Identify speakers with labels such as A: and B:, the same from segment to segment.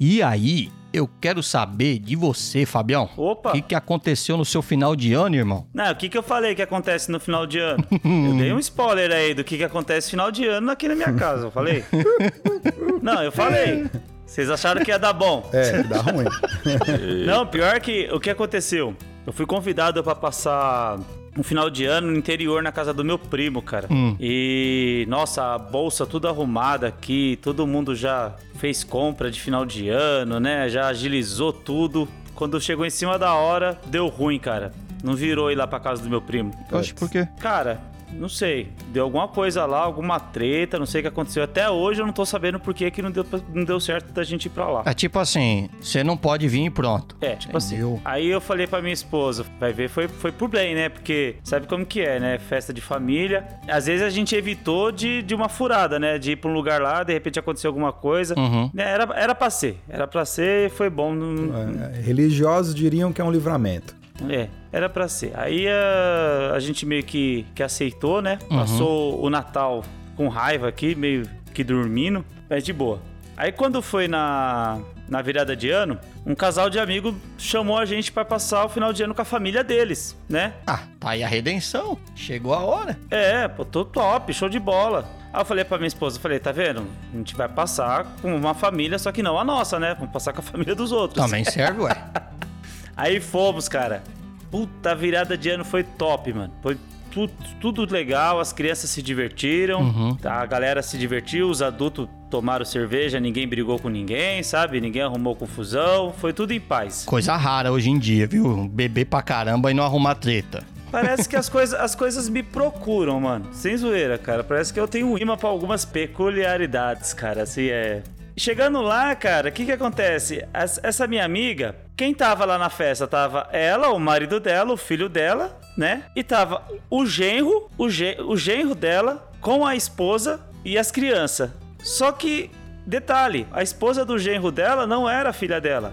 A: E aí, eu quero saber de você, Fabião.
B: Opa!
A: O que, que aconteceu no seu final de ano, irmão?
B: Não, o que, que eu falei que acontece no final de ano? eu dei um spoiler aí do que, que acontece no final de ano aqui na minha casa, eu falei? Não, eu falei. Vocês acharam que ia dar bom.
C: É, dá ruim.
B: Não, pior que o que aconteceu? Eu fui convidado pra passar um final de ano no interior na casa do meu primo, cara. E nossa, a bolsa tudo arrumada aqui, todo mundo já fez compra de final de ano, né? Já agilizou tudo. Quando chegou em cima da hora, deu ruim, cara. Não virou ir lá pra casa do meu primo.
A: Oxe, por quê?
B: Cara, não sei. Deu alguma coisa lá, alguma treta, não sei o que aconteceu. Até hoje eu não tô sabendo por que, que não, deu, pra- não deu certo da gente ir pra lá.
A: É tipo assim, você não pode vir e pronto.
B: É, tipo assim.
A: Entendeu?
B: Aí eu falei pra minha esposa, vai ver, foi, foi por bem, né? Porque sabe como que é, né? Festa de família. Às vezes a gente evitou de, de uma furada, né? De ir pra um lugar lá, de repente aconteceu alguma coisa.
A: Uhum.
B: Né, Era, era pra ser. Era pra ser e foi bom. não-
C: É, Religiosos diriam que é um livramento.
A: Né?
B: é, era pra ser. Aí ah, a, a gente meio que, que aceitou, né?
A: Uhum.
B: Passou o Natal com raiva aqui, meio que dormindo, mas de boa. Aí quando foi na, na virada de ano, um casal de amigo chamou a gente pra passar o final de ano com a família deles, né?
A: Ah, tá aí a redenção. Chegou a hora.
B: É, pô, tô top, show de bola. Aí eu falei pra minha esposa, eu falei, tá vendo? A gente vai passar com uma família, só que não a nossa, né? Vamos passar com a família dos outros.
A: Também serve, ué.
B: Aí fomos, cara. Puta, a virada de ano foi top, mano. Foi tu- tudo legal, as crianças se divertiram, tá? a galera se divertiu, os adultos tomaram cerveja, ninguém brigou com ninguém, sabe? Ninguém arrumou confusão, foi tudo em paz.
A: Coisa rara hoje em dia, viu? Beber pra caramba e não arrumar treta.
B: Parece que as, coisa, as coisas me procuram, mano. Sem zoeira, cara. Parece que eu tenho um imã pra algumas peculiaridades, cara. Assim, é. Chegando lá, cara, o que que acontece? As- essa minha amiga, quem tava lá na festa? Tava ela, o marido dela, o filho dela, né? E tava o genro, o, ge- o genro dela, com a esposa e as crianças. Só que, detalhe, a esposa do genro dela não era a filha dela.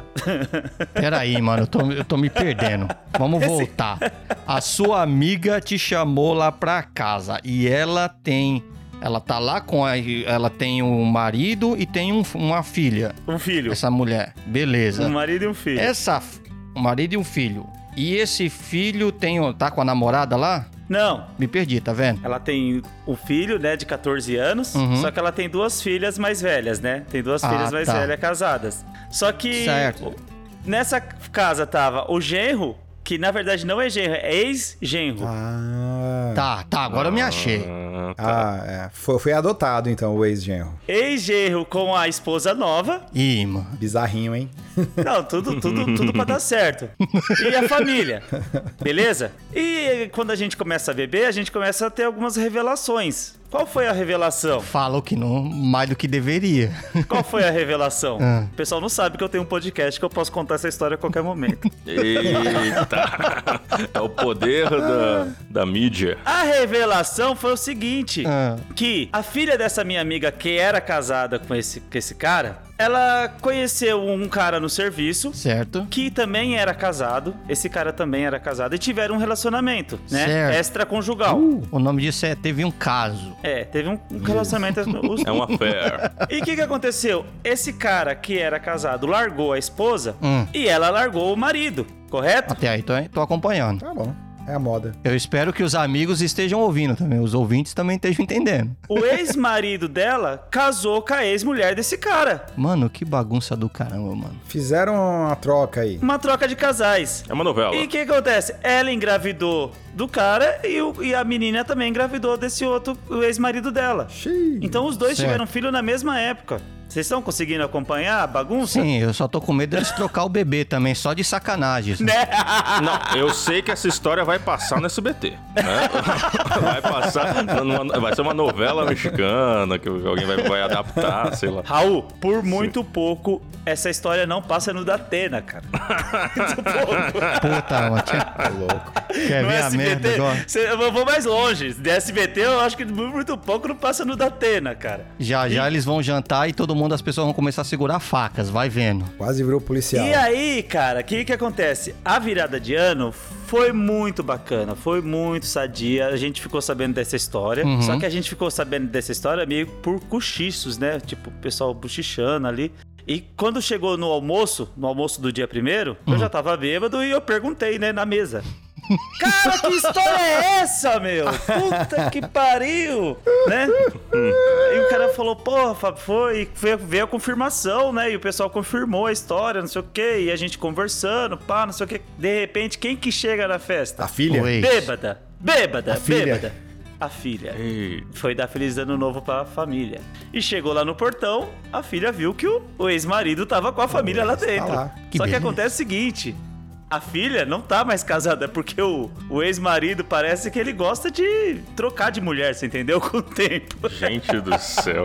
A: Peraí, mano, eu tô, eu tô me perdendo. Vamos voltar. A sua amiga te chamou lá pra casa e ela tem. Ela tá lá com a. Ela tem um marido e tem um- uma filha.
B: um filho.
A: Essa mulher. Beleza.
B: Um marido e um filho.
A: Essa. f- Um marido e um filho. E esse filho tem. o- Tá com a namorada lá?
B: Não,
A: Me perdi, tá vendo?
B: Ela tem o filho, né, de 14 anos,
A: Uhum.
B: só que ela tem duas filhas mais velhas, né? Tem duas
A: Ah,
B: filhas mais
A: tá.
B: velhas casadas. Só que
A: Certo.
B: nessa casa tava o genro, que na verdade não é genro, é ex-genro.
C: Ah,
A: Tá, tá, agora eu me achei.
D: Ah, tá.
C: ah é. Foi, foi adotado então o ex-genro.
B: Ex-genro com a esposa nova.
A: Ih, mano.
C: Bizarrinho, hein?
B: Não, tudo, tudo, tudo pra dar certo. E a família, beleza? E quando a gente começa a beber, a gente começa a ter algumas revelações. Qual foi a revelação?
A: Falou que não, mais do que deveria.
B: Qual foi a revelação?
A: Ah.
B: O pessoal não sabe que eu tenho um podcast que eu posso contar essa história a qualquer momento.
D: Eita! É o poder da, da mídia.
B: A revelação foi o seguinte:
A: Ah.
B: que a filha dessa minha amiga que era casada com esse, com esse cara, ela conheceu um cara no serviço
A: Certo?
B: que também era casado. Esse cara também era casado e tiveram um relacionamento, né?
A: Certo.
B: Extraconjugal.
A: O nome disso é Teve um caso.
B: É, teve um, um relacionamento. os-
D: É uma fé.
B: E o que, que aconteceu? Esse cara que era casado largou a esposa
A: Hum.
B: e ela largou o marido, correto?
A: Até aí, tô, tô acompanhando.
C: Tá bom. É a moda.
A: Eu espero que os amigos estejam ouvindo também, os ouvintes também estejam entendendo.
B: O ex-marido dela casou com a ex-mulher desse cara.
A: Mano, que bagunça do caramba, mano.
C: Fizeram uma troca aí.
B: Uma troca de casais.
D: É uma novela.
B: E o que acontece? Ela engravidou do cara e, o- e a menina também engravidou desse outro o ex-marido dela.
C: Xiii.
B: Então os dois
A: Certo.
B: tiveram filho na mesma época. Vocês estão conseguindo acompanhar a bagunça?
A: Sim, eu só tô com medo deles trocar o bebê também, só de sacanagem. assim.
B: Né?
D: Não, eu sei que essa história vai passar no SBT. Né? Vai passar. numa- vai ser uma novela mexicana que alguém vai, vai adaptar, sei lá.
B: Raul, por muito pouco, essa história não passa no Datena, cara. muito pouco.
A: Puta, mano. Tinha...
C: Tá louco.
A: Quer
B: No
A: ver a merda
B: SBT,
A: agora?
B: cê- eu vou mais longe. De SBT, eu acho que muito pouco não passa no Datena, cara.
A: Já já eles vão jantar e todo mundo, as pessoas vão começar a segurar facas, vai vendo.
C: Quase virou policial.
B: E aí, cara, o que que acontece? A virada de ano foi muito bacana, foi muito sadia. A gente ficou sabendo dessa história.
A: Uhum.
B: Só que a gente ficou sabendo dessa história meio por cochichos, né? Tipo, o pessoal bochichando ali. E quando chegou no almoço, no almoço do dia primeiro, eu
A: Uhum.
B: já tava bêbado e eu perguntei, né, na mesa. Cara, que história é essa, meu? Puta que pariu! Né? E o cara falou, porra, Fábio, foi, foi, veio a confirmação, né? E o pessoal confirmou a história, não sei o quê, e a gente conversando, pá, não sei o quê. De repente, quem que chega na festa?
C: A filha?
A: Oi.
B: Bêbada, bêbada,
C: A filha.
B: bêbada. A filha.
D: Ei,
B: Foi dar feliz ano novo pra família. E chegou lá no portão, a filha viu que o, o ex-marido tava com a família lá dentro.
C: lá.
A: Que
B: Só que
A: beleza.
B: acontece o seguinte: a filha não tá mais casada, porque o, o ex-marido parece que ele gosta de trocar de mulher, você entendeu? Com o tempo.
D: gente do céu.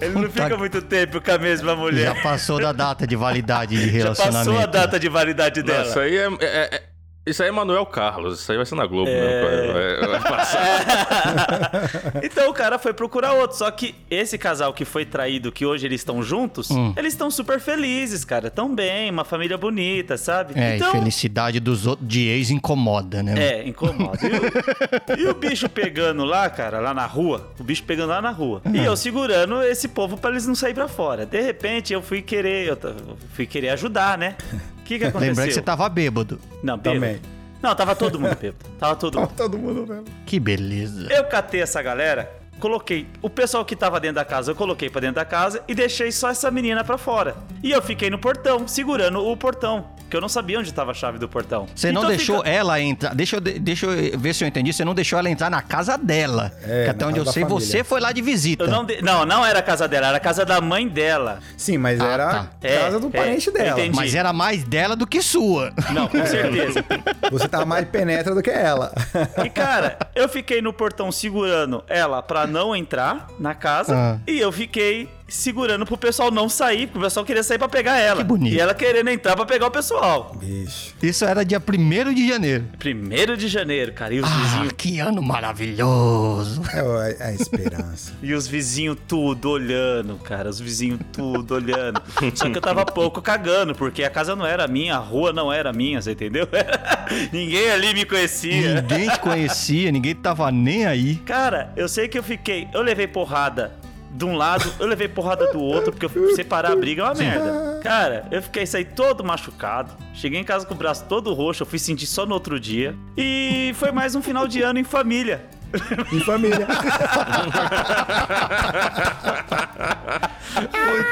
B: Ele não
A: Puta
B: fica
A: que-
B: muito tempo com a mesma mulher.
A: Já passou da data de validade de
B: Já,
A: relacionamento.
B: passou a data de validade
D: Não,
B: dela.
D: isso aí é, é- é- Isso aí é Manuel Carlos, isso aí vai ser na Globo,
B: É.
D: né? Vai, vai passar.
B: então o cara foi procurar outro. Só que esse casal que foi traído, que hoje eles estão juntos, eles estão super felizes, cara. Tão bem, uma família bonita, sabe?
A: É,
B: então,
A: e felicidade dos outros de ex incomoda, né? mano?
B: É, incomoda. E o, e o bicho pegando lá, cara, lá na rua. O bicho pegando lá na rua. E eu segurando esse povo pra eles não saírem pra fora. De repente, eu fui querer, eu t- fui querer ajudar, né? O que que aconteceu?
A: Lembrando que você tá tava bêbado.
B: Não, bêbado.
C: Também.
B: Não, tava todo mundo bêbado. Tava todo mundo.
C: Todo mundo mesmo.
A: Que beleza.
B: Eu catei essa galera, coloquei o pessoal que tava dentro da casa, eu coloquei pra dentro da casa e deixei só essa menina pra fora. E eu fiquei no portão, segurando o portão, que eu não sabia onde tava a chave do portão.
A: Você não
B: Então
A: deixou
B: fica-
A: ela entrar. Deixa eu, de- deixa eu ver se eu entendi. Você não deixou ela entrar na casa dela.
C: É,
A: que
C: na
A: até onde
C: casa
A: eu
C: da
A: sei,
C: família.
A: você foi lá de visita.
B: Eu não, de- não, não era a casa dela, era a casa da mãe dela.
C: Sim, mas
A: Ah,
C: era
A: tá.
C: a casa
B: É,
C: do
B: é,
C: parente
B: eu
C: dela.
B: entendi.
A: Mas era mais dela do que sua.
B: Não, com certeza.
C: Você tava mais penetra do que ela.
B: E cara, eu fiquei no portão segurando ela pra não entrar na casa
A: Ah.
B: e eu fiquei segurando pro pessoal não sair, porque o pessoal queria sair pra pegar ela.
A: Que bonito.
B: E ela querendo entrar pra pegar o pessoal.
C: Bicho.
A: Isso era dia 1 de janeiro.
B: Primeiro de janeiro, cara, e os
A: Ah,
B: vizinhos
A: que ano maravilhoso.
C: É a, a esperança.
B: E os vizinhos tudo olhando, cara. Os vizinhos tudo olhando. Só que eu tava pouco cagando, porque a casa não era minha, a rua não era minha, você entendeu? Ninguém ali me conhecia.
A: Ninguém te conhecia, ninguém tava nem aí.
B: Cara, eu sei que eu fiquei. Eu levei porrada de um lado, eu levei porrada do outro, porque eu- separar a briga é uma merda. Cara, eu fiquei saí todo machucado. Cheguei em casa com o braço todo roxo, eu fui sentir só no outro dia. E foi mais um final de ano em família.
C: Em família.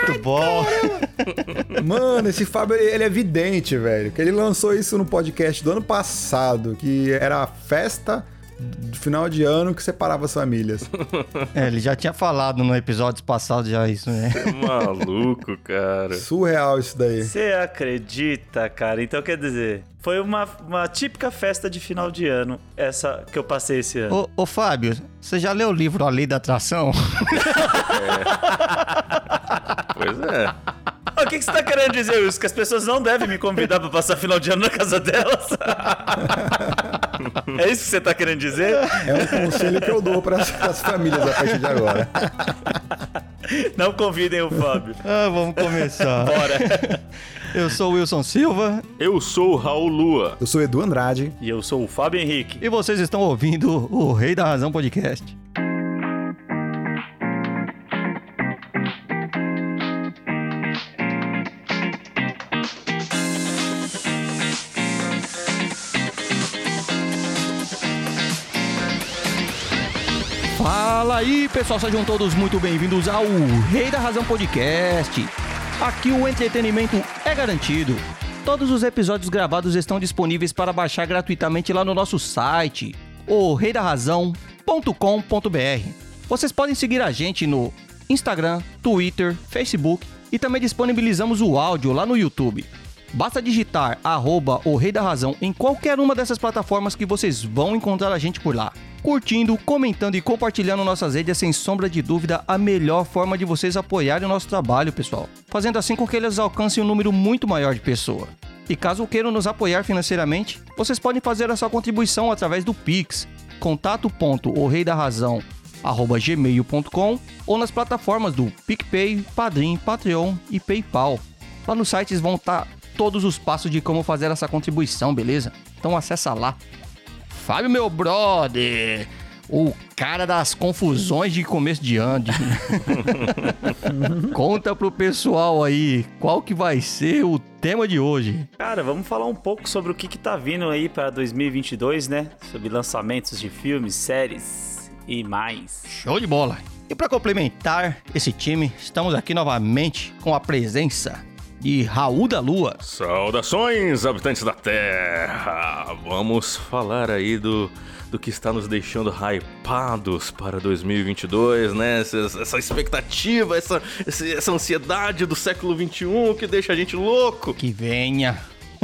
A: Muito bom.
C: Mano, esse Fábio, ele, ele é vidente, velho. Que ele lançou isso no podcast do ano passado, que era a festa do final de ano que separava as famílias.
A: É, ele já tinha falado no episódio passado já isso, né?
D: Maluco, cara.
C: Surreal isso daí.
B: Você acredita, cara? Então quer dizer, foi uma, uma típica festa de final de ano, essa que eu passei esse ano.
A: Ô, ô Fábio, você já leu o livro A Lei da Atração?
D: Pois é.
B: O que, que você tá querendo dizer, Wilson? Que as pessoas não devem me convidar pra passar final de ano na casa delas? é isso que você tá querendo dizer?
C: É um conselho que eu dou para as famílias a partir de agora.
B: Não convidem o Fábio.
A: Ah, vamos começar.
B: Bora.
A: Eu sou o Wilson Silva
D: Eu sou o Raul Lua.
C: Eu sou Edu Andrade.
B: E eu sou o Fábio Henrique.
A: e vocês estão ouvindo o Rei da Razão Podcast. Fala aí, pessoal, sejam todos muito bem-vindos ao Rei da Razão Podcast. Aqui o entretenimento é garantido. Todos os episódios gravados estão disponíveis para baixar gratuitamente lá no nosso site, o reidarrazão.com.br. Vocês podem seguir a gente no Instagram, Twitter, Facebook e também disponibilizamos o áudio lá no YouTube. Basta digitar arroba o Rei da Razão em qualquer uma dessas plataformas que vocês vão encontrar a gente por lá. Curtindo, comentando e compartilhando nossas redes é sem sombra de dúvida a melhor forma de vocês apoiarem o nosso trabalho, pessoal. Fazendo assim com que eles alcancem um número muito maior de pessoa. E caso queiram nos apoiar financeiramente, vocês podem fazer a sua contribuição através do Pix, contato.orreidarrazão arroba gmail.com ou nas plataformas do PicPay, Padrim, Patreon e PayPal. Lá nos sites vão estar todos os passos de como fazer essa contribuição, beleza? Então acessa lá. Fábio, meu brother! O cara das confusões de começo de ano. Conta pro pessoal aí qual que vai ser o tema de hoje.
B: Cara, vamos falar um pouco sobre o que, que tá vindo aí pra 2022, né? Sobre lançamentos de filmes, séries e mais.
A: Show de bola. E para complementar esse time, estamos aqui novamente com a presença de Raul da Lua.
D: Saudações, habitantes da Terra! Vamos falar aí do, do que está nos deixando hypados para 2022, né? Essa, essa expectativa, essa, esse- essa ansiedade do século um. XXI que deixa a gente louco.
A: Que venha.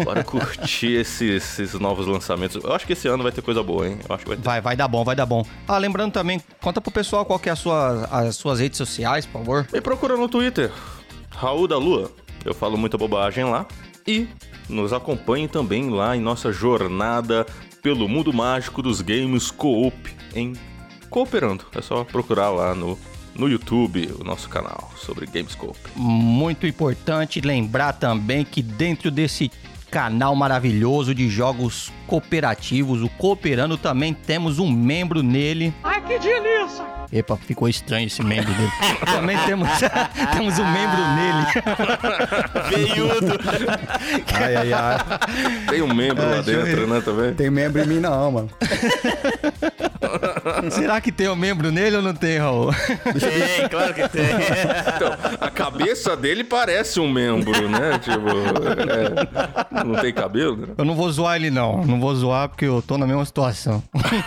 D: Bora curtir esses, esses novos lançamentos. Eu acho que esse ano vai ter coisa boa, hein? Eu acho que vai ter.
A: Vai, vai dar bom, vai dar bom. Ah, lembrando também, conta pro pessoal qual que é a sua, as suas redes sociais, por favor.
D: Me procura no Twitter, Raul da Lua. Eu falo muita bobagem lá. E nos acompanhe também lá em nossa jornada pelo mundo mágico dos games co-op em Cooperando. É só procurar lá no, no YouTube o nosso canal sobre games co-op.
A: Muito importante lembrar também que dentro desse canal maravilhoso de jogos cooperativos, o Cooperando, também temos um membro nele. Ai, que delícia! Epa, ficou estranho esse membro dele. também Ah, temos, temos um membro nele.
D: Veiudo!
C: Ai, ai, ai.
D: Tem um membro lá
C: deixa eu
D: dentro,
C: ver.
D: né, também?
C: Tem membro em mim não, mano.
A: Será que tem um membro nele ou não tem, Raul?
B: Tem, claro que tem.
D: Então, a cabeça dele parece um membro, né? Tipo, é, não tem cabelo, né?
A: Eu não vou zoar ele, não. Não vou zoar porque eu tô na mesma situação.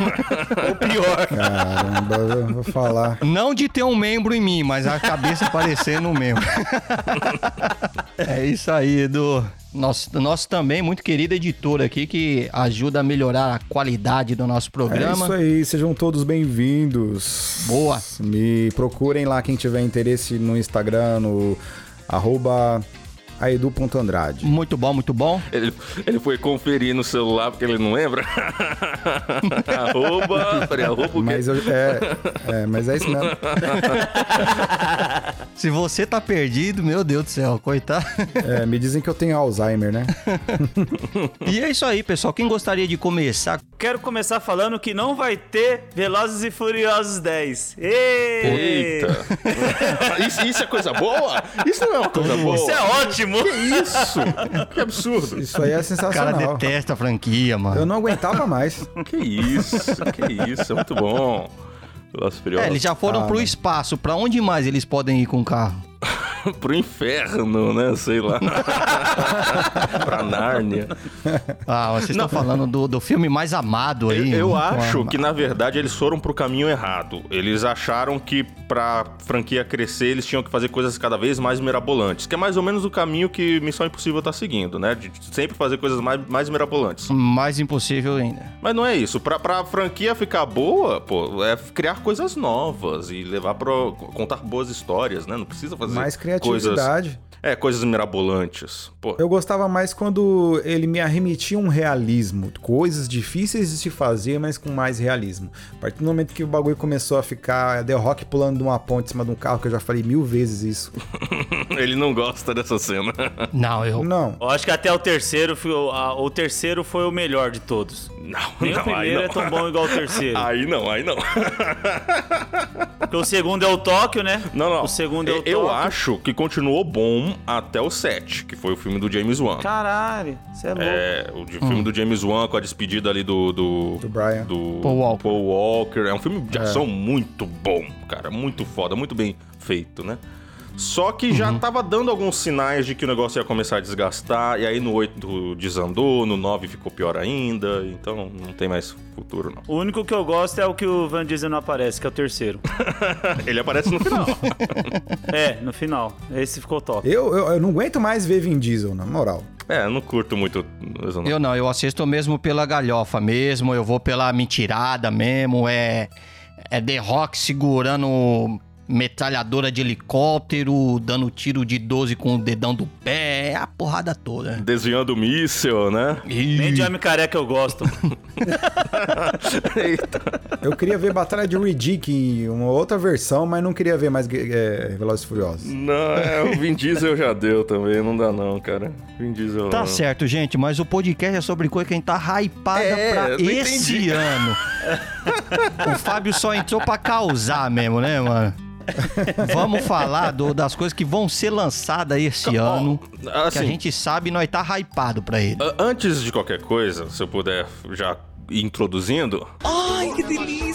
C: Caramba, eu vou falar.
A: Não de ter um membro em mim, mas a cabeça parecendo um membro. é isso aí, Edu. Nosso, nosso também muito querido editor aqui que ajuda a melhorar a qualidade do nosso
C: É isso
A: programa.
C: aí, sejam todos bem-vindos.
A: Boa.
C: Me procurem lá quem tiver interesse no Instagram, no arroba aedu.andrade.
A: muito bom, muito bom.
D: Ele, ele foi conferir no celular porque ele não lembra. arroba. Peraí, arroba o quê?
C: Mas eu- é, é, mas é isso mesmo.
A: Se você tá perdido, meu Deus do céu, coitado.
C: É, me dizem que eu tenho Alzheimer, né?
A: e é isso aí, pessoal. Quem gostaria de começar?
B: Quero começar falando que não vai ter Velozes e Furiosos 10. Ei!
D: Eita. isso, isso é coisa boa? Isso não é uma coisa boa.
B: Isso é ótimo!
D: Que isso? Que absurdo.
C: Isso aí é
A: O cara
C: sensacional.
A: detesta a franquia,
C: Eu
A: mano.
C: não aguentava mais.
D: Que isso? Que isso? É muito bom. Nossa,
A: É,
D: Furiosa.
A: eles já
C: Ah,
D: Ah,
A: foram
C: né.
D: né.
A: pro espaço. Pra onde mais eles podem ir com o carro?
D: Pro inferno, né? Sei lá. pra Nárnia.
A: Ah, vocês estão falando do, do filme mais amado
D: Eu,
A: aí. né?
D: eu
A: com a-
D: acho que, na verdade, eles foram pro caminho errado. Eles acharam que pra franquia crescer, eles tinham que fazer coisas cada vez mais mirabolantes. Que é mais ou menos o caminho que Missão Impossível tá seguindo, né? De sempre fazer coisas mais, mais mirabolantes.
A: Mais impossível ainda.
D: Mas não é isso. Pra, pra franquia ficar boa, pô, é criar coisas novas e levar pra contar boas histórias, né? Não precisa fazer
C: Mais
D: Coisas,
C: criatividade.
D: é, coisas mirabolantes. Pô,
C: Eu gostava mais quando ele me arremetia um realismo. Coisas difíceis de se fazer, mas com mais realismo. A partir do momento que o bagulho começou a ficar The Rock pulando de uma ponte em cima de um carro, que eu já falei mil vezes isso.
D: ele não gosta dessa cena.
A: Não, eu.
C: Não.
B: Eu acho que até o terceiro foi o, a- o terceiro foi o melhor de todos.
D: Não,
B: Nem o
D: não, aí
B: primeiro
D: não.
B: é tão bom igual o terceiro.
D: Aí não, aí não.
B: Porque o segundo é o Tóquio, né?
D: Não, não.
B: O segundo é o
D: Eu,
B: Tóquio.
D: eu acho que continuou bom até o 7, que foi o filme do James Wan.
B: Caralho, você é louco.
D: É, o de- filme do James Wan com a despedida ali do. Do,
C: Do Brian.
D: do
A: Paul Walker.
D: Paul Walker. É um filme de ação muito bom, cara. Muito foda, muito bem feito, né? Só que
B: Uhum.
D: já tava dando alguns sinais de que o negócio ia começar a desgastar. E aí no 8 desandou, no 9 ficou pior ainda. Então não tem mais futuro, não.
B: O único que eu gosto é o que o Van Diesel não aparece, que é o terceiro.
D: Ele aparece no final.
B: é, no final. Esse ficou top.
C: Eu, eu, eu não aguento mais ver Vin Diesel, na moral.
D: é, eu não curto muito. não.
A: Eu não, eu assisto mesmo pela galhofa mesmo, eu vou pela mentirada mesmo, é, é The Rock segurando metralhadora de helicóptero, dando tiro de 12 com o dedão do pé, É a porrada toda.
D: Desviando o míssil, né?
B: Nem de
A: E...
B: homem careca eu gosto.
D: Eita.
C: Eu queria ver Batalha de Riddick em uma outra versão, mas não queria ver mais é, Velozes e Furiosos.
D: Não, é, o Vin Diesel já deu também, não dá não, cara. Vin Diesel.
A: Tá
D: não.
A: certo, gente, mas o podcast é sobre coisa que a gente tá hypada
D: É, eu
A: pra
D: não
A: esse
D: entendi.
A: ano. o Fábio só entrou pra causar mesmo, né, mano? Vamos falar do- das coisas que vão ser lançadas esse
D: Ó,
A: ano. que a
D: assim,
A: gente sabe nós tá hypado pra ele.
D: a- antes de qualquer coisa, se eu puder já ir introduzindo. Ai, que delícia!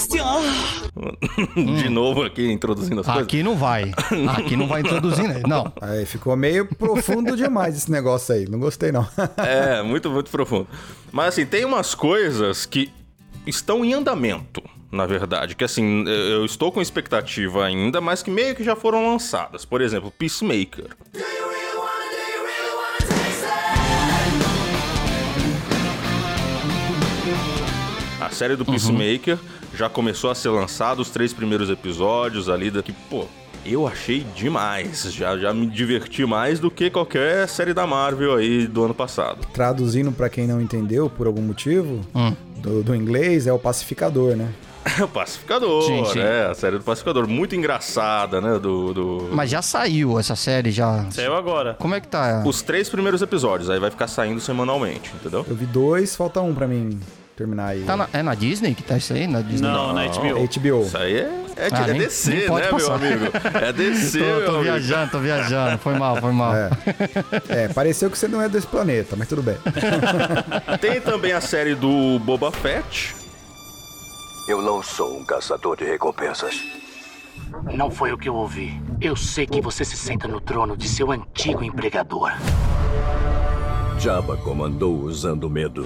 D: de novo aqui introduzindo as coisas.
A: Hum. Aqui não vai. Aqui não vai introduzir, né? Não.
C: Aí ficou meio profundo demais esse negócio aí. Não gostei, não.
D: É, muito, muito profundo. Mas assim, tem umas coisas que estão em andamento, na verdade. Que assim, eu- eu estou com expectativa ainda, mas que meio que já foram lançadas. Por exemplo, Peacemaker. A série
A: Uhum.
D: do Peacemaker já começou a ser lançada, os três primeiros episódios ali daqui, pô, eu achei demais. Já, já me diverti mais do que qualquer série da Marvel aí do ano passado.
C: Traduzindo pra quem não entendeu, por algum motivo,
A: Hum.
C: do, do inglês, é o pacificador, né?
D: O Pacificador,
A: Sim, sim.
D: né? A série do Pacificador, muito engraçada, né? Do, do-
A: Mas já saiu essa série, já.
B: Saiu agora.
A: Como é que tá?
D: Os três primeiros episódios, aí vai ficar saindo semanalmente, entendeu?
C: Eu vi dois, falta um pra mim terminar aí.
A: Tá na- é na Disney que tá isso aí? Na Disney?
B: Não, na HBO.
C: HBO.
D: Isso aí é, é,
A: Ah,
D: é
A: nem- nem
D: DC,
A: pode
D: né,
A: passar.
D: meu amigo? É DC,
A: Tô,
D: meu
A: tô
D: amigo.
A: viajando, tô viajando. Foi mal, foi mal.
C: É, pareceu que você não é desse planeta, mas tudo bem.
A: um-
D: Tem também a série do Boba Fett.
E: Eu não sou um caçador de recompensas.
F: Não foi o que eu ouvi. Eu sei que você se senta no trono de seu antigo empregador.
E: Jabba comandou usando o medo.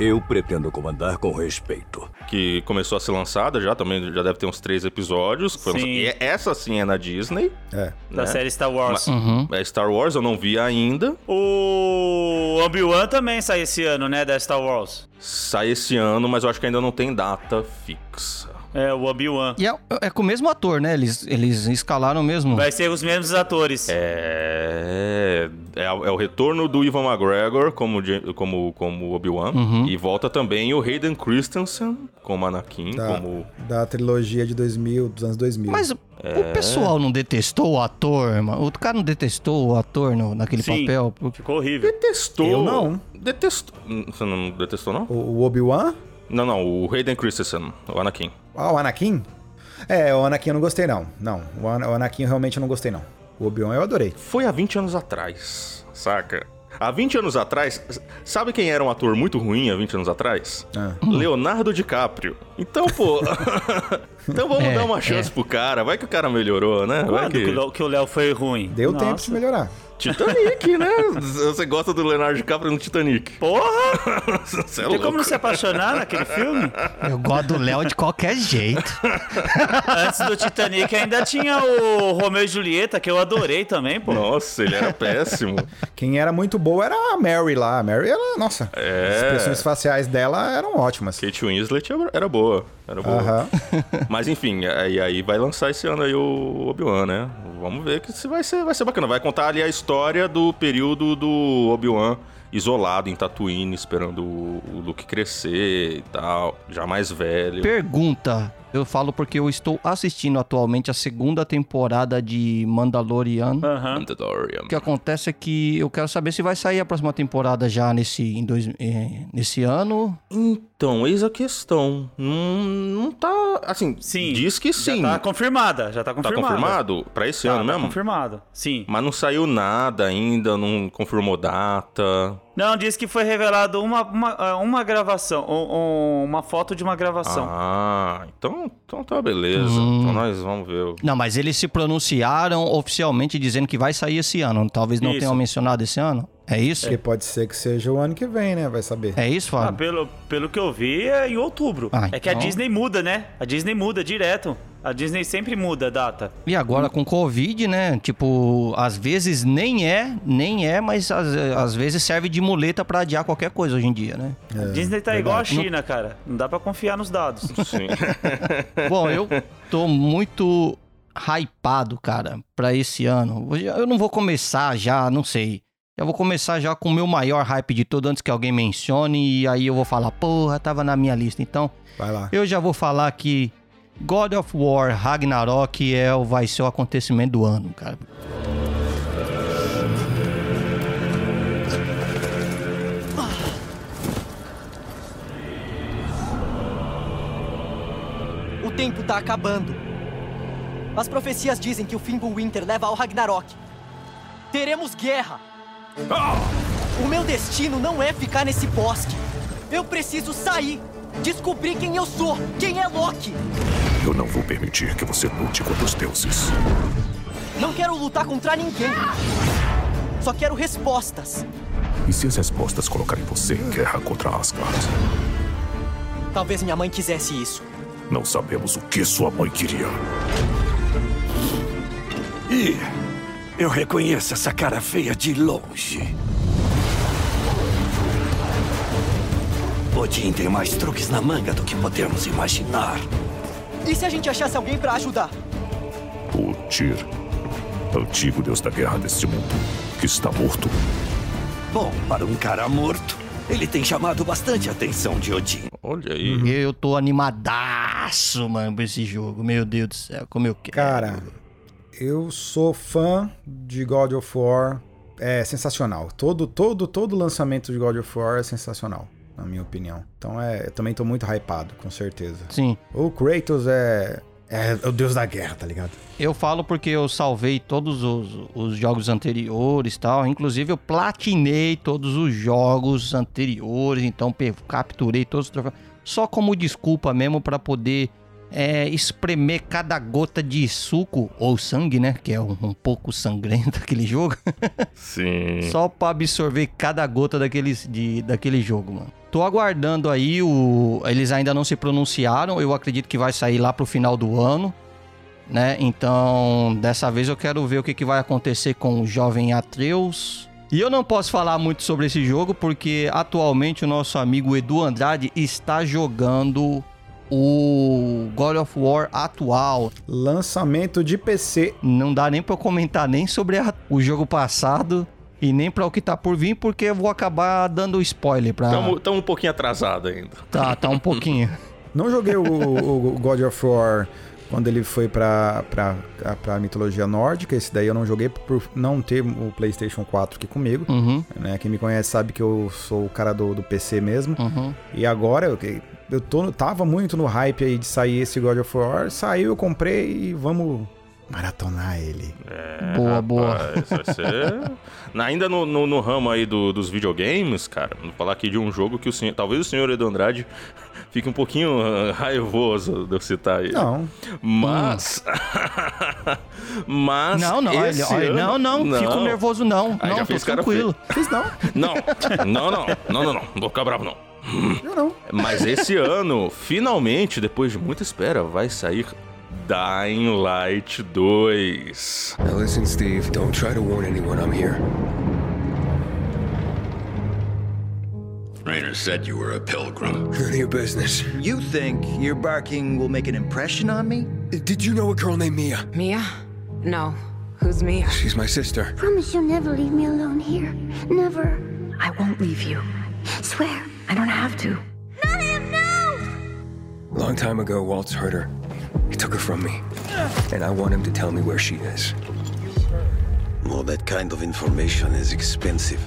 E: Eu pretendo comandar com respeito.
D: que começou a ser lançada já, também já deve ter uns três episódios. que foi
B: Sim.
D: lançada. E essa sim é na Disney.
A: Tá
C: É.
B: Da
D: né?
B: série Star Wars.
A: Uhum.
D: É Star Wars, eu não vi ainda.
B: O Obi-Wan também sai esse ano, né? Da Star Wars.
D: Sai esse ano, mas eu acho que ainda não tem data fixa.
B: É, o Obi-Wan.
A: E é, é com o mesmo ator, né? Eles, eles escalaram mesmo.
B: Vai ser os mesmos atores.
D: É. É, é o retorno do Ivan McGregor como, Ja- como, como Obi-Wan.
C: Uhum.
D: E volta também o Hayden Christensen como Anakin,
C: Da,
D: como.
C: da trilogia de 2000, dos anos 2000.
A: Mas o
D: É.
A: o pessoal não detestou o ator, mano. O cara não detestou o ator no- naquele
B: Sim.
A: papel. Porque...
B: Ficou horrível.
D: Detestou.
C: Eu não.
D: Detestou. Hum, Você não detestou, não?
C: O, o Obi-Wan?
D: Não, não. O Hayden Christensen, o Anakin.
C: Ah, o Anakin? É, o Anakin eu não gostei, não. Não, o, Ana- o Anakin eu realmente não gostei, não. O Obi-Wan eu adorei.
D: Foi há 20 anos atrás, saca? Há 20 anos atrás, s- sabe quem era um ator muito ruim há 20 anos atrás?
C: Ah.
D: Leonardo DiCaprio. Então, pô. então vamos
A: É,
D: dar uma chance pro cara. Vai que o cara melhorou, né? Vai
B: Quando que o
D: que...
B: Léo- que o Léo foi ruim?
C: Deu
B: Nossa.
C: tempo de melhorar.
D: Titanic, né? Você gosta do Leonardo DiCaprio no Titanic.
B: Porra!
D: Você é
B: Tem como
D: louco.
B: não se apaixonar naquele filme?
A: Eu gosto do Léo de qualquer jeito.
B: Antes do Titanic ainda tinha o Romeu e Julieta, que eu adorei também, pô.
D: Nossa, ele era péssimo.
C: Quem era muito boa era a Mary lá. A Mary, ela, nossa, as expressões faciais dela eram ótimas.
D: Kate Winslet era- era boa. Era boa.
C: Aham.
D: Mas enfim, aí, aí vai lançar esse ano aí o Obi-Wan, né? Vamos ver que se vai ser, vai ser bacana. Vai contar ali a história do período do Obi-Wan isolado em Tatooine, esperando o o Luke crescer e tal, já mais velho.
A: Pergunta. Eu falo porque eu estou assistindo atualmente a segunda temporada de Mandalorian.
B: Aham.
D: Mandalorian.
A: O que acontece é que eu quero saber se vai sair a próxima temporada já nesse, em dois, eh, nesse ano.
D: Então, eis a questão. Não, não tá. Assim,
B: Sim.
D: diz que sim.
B: Já tá confirmada, já tá
D: Tá
B: confirmada.
D: confirmado? Pra esse
B: Tá,
D: ano
B: tá
D: mesmo?
B: confirmado, sim.
D: Mas não saiu nada ainda, não confirmou data.
B: Não, diz que foi revelado uma, uma, ah, uma gravação, um- um- uma foto de uma gravação.
D: Ah, então, então tá beleza.
B: Hum.
D: Então nós vamos ver. o-
A: Não, mas eles se pronunciaram oficialmente dizendo que vai sair esse ano. Talvez não
B: Isso.
A: tenham mencionado esse ano. É isso?
C: Porque pode ser que seja o ano que vem, né? Vai saber.
A: É isso,
B: Ah,
A: Fábio?
B: pelo, pelo que eu vi, é em outubro.
A: Ah,
B: é que a
A: então-
B: Disney muda, né? A Disney muda direto. A Disney sempre muda a data.
A: E agora com Covid, né? Tipo, às vezes nem é, nem é, mas às, às vezes serve de muleta pra adiar qualquer coisa hoje em dia, né?
B: a
D: É,
B: Disney tá igual a China, cara. Não dá pra confiar nos dados.
D: Sim.
A: Bom, eu tô muito hypado, cara, pra esse ano. Eu já- Eu não vou começar já, não sei. Eu vou começar já com o meu maior hype de todo, antes que alguém mencione, e aí eu vou falar, porra, tava na minha lista. Então,
C: Vai lá.
A: eu já vou falar que God of War Ragnarok é, o- vai ser o acontecimento do ano, cara.
G: O tempo tá acabando. As profecias dizem que o fim do Winter leva ao Ragnarok. Teremos guerra.
C: Ah!
G: O meu destino não é ficar nesse bosque. Eu preciso sair, descobrir quem eu sou, quem é Loki.
H: Eu não vou permitir que você lute contra os deuses.
G: Não quero lutar contra ninguém. Só quero respostas.
H: E se as respostas colocarem você em guerra contra Asgard?
G: Talvez minha mãe quisesse isso.
H: Não sabemos o que sua mãe queria. E eu reconheço essa cara feia de longe. Odin tem mais truques na manga do que podemos imaginar.
G: E se a gente achasse alguém pra ajudar?
H: O Tyr, é antigo deus da guerra deste mundo, que está morto.
I: Bom, para um cara morto, ele tem chamado bastante a atenção de Odin.
D: Olha aí.
A: Eu tô animadaço, mano, pra esse jogo. Meu Deus do céu, como eu quero.
C: Cara, eu sou fã de God of War. É sensacional. Todo, todo, todo lançamento de God of War é sensacional, na minha opinião. Então é, eu também tô muito hypado, com certeza.
A: Sim.
C: O Kratos é, é o deus da guerra, tá ligado?
A: Eu falo porque eu salvei todos os, os jogos anteriores e tal. Inclusive, eu platinei todos os jogos anteriores. Então, pe- capturei todos os troféus. Só como desculpa mesmo pra poder é, espremer cada gota de suco ou sangue, né? Que é um, um pouco sangrento aquele jogo.
D: Sim.
A: Só pra absorver cada gota daquele, de, daquele jogo, mano. Tô aguardando aí o. Eles ainda não se pronunciaram. Eu acredito que vai sair lá pro final do ano. Né? Então, dessa vez eu quero ver o que, que vai acontecer com o jovem Atreus. E eu não posso falar muito sobre esse jogo, porque atualmente o nosso amigo Edu Andrade está jogando o God of War atual.
C: Lançamento de PC.
A: Não dá nem pra eu comentar nem sobre a- o jogo passado e nem pra o que tá por vir, porque eu vou acabar dando spoiler pra.
D: Tamo, tamo um pouquinho atrasado ainda.
A: Tá, tá um pouquinho.
C: Não joguei o, o- o God of War quando ele foi pra, pra, pra mitologia nórdica. Esse daí eu não joguei por não ter o PlayStation 4 aqui comigo.
A: Uhum,
C: né? Quem me conhece sabe que eu sou o cara do, do PC mesmo.
A: uhum.
C: E agora eu, eu tô, tava muito no hype aí de sair esse God of War. Saiu, eu comprei e vamos maratonar ele.
A: boa, boa.
D: É, Rapaz, vai ser- Na- Ainda no, no- no ramo aí do- dos videogames, cara, vou falar aqui de um jogo que o senhor, talvez o senhor Edu Andrade fique um pouquinho ah, raivoso de eu citar ele.
C: Não,
D: Mas. mas.
A: Hum. Não, não,
D: esse
A: olha, olha,
D: ano-
A: não, não, fico nervoso não.
D: Aí já
A: não, tô
D: fez cara
A: tranquilo.
C: fiz não,
D: Não, não, não, não, não, não, não vou ficar bravo não. Hum.
C: eu não.
D: Mas esse ano, finalmente, depois de muita espera, vai sair Dying Light 2.
J: Now listen, Steve, don't try to warn anyone I'm here.
H: Rainer said you were a pilgrim.
J: None of your business.
I: You think your barking will make an impression on me?
J: Did you know a girl named Mia?
K: Mia? No. Who's Mia?
J: She's my sister.
K: Promise you'll never leave me alone here. Never. I won't leave you. Swear. I don't have to.
J: Long time ago, Waltz hurt her. He took her from me. And I want him to tell me where she is.
H: Well, that kind of information is expensive.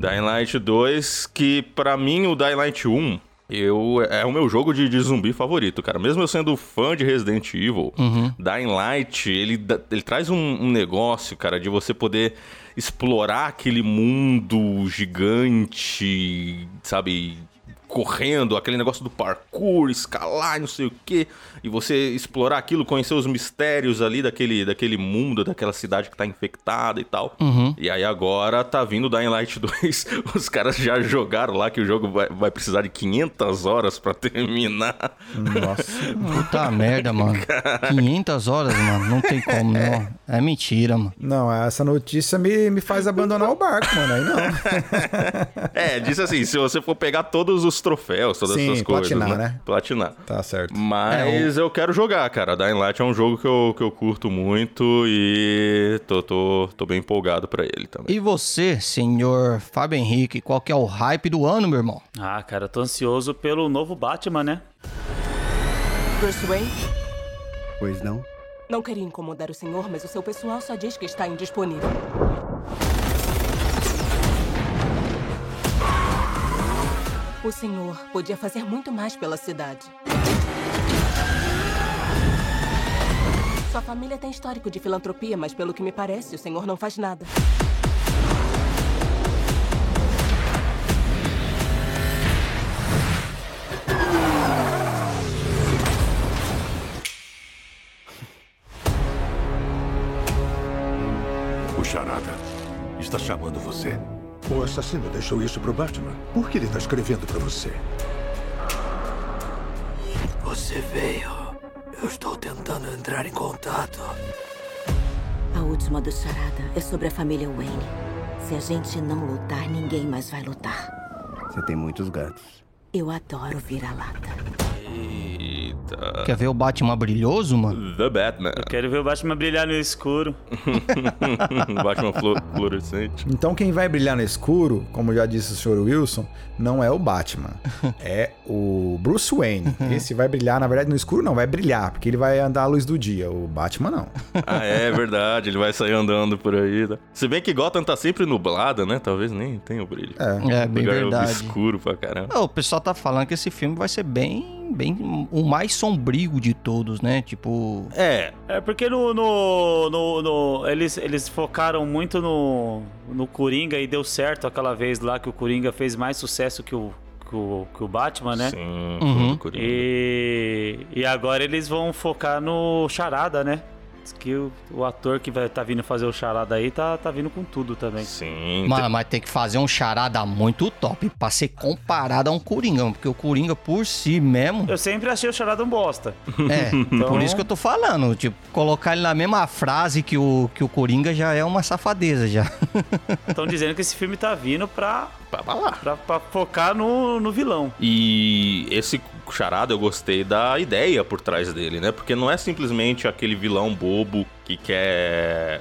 D: Dying Light 2, que pra mim o Dying Light 1 eu, é o meu jogo de, de zumbi favorito, cara. Mesmo eu sendo fã de Resident Evil,
A: Uhum.
D: Dying Light, ele, dá- ele traz um, um negócio, cara, de você poder explorar aquele mundo gigante, sabe? correndo, aquele negócio do parkour, escalar, não sei o quê, e você explorar aquilo, conhecer os mistérios ali daquele, daquele mundo, daquela cidade que tá infectada e tal.
A: Uhum.
D: E aí agora tá vindo Dying Light 2, os caras já jogaram lá que o jogo vai, vai precisar de 500 horas pra terminar.
A: Nossa. Puta merda, mano. 500 horas, mano. Não tem como, não. É mentira, mano.
C: Não, essa notícia me, me faz abandonar o barco, mano. Aí não.
D: É, diz assim, se você for pegar todos os troféus, todas
C: Sim,
D: essas coisas,
C: platinar,
D: né?
C: né?
D: Platinar.
C: tá certo.
D: Mas eu quero jogar, cara. Dying Light é um jogo que eu, que eu curto muito e tô, tô, tô bem empolgado pra ele também.
A: E você, senhor Fábio Henrique, qual que é o hype do ano, meu irmão?
B: Ah, cara, eu tô ansioso pelo novo Batman, né?
L: Bruce Wayne?
M: Pois não?
L: Não queria incomodar o senhor, mas o seu pessoal só diz que está indisponível. O senhor podia fazer muito mais pela cidade. Sua família tem histórico de filantropia, mas pelo que me parece, o senhor não faz nada.
N: O Charada está chamando você. O assassino deixou isso pro Batman. Por que ele está escrevendo para você?
F: Você veio. Eu estou tentando entrar em contato.
O: A última do Charada é sobre a família Wayne. Se a gente não lutar, ninguém mais vai lutar.
M: Você tem muitos gatos.
O: Eu adoro vira-lata.
D: Eita.
A: Quer ver o Batman brilhoso, mano?
D: The Batman.
B: Quero ver o Batman brilhar no escuro.
D: Batman flu- fluorescente.
C: Então quem vai brilhar no escuro, como já disse o senhor Wilson, não é o Batman, é o Bruce Wayne. Esse vai brilhar, na verdade no escuro não, vai brilhar, porque ele vai andar à luz do dia, o Batman não.
D: Ah, é verdade, ele vai sair andando por aí. né? Se bem que Gotham tá sempre nublada, né? Talvez nem tenha o brilho.
A: É, bem
D: Lugar
A: verdade.
D: obscuro pra caramba.
A: Não, o pessoal tá falando que esse filme vai ser bem, bem o mais sombrio de todos, né? Tipo,
D: É.
B: É porque no. no- no- no- eles, eles focaram muito no, no Coringa e deu certo aquela vez lá que o Coringa fez mais sucesso que o, que o, que o Batman, né?
D: Sim,
A: foi Uhum. do
D: Coringa.
B: E, e agora eles vão focar no Charada, né? Diz que o, o ator que vai, tá vindo fazer o Charada aí tá, tá vindo com tudo também.
D: Sim.
A: Mano, mas tem que fazer um charada muito top pra ser comparado a um Coringão, porque o Coringa por si mesmo.
B: Eu sempre achei o Charada um bosta. Então,
A: É, por isso que eu tô falando, tipo, colocar ele na mesma frase que o, que o Coringa já é uma safadeza já.
B: Estão dizendo que esse filme tá vindo pra.
D: Pra balar.
B: Pra, pra focar no, no vilão.
D: E esse charada eu gostei da ideia por trás dele, né? Porque não é simplesmente aquele vilão bobo que quer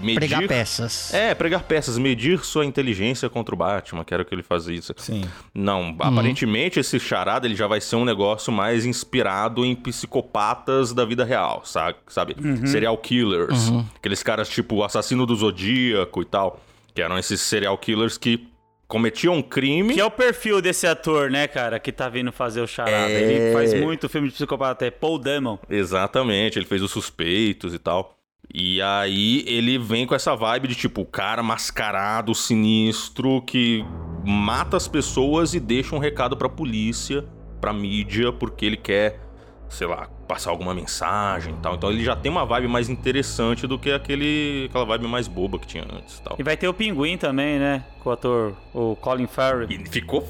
D: medir...
A: Pregar peças.
D: É, pregar peças, medir sua inteligência contra o Batman, que era o que ele fazia isso.
C: Sim.
D: Não, aparentemente esse charada ele já vai ser um negócio mais inspirado em psicopatas da vida real, sa- sabe?
H: Uhum.
D: Serial killers,
H: Uhum.
D: aqueles caras tipo o assassino do Zodíaco e tal, que eram esses serial killers que cometiam um crime...
B: Que é o perfil desse ator, né, cara, que tá vindo fazer o charada.
A: É.
B: Ele faz muito filme de psicopata, é Paul Damon.
D: Exatamente, ele fez os suspeitos e tal. E aí ele vem com essa vibe de tipo, o cara mascarado, sinistro, que mata as pessoas e deixa um recado pra polícia, pra mídia, porque ele quer, sei lá, passar alguma mensagem e tal. Então ele já tem uma vibe mais interessante do que aquele, aquela vibe mais boba que tinha antes e tal.
B: E vai ter o Pinguim também, né, com o ator, o Colin Farrell.
D: E ficou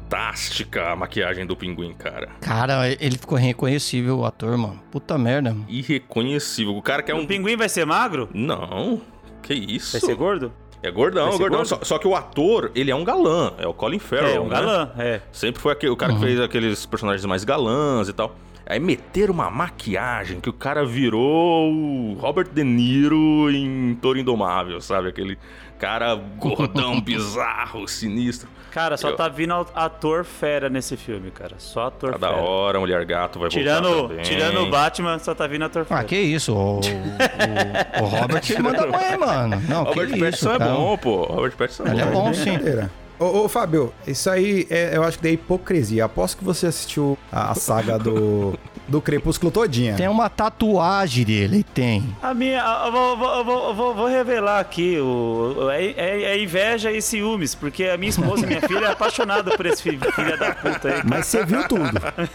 D: fantástica a maquiagem do pinguim, cara.
A: Cara, ele ficou reconhecível, o ator, mano. Puta merda, mano.
D: Irreconhecível. O cara quer um. O
B: pinguim vai ser magro?
D: Não. Que isso?
B: Vai ser gordo?
D: É gordão,
B: Vai
D: é
B: ser
D: gordão.
B: gordo?
D: Só, só que o ator, ele é um galã. É o Colin Farrell.
B: É, um
D: né?
B: galã, é.
D: Sempre foi aquele, o
A: Uhum.
D: cara que fez aqueles personagens mais galãs e tal. Aí meteram uma maquiagem que o cara virou o Robert De Niro em Toro Indomável, sabe? Aquele cara gordão, bizarro, sinistro.
B: Cara, só
D: Eu-
B: tá vindo ator fera nesse filme, cara. Só ator
D: Tá da
B: fera.
D: hora, Mulher Gato vai voltar
B: Tirando,
D: também.
B: tirando o Batman, só tá vindo ator fera.
A: Ah, que isso, o, o, o Robert manda bem, mano. Não,
D: Robert
A: que
D: Pattinson
A: isso,
D: é
A: cara.
D: bom, pô. Robert Pattinson
A: Ele é bom,
C: Bem
A: sim.
C: maneira. Ô, ô, Fábio, isso aí é- eu acho que é hipocrisia. Aposto que você assistiu a, a saga do do Crepúsculo todinha.
A: Tem é uma tatuagem dele, tem.
B: A minha, eu vou, vou- eu vou- eu vou- vou revelar aqui, o, o- é, é- é inveja e ciúmes, porque a minha esposa e minha filha é apaixonada por esse filho, filha da puta aí.
M: Mas você viu tudo.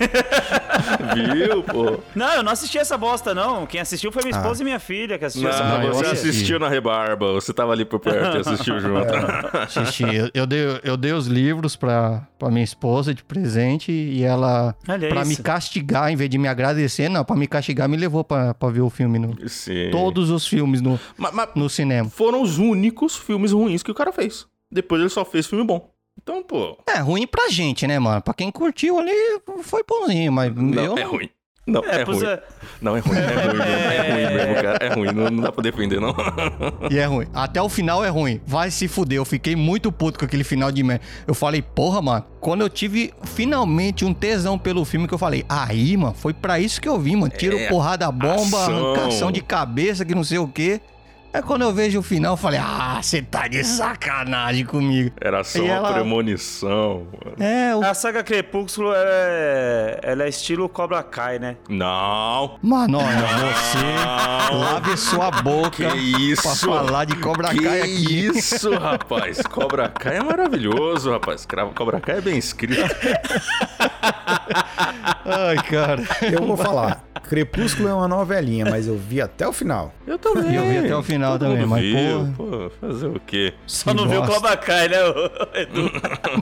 D: Viu, pô?
B: Não, eu não assisti essa bosta, não. Quem assistiu foi minha
A: Ah.
B: esposa e minha filha que assistiu essa
D: Não, você
B: porcaria.
D: assistiu na rebarba, você tava ali por perto e assistiu junto.
A: Xixi, eu, eu dei, eu dei os livros pra, pra minha esposa de presente e ela,
B: Olha
A: pra me
B: isso.
A: castigar, em vez de me agradecer, não, pra me castigar, me levou pra, pra ver o filme. No,
D: Sim.
A: todos os filmes no,
D: Mas- mas
A: no cinema.
D: foram os únicos filmes ruins que o cara fez. Depois ele só fez filme bom. Então, pô.
A: É ruim pra gente, né, mano? Pra quem curtiu ali, foi bonzinho, mas
D: Não,
A: eu...
D: é ruim. Não, é,
B: É,
D: ruim.
B: pois é.
D: Não, é ruim, é ruim mesmo. É ruim mesmo, cara. É ruim, não, não dá pra defender, não.
A: E é ruim. Até o final é ruim. Vai se fuder. Eu fiquei muito puto com aquele final de merda. Eu falei, porra, mano. Quando eu tive finalmente um tesão pelo filme, que eu falei, aí, mano, foi pra isso que eu vim, mano. Tiro,
D: É,
A: porrada, bomba,
D: ação.
A: arrancação de cabeça, que não sei o quê. É quando eu vejo o final, eu falei, ah, você tá de sacanagem comigo.
D: Era só
A: E
D: uma
A: ela-
D: premonição. mano.
A: É, o...
B: A saga Crepúsculo ela é, ela é estilo Cobra Kai, né?
D: Não.
A: Mano, olha, você
D: Não.
A: lave sua boca
D: Que isso?
A: pra falar de Cobra
D: que
A: Kai aqui.
D: isso, rapaz. Cobra Kai é maravilhoso, rapaz. Cravo- Cobra Kai é bem escrito.
A: Ai, cara.
C: Eu vou falar. Crepúsculo é uma novelinha, mas eu vi até o final.
D: Eu também.
A: E eu vi até o final
D: Todo
A: também,
D: mundo
A: mas
D: viu.
A: porra.
D: Pô, fazer o quê?
B: Só não viu o
A: bosta.
B: Cobra Kai, né, ô, Edu?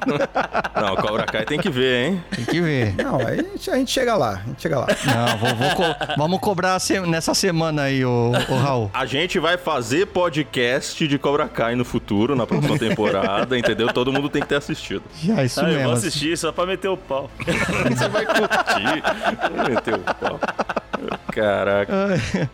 D: Não, Cobra Kai tem que ver, hein?
A: Tem que ver.
C: Não, aí a gente, a gente chega lá, a gente chega lá.
A: Não, vou, vou co- vamos cobrar a se- nessa semana aí, o, Raul.
D: A gente vai fazer podcast de Cobra Kai no futuro, na próxima temporada, entendeu? Todo mundo tem que ter assistido.
A: Já, isso
B: Ah, eu vou
A: mesmo. assim.
B: assistir só pra meter o pau.
D: Você vai curtir. Vai meter o pau. Caraca.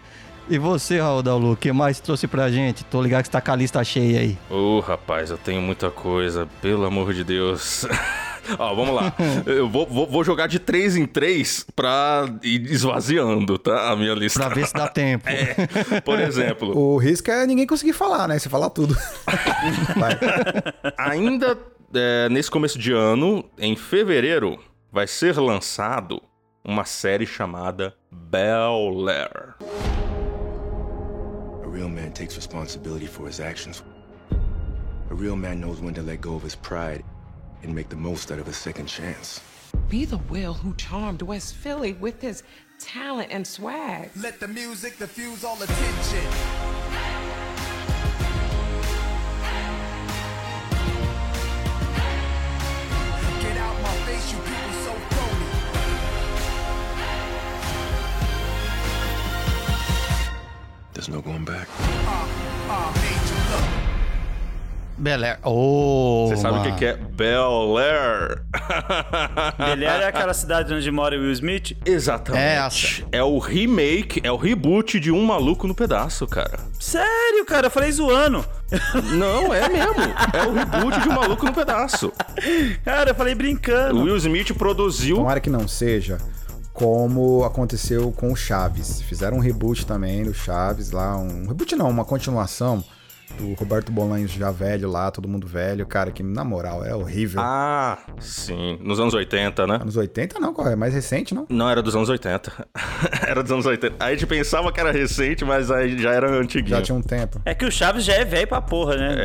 A: E você, Raul Dalu, o que mais trouxe pra gente? Tô ligado que você tá com a lista cheia aí.
D: Ô, rapaz, eu tenho muita coisa, pelo amor de Deus. Ó, vamos lá. Eu vou, vou- vou jogar de três em três pra ir esvaziando, tá? A minha lista.
A: Pra ver se dá tempo.
D: É, Por exemplo,
C: O risco é ninguém conseguir falar, né? Você falar tudo. Vai.
D: ainda é, nesse começo de ano, em fevereiro, vai ser lançado uma série chamada Bel Air.
J: A real man takes responsibility for his actions. A real man knows when to let go of his pride and make the most out of his second chance.
P: Be the Will who charmed West Philly with his talent and swag. Let the music diffuse all attention.
Q: Get out my face, you people so phony.
J: There's no going back.
A: Belé. Ô,
D: Você sabe o que, que é Bel Air?
B: Ele era é aquela cidade onde mora o Will Smith?
D: Exatamente.
A: É essa.
D: É o remake, é o reboot de Um Maluco no Pedaço, cara.
B: Sério, cara, eu falei zoando.
D: Não, é mesmo. É o reboot de Um Maluco no Pedaço.
B: Cara, eu falei
D: O
B: brincando.
D: Will Smith produziu.
C: Tomara que não seja como aconteceu com o Chaves. Fizeram um reboot também do Chaves lá, um reboot não, uma continuação do Roberto Bolanhos já velho lá, todo mundo velho, cara, que na moral é horrível.
D: Ah, sim. Nos anos 80, né?
C: Anos 80 não, qual é? Mais recente, não?
D: Não, era dos anos 80. era dos anos 80. A gente pensava que era recente, mas aí já era antiguinho.
C: Já tinha um tempo.
B: É que o Chaves já é velho pra porra, né?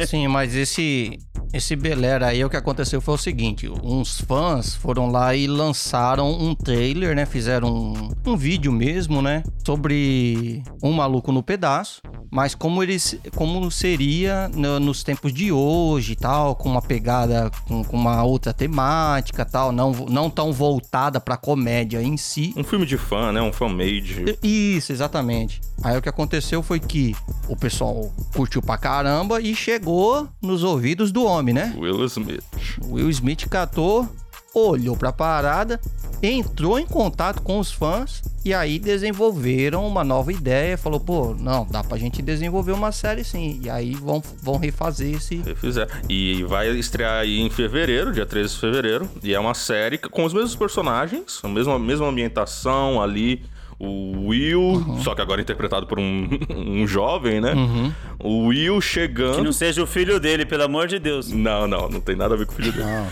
D: É.
A: Sim, mas esse esse Belera aí, o que aconteceu foi o seguinte: uns fãs foram lá e lançaram um trailer, né? Fizeram um, um vídeo mesmo, né? Sobre um maluco no pedaço, mas como eles, como seria no- nos tempos de hoje, e tal, com uma pegada, com, com uma outra temática, tal, não não tão voltada pra comédia em si,
D: Um filme de fã, né? Um fan-made.
A: isso, exatamente. Aí o que aconteceu foi que o pessoal curtiu pra caramba e chegou nos ouvidos do homem, né?
D: Will Smith.
A: O Will Smith catou, olhou pra parada, entrou em contato com os fãs e aí desenvolveram uma nova ideia. Falou, pô, não, dá pra gente desenvolver uma série sim. E aí vão, vão refazer esse.
D: Fizer. é. E vai estrear aí em fevereiro, dia 13 de fevereiro. E é uma série com os mesmos personagens, a mesma, mesma ambientação ali, O Will, só que agora interpretado por um, um jovem, né?
B: Uhum.
D: O Will chegando.
B: Que não seja o filho dele, pelo amor de Deus.
D: Não, não, não tem nada a ver com o filho dele.
C: né?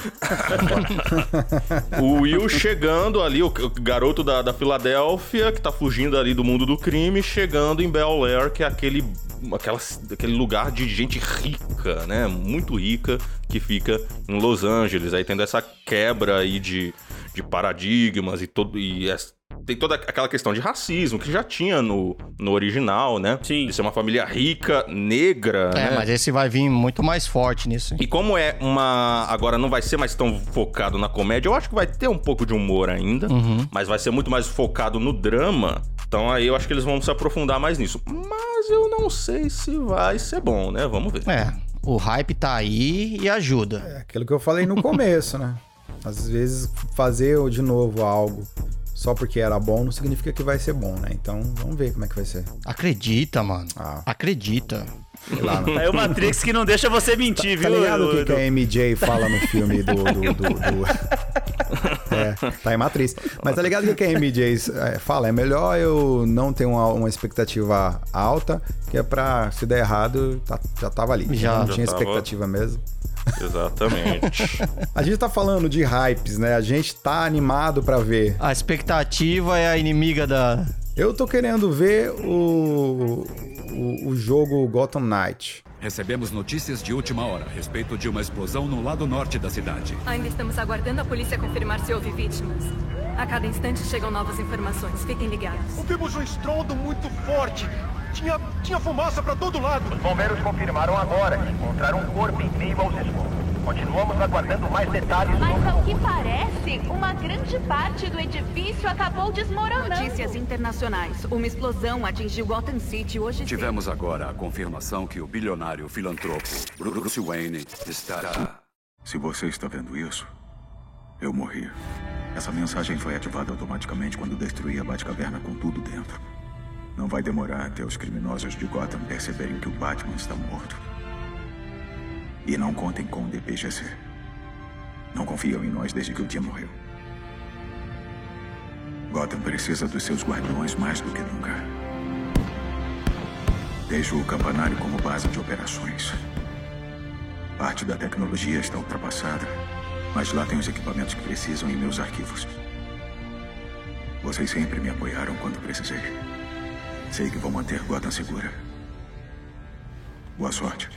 D: o Will chegando ali, o o garoto da, da Filadélfia, que tá fugindo ali do mundo do crime, chegando em Bel Air, que é aquele, aquela, aquele lugar de gente rica, né? Muito rica, que fica em Los Angeles. Aí tendo essa quebra aí de, de paradigmas e todo. E es- tem toda aquela questão de racismo que já tinha no, no original, né? Sim. De ser uma família rica, negra.
A: É,
D: né?
A: mas esse vai vir muito mais forte nisso.
D: E como é uma. Agora não vai ser mais tão focado na comédia, eu acho que vai ter um pouco de humor ainda,
A: Uhum.
D: mas vai ser muito mais focado no drama. Então aí eu acho que eles vão se aprofundar mais nisso.
C: Hum,
D: Mas eu não sei se vai ser bom, né? Vamos ver.
A: É, o hype tá aí e ajuda.
C: É aquilo que eu falei no começo, né? Às vezes fazer de novo algo só porque era bom não significa que vai ser bom, né? Então vamos ver como é que vai ser.
A: Acredita, mano.
D: Ah.
A: Acredita.
C: Sei lá,
B: Aí o Matrix que não deixa você mentir,
C: Tá
B: viu?
C: ligado o que, que
B: Edu?
C: a MJ fala no filme do. do, do, do- É, tá em Matriz. Mas tá ligado o que, que a MJ é, fala? É melhor eu não ter uma, uma expectativa alta, que é pra se der errado, tá- já tava ali.
A: Já.
C: não
A: Já
C: tinha
A: tava.
C: expectativa mesmo.
D: Exatamente.
C: A gente tá falando de hypes, né? A gente tá animado pra ver.
A: A expectativa é a inimiga da.
C: Eu tô querendo ver o, o, o jogo Gotham Knight.
R: Recebemos notícias de última hora a respeito de uma explosão no lado norte da cidade.
S: Ainda estamos aguardando a polícia confirmar se houve vítimas. A cada instante chegam novas informações. Fiquem ligados.
T: Ouvimos um estrondo muito forte. Tinha, tinha fumaça para todo lado. Os bombeiros confirmaram agora que encontraram um corpo em meio aos escombros. Continuamos aguardando mais detalhes.
U: Mas ao que parece, uma grande parte do edifício acabou desmoronando.
S: Notícias internacionais. Uma explosão atingiu Gotham City hoje cedo.
R: Tivemos agora a confirmação que o bilionário filantropo Bruce Wayne estará.
V: Se você está vendo isso, eu morri. Essa mensagem foi ativada automaticamente quando destruí a Batcaverna com tudo dentro. Não vai demorar até os criminosos de Gotham perceberem que o Batman está morto. E não contem com o DPGC. Não confiam em nós desde que o dia morreu. Gotham precisa dos seus guardiões mais do que nunca. Deixo o campanário como base de operações. Parte da tecnologia está ultrapassada, mas lá tem os equipamentos que precisam em meus arquivos. Vocês sempre me apoiaram quando precisei. Sei que vou manter Gotham segura. Boa sorte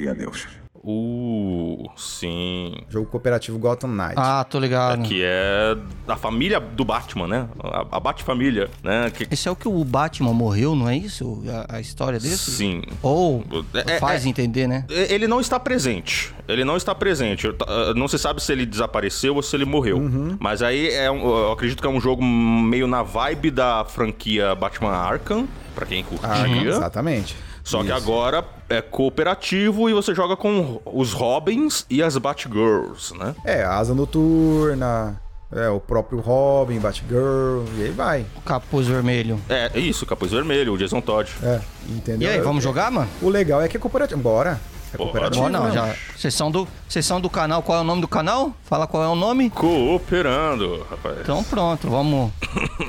V: e adeus.
D: Uh, sim.
C: Jogo cooperativo Gotham Knight.
A: Ah, tô ligado.
D: Que é da família do Batman, né? A, a Bat-família, né? Que...
A: Esse é o que o Batman morreu, não é isso? A, a história É desse?
D: Sim.
A: Ou
D: É- é-
A: faz
D: é-
A: entender, né?
D: E- Ele não está presente. Ele não está presente. Eu ta- ah, Não se sabe se ele desapareceu ou se ele morreu.
C: Uhum.
D: Mas aí é um- eu acredito que é um jogo meio na vibe da franquia Batman Arkham, pra quem curtia.
C: Arkham, exatamente.
D: Só que agora é cooperativo e você joga com os Robins e as Batgirls, né?
C: É, Asa Noturna, é, o próprio Robin, Batgirl, e aí vai.
A: Capuz vermelho.
D: É, isso, Capuz Vermelho, o Jason Todd.
C: É, entendeu?
A: E aí, vamos
C: Eu-
A: jogar, mano?
C: O legal é que é cooperativo. Bora. É cooperativo.
A: Bom, não,
C: mesmo.
A: já. Sessão do, sessão do canal, qual é o nome do canal? Fala qual é o nome?
D: Cooperando, rapaz.
A: Então pronto, vamos.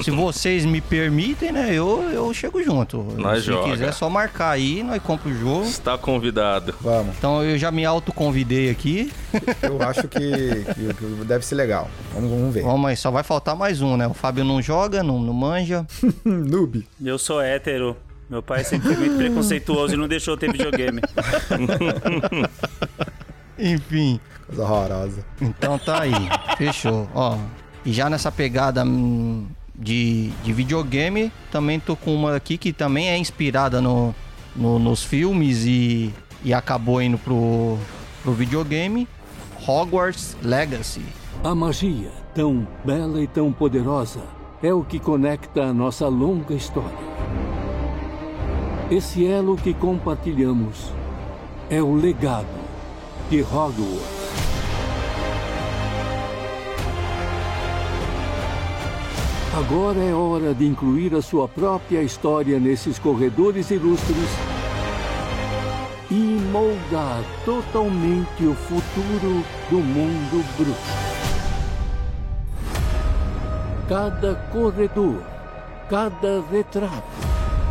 A: Se vocês me permitem, né? Eu, eu chego junto.
D: Nós
A: Se
D: joga.
A: quiser, é só marcar aí, nós compra o jogo.
D: Está convidado.
C: Vamos.
A: Então eu já me autoconvidei aqui.
C: Eu acho que, que- que deve ser legal. Vamos, vamos ver.
A: Vamos aí, só vai faltar mais um, né? O Fábio não joga, não, não manja.
C: Noob.
B: Eu sou hétero. Meu pai sempre foi muito preconceituoso e não deixou eu ter videogame.
A: Enfim.
C: Coisa horrorosa.
A: Então tá aí, fechou. Ó, e já nessa pegada hum, de, de videogame, também tô com uma aqui que também é inspirada no, no- nos filmes e, e acabou indo pro, pro videogame. Hogwarts Legacy.
W: A magia, tão bela e tão poderosa, é o que conecta a nossa longa história. Esse elo que compartilhamos é o legado de Hogwarts. Agora é hora de incluir a sua própria história nesses corredores ilustres e moldar totalmente o futuro do mundo bruxo. Cada corredor Cada retrato,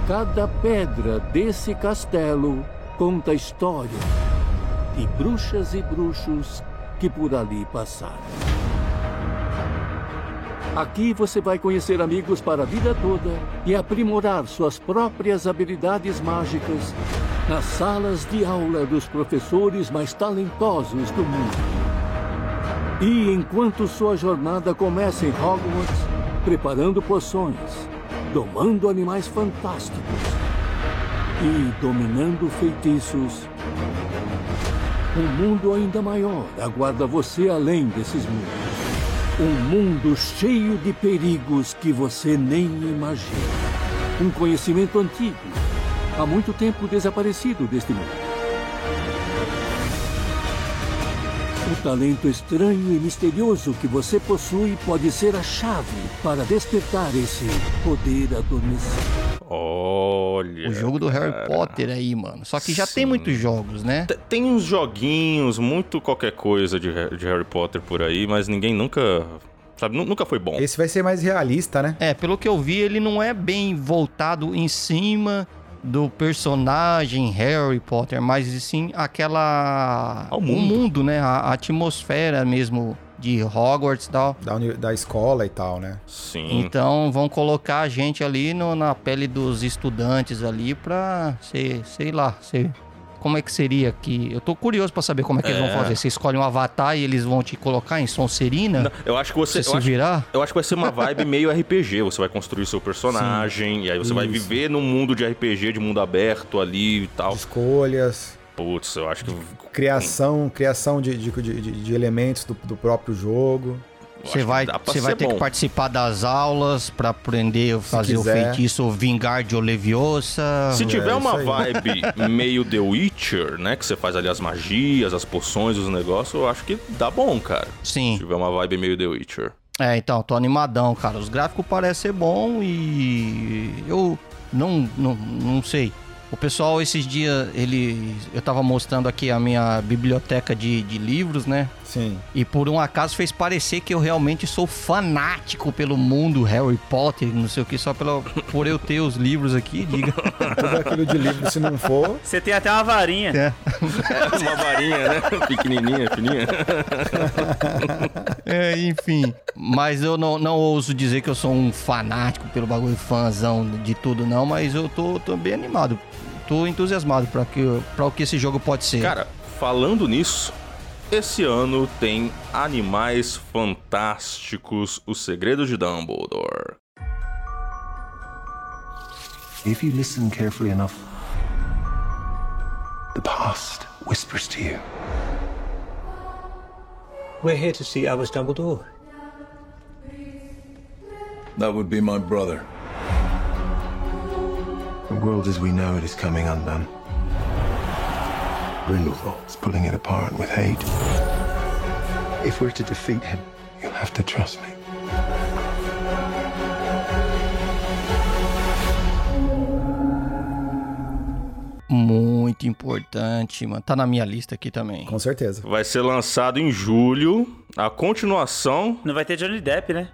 W: cada pedra desse castelo conta a história de bruxas e bruxos que por ali passaram. Aqui você vai conhecer amigos para a vida toda e aprimorar suas próprias habilidades mágicas nas salas de aula dos professores mais talentosos do mundo. E enquanto sua jornada começa em Hogwarts, preparando poções, domando animais fantásticos e dominando feitiços, um mundo ainda maior aguarda você além desses mundos. Um mundo cheio de perigos que você nem imagina. Um conhecimento antigo, há muito tempo desaparecido deste mundo. O talento estranho e misterioso que você possui pode ser a chave para despertar esse poder adormecido.
D: Olha.
A: O jogo do Harry Potter aí, mano. Só que já tem muitos jogos, né?
D: T- Tem uns joguinhos, muito qualquer coisa de, Har- de Harry Potter por aí, mas ninguém nunca. Sabe, nu- nunca foi bom.
C: Esse vai ser mais realista, né?
A: É, pelo que eu vi, ele não é bem voltado em cima do personagem Harry Potter, mas sim aquela. Ao
D: mundo.
A: O mundo, né? A, a atmosfera mesmo de Hogwarts e tal.
C: Da, uni- da escola e tal, né?
D: Sim.
A: Então vão colocar a gente ali no- na pele dos estudantes ali pra ser, sei lá, ser. Como é que seria aqui? Eu tô curioso pra saber como é que eles
D: É.
A: vão fazer. Você escolhe um avatar e eles vão te colocar em Sonserina?
D: Eu acho que você.
A: Você
D: eu
A: se
D: acho-
A: virar?
D: Eu acho que vai ser uma vibe meio RPG. Você vai construir seu personagem, e aí você vai
C: Isso.
D: viver num mundo de RPG, de mundo aberto ali e tal.
C: Escolhas,
D: Putz, eu acho que.
C: criação, criação de, de, de- de- de elementos do, do próprio jogo.
A: Você vai,
C: dá pra
A: você vai
C: ser
A: ter
C: bom.
A: que participar das aulas pra aprender a fazer o
C: quiser.
A: feitiço Vingardio Leviosa.
D: Se tiver uma
A: é isso aí.
D: vibe meio The Witcher, né? Que você faz ali as magias, as poções, os negócios, eu acho que dá bom, cara.
A: Sim.
D: Se tiver uma vibe meio The Witcher.
A: É, então, tô animadão, cara. Os gráficos parecem ser bom e eu não, não, não sei. O pessoal esses dias, ele. Eu tava mostrando aqui a minha biblioteca de, de livros, né?
C: Sim.
A: E por um acaso fez parecer que eu realmente sou fanático pelo mundo Harry Potter, não sei o que, só pela, por eu ter os livros aqui, diga.
C: Tudo aquilo de livro, se não for.
B: Você tem até uma varinha.
A: É.
D: uma varinha, né? Pequenininha, fininha.
A: É, enfim. Mas eu não, não ouso dizer que eu sou um fanático pelo bagulho, fãzão de tudo, não. Mas eu tô, tô bem animado. Tô entusiasmado pra, que, pra o que esse jogo pode ser.
D: Cara, falando nisso, esse ano tem Animais Fantásticos, O Segredo de Dumbledore.
E: If you listen carefully enough, the past whispers to you.
G: We're here to see Albus
W: tá-
G: Dumbledore.
E: That would be my brother. The world as we know it is coming undone. Grindelwald is pulling it apart with hate. If we're to defeat him, you'll have to trust me.
A: Muito importante, mano. Tá na minha lista aqui também.
C: Com certeza.
D: Vai ser lançado em julho. A continuação
B: Não vai ter Johnny Depp, né?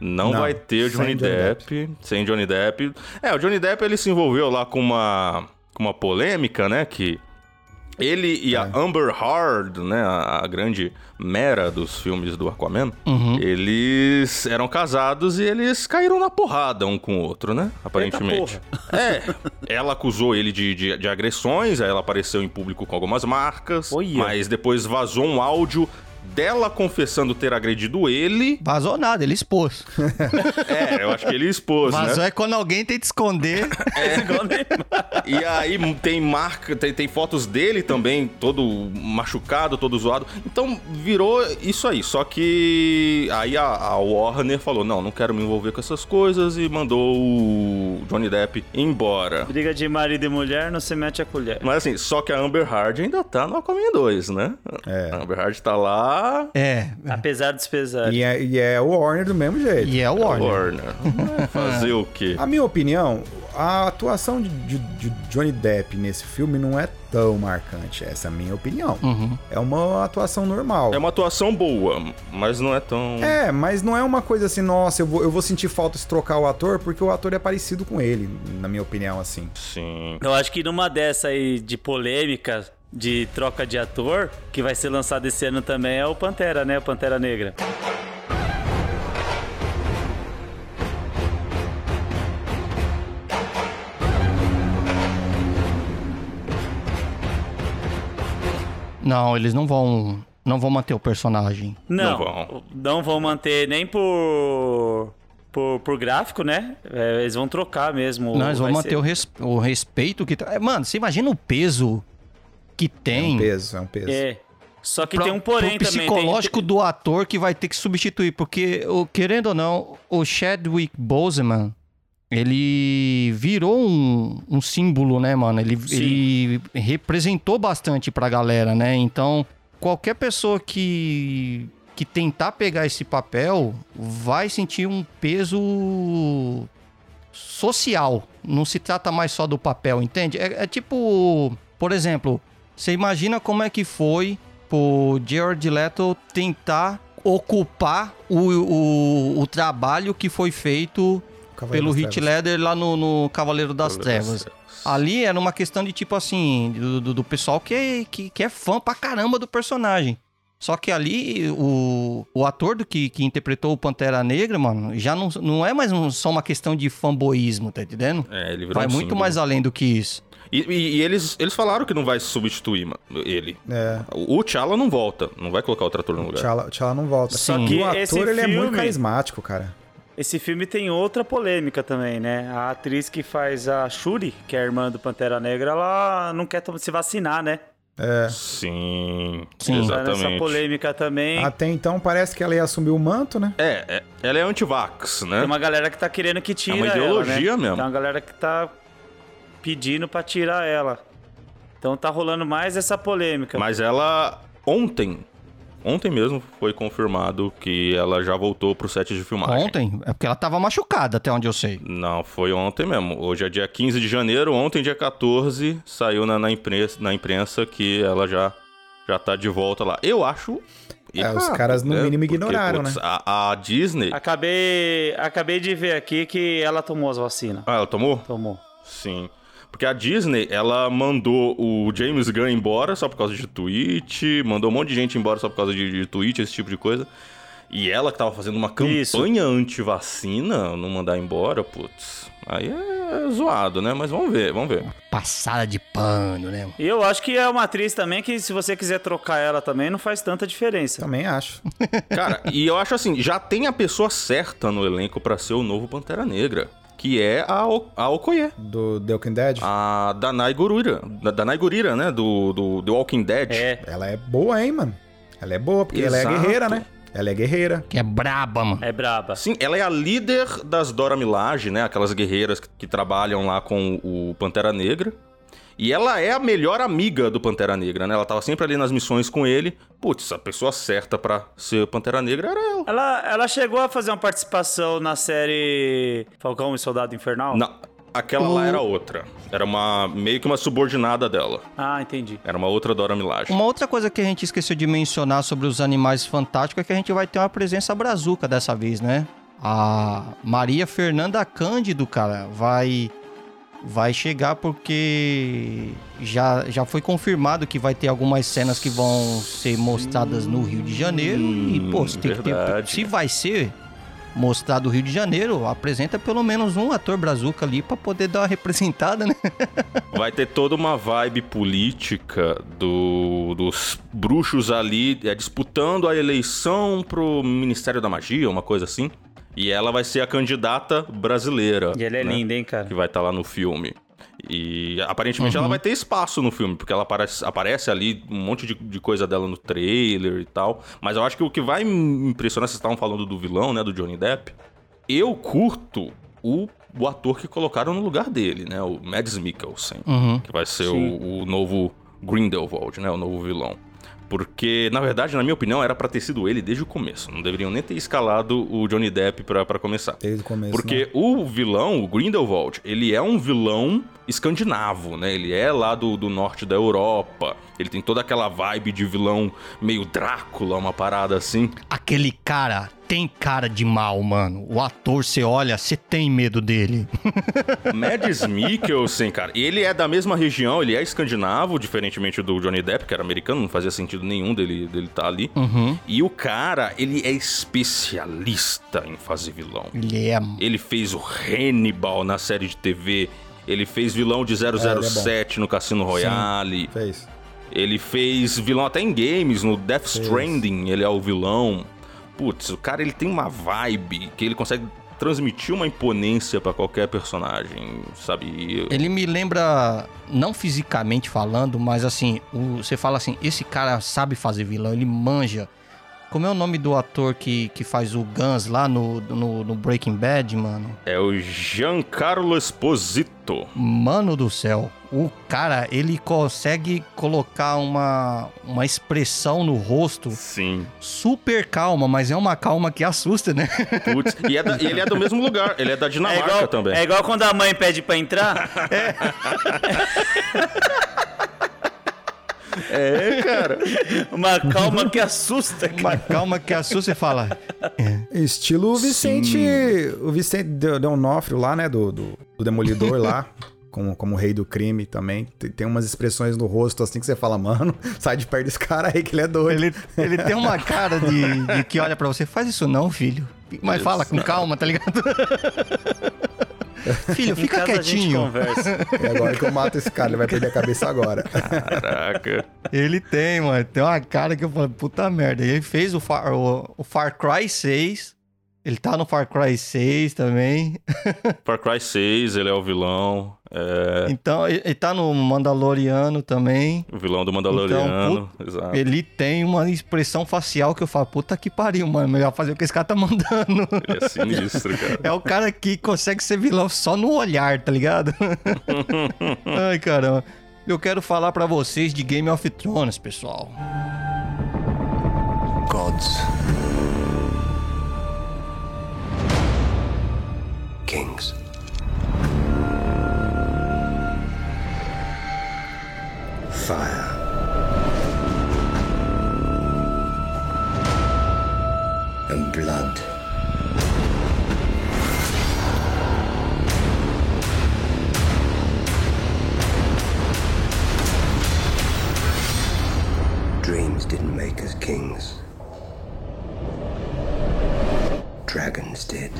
D: não,
B: Não,
D: vai ter
B: sem
D: Johnny,
B: Johnny
D: Depp, Sem Johnny Depp. É, o Johnny Depp ele se envolveu lá com uma, com uma polêmica, né? Que ele e
A: É.
D: a Amber Heard, né? A, a grande mera dos filmes do Aquaman,
A: Uhum.
D: eles eram casados e eles caíram na porrada um com o outro, né? Aparentemente. É, ela acusou ele de, de, de agressões, aí ela apareceu em público com algumas marcas, mas depois vazou um áudio dela confessando ter agredido ele.
A: Vazou nada, ele expôs.
D: É, eu acho que ele expôs, né?
A: Vazou é quando alguém tenta esconder.
D: E aí tem marca, tem, tem fotos dele também, todo machucado, todo zoado. Então virou isso aí. Só que aí a, a Warner falou: não, não quero me envolver com essas coisas e mandou o Johnny Depp embora.
B: Briga de marido e mulher, não se mete a colher.
D: Mas assim, só que a Amber Hard ainda tá no Aquaman 2, né? É. A Amber Hard tá lá.
A: É.
B: Apesar dos pesares.
C: E é, e é o Warner do mesmo jeito.
A: E é o
D: Warner. Fazer o quê?
C: A minha opinião, a atuação de, de- de Johnny Depp nesse filme não é tão marcante. Essa é a minha opinião.
A: Uhum.
C: É uma atuação normal.
D: É uma atuação boa, mas não é tão.
C: É, mas não é uma coisa assim, nossa, eu vou, eu vou sentir falta se trocar o ator, porque o ator é parecido com ele, na minha opinião, assim.
D: Sim.
B: Eu acho que numa dessa aí de polêmica, de troca de ator, que vai ser lançado esse ano também, é o Pantera, né? O Pantera Negra.
A: Não, eles não vão. Não vão manter o personagem.
B: Não, não vão, manter nem por, por, por gráfico, né? É, eles vão trocar mesmo.
A: Não, eles vão
B: Vai
A: manter
B: ser-
A: o, res- o respeito que. tá- é, Mano, você imagina o peso que tem.
C: É um peso, é um peso.
B: É. Só que
A: Pro-
B: tem um porém
A: pro
B: também.
A: psicológico do ator que vai ter que substituir, porque, o- querendo ou não, o Chadwick Boseman, ele virou um, um símbolo, né, mano? Ele, ele representou bastante pra galera, né? Então, qualquer pessoa que, que tentar pegar esse papel vai sentir um peso social. Não se trata mais só do papel, entende? É, é tipo, por exemplo, você imagina como é que foi pro Jared Leto tentar ocupar o, o, o trabalho que foi feito
C: Cavaleiro
A: pelo
C: das
A: Heath
C: Trevas.
A: Ledger lá no, no Cavaleiro das
D: Cavaleiro das
A: Trevas. Ali era uma questão de tipo assim, do, do- do pessoal que é, que, que é fã pra caramba do personagem. Só que ali, o, o ator do que, que interpretou o Pantera Negra, mano, já não, não é mais um- só uma questão de fanboísmo, tá entendendo?
D: É, ele virou
A: Vai
D: um
A: muito
D: símbolo.
A: mais além do que isso.
D: E, e- e eles, eles falaram que não vai substituir mano, ele.
C: É.
D: O o T'Challa não volta, não vai colocar outro ator no lugar.
C: Tchala, Tchala não volta.
B: Só Sim. que
C: o
B: esse
C: ator, ele é muito
B: filme-
C: carismático, cara.
B: Esse filme tem outra polêmica também, né? A atriz que faz a Shuri, que é a irmã do Pantera Negra, ela não quer to- se vacinar, né?
C: É.
D: Sim,
B: Tá nessa
D: exatamente.
B: polêmica também.
C: Até então parece que ela ia assumir o manto, né?
D: É, é, ela é anti-vax, né?
B: Tem uma galera que tá querendo que tire
D: É uma ideologia
B: ela, né?
D: mesmo.
B: Tem uma galera que tá pedindo pra tirar ela. Então tá rolando mais essa polêmica.
D: Mas ela, ontem, ontem mesmo foi confirmado que ela já voltou pro set de filmagem.
A: Ontem, é porque ela tava machucada, até onde eu sei. tá
D: Não, foi ontem mesmo. Hoje é dia 15 de janeiro, ontem, dia 14, saiu na, na imprensa, na imprensa que ela já, já tá de volta lá. Eu acho.
C: É,
D: Ah,
C: os caras, no mínimo, ignoraram, né?
D: A, a Disney.
B: Acabei, acabei de ver aqui que ela tomou as vacinas.
D: Ah, ela tomou?
B: Tomou.
D: Sim. Porque a Disney, ela mandou o James Gunn embora só por causa de tweet, mandou um monte de gente embora só por causa de, de tweet, esse tipo de coisa. E ela que tava fazendo uma
B: Isso.
D: campanha anti-vacina, não mandar embora, putz. Aí é zoado, né? Mas vamos ver, vamos ver.
A: Passada de pano, né? mano?
B: E eu acho que é uma atriz também que, se você quiser trocar ela também, não faz tanta diferença.
C: Também acho.
D: Cara, e eu acho assim, já tem a pessoa certa no elenco pra ser o novo Pantera Negra, que é a, o a Okoye.
C: Do The Walking Dead.
D: A Danai Gurira. Da Danai Gurira, né? Do, do, do Walking Dead.
B: É.
C: Ela é boa, hein, mano? Ela é boa, porque ela é
D: Exato.
C: guerreira, né? Ela é guerreira.
A: Que é braba, mano.
B: É braba.
D: Sim, ela é a líder das Dora Milaje, né? Aquelas guerreiras que, que trabalham lá com o Pantera Negra. E ela é a melhor amiga do Pantera Negra, né? Ela tava sempre ali nas missões com ele. Putz, a pessoa certa pra ser Pantera Negra era ela.
B: Ela, ela chegou a fazer uma participação na série Falcão e Soldado Infernal?
D: Não, aquela lá era outra. Era uma meio que uma subordinada dela.
B: Ah, entendi.
D: Era uma outra Dora Milaje.
A: Uma outra coisa que a gente esqueceu de mencionar sobre os animais fantásticos é que a gente vai ter uma presença brazuca dessa vez, né? A Maria Fernanda Cândido, cara, vai vai chegar porque já, já foi confirmado que vai ter algumas cenas que vão ser mostradas no Rio de Janeiro e pô, você tem que ter,
D: verdade.
A: se vai ser mostrado no Rio de Janeiro, apresenta pelo menos um ator brazuca ali pra poder dar uma representada, né?
D: Vai ter toda uma vibe política do- dos bruxos ali é, disputando a eleição pro Ministério da Magia, uma coisa assim. E ela vai ser a candidata brasileira.
B: E ela é
D: né?
B: linda, hein, cara?
D: Que vai estar lá no filme. E aparentemente
B: Uhum.
D: ela vai ter espaço no filme, porque ela aparece, aparece ali um monte de, de coisa dela no trailer e tal. Mas eu acho que o que vai me impressionar, vocês estavam falando do vilão, né, do Johnny Depp. Eu curto o, o ator que colocaram no lugar dele, né, o Mads Mikkelsen,
A: Uhum.
D: que vai ser
A: Sim.
D: o, o novo Grindelwald, né, o novo vilão. Porque, na verdade, na minha opinião, era pra ter sido ele desde o começo. Não deveriam nem ter escalado o Johnny Depp pra, pra começar.
C: Desde o começo. né?
D: Porque o vilão, o Grindelwald, ele é um vilão escandinavo, né? Ele é lá do, do norte da Europa. Ele tem toda aquela vibe de vilão meio Drácula, uma parada assim.
A: Aquele cara tem cara de mal, mano. O ator, você olha, você tem medo dele.
D: Mads Mikkelsen, cara, ele é da mesma região, ele é escandinavo, diferentemente do Johnny Depp, que era americano, não fazia sentido nenhum dele dele tá ali.
A: Uhum.
D: E o cara, ele é especialista em fazer vilão.
A: Ele é.
D: Ele fez o Hannibal na série de TV, ele fez vilão
A: É,
D: de 007 no Cassino Royale.
C: Fez.
D: Ele fez vilão até em games, no Death Stranding, ele é o vilão. Putz, o cara ele tem uma vibe que ele consegue transmitir uma imponência pra qualquer personagem, sabe? E-
A: Ele me lembra, não fisicamente falando, mas assim, o- você fala assim, esse cara sabe fazer vilão, ele manja. Como é o nome do ator que, que faz o Guns lá no, no, no Breaking Bad, mano?
D: É o Giancarlo Esposito.
A: Mano do céu, o cara, ele consegue colocar uma, uma expressão no rosto
D: Sim.
A: super calma, mas é uma calma que assusta, né?
D: Putz, e, é da- e ele é do mesmo lugar, ele é da
B: É
D: Dinamarca
B: igual,
D: também.
B: é igual quando a mãe pede pra entrar.
D: É, cara.
B: Uma calma que assusta,
A: Uma
B: cara.
A: calma que assusta e fala,
B: É.
C: Estilo o Vicente.
A: Sim.
C: O Vicente Del- Delonofrio lá, né? Do, do, do Demolidor lá. Como, como rei do crime também. Tem, tem umas expressões no rosto assim que você fala, mano, sai de perto desse cara aí que ele é doido.
A: Ele, ele tem uma cara de, de que olha pra você, faz isso não, filho. Mas fala com calma, tá ligado? filho,
B: Em
A: fica
B: casa a gente
A: quietinho.
B: conversa.
C: É agora que eu mato esse cara, ele vai perder a cabeça agora.
D: Caraca.
A: Ele tem, mano. Tem uma cara que eu falo, puta merda. Ele fez o Far, o, o Far Cry 6. Ele tá no Far Cry 6 também.
D: Far Cry 6, ele é o vilão. É,
A: Então, ele ele tá no Mandaloriano também.
D: o vilão do Mandaloriano.
A: Então,
D: Exato. Ele...
A: Ele tem uma expressão facial que eu falo, puta que pariu, mano. Melhor fazer o que esse cara tá mandando.
D: é sinistro, cara.
A: É o cara que consegue ser vilão só no olhar, tá ligado? Ai, caramba. Eu quero falar pra vocês de Game of Thrones, pessoal.
E: Gods. Kings. Fire. And blood. Dreams didn't make us kings. Dragons did.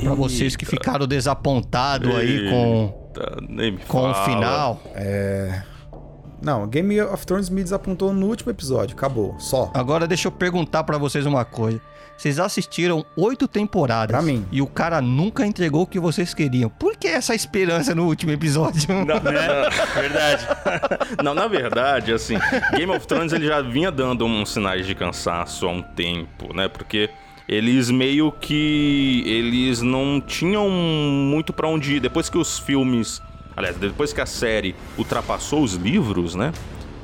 A: Pra vocês que ficaram desapontados aí com,
D: Eita, nem me
A: com o
D: fala.
A: final.
C: É. Não, Game of Thrones me desapontou no último episódio. Acabou. Só.
A: Agora deixa eu perguntar pra vocês uma coisa. Vocês assistiram oito temporadas.
C: Pra mim.
A: E o cara nunca entregou o que vocês queriam. Por que essa esperança no último episódio?
D: Não,
B: Né? Verdade.
D: Não, na verdade, assim, Game of Thrones ele já vinha dando uns sinais de cansaço há um tempo, né? Porque eles meio que eles não tinham muito pra onde ir. Depois que os filmes, aliás, depois que a série ultrapassou os livros, né?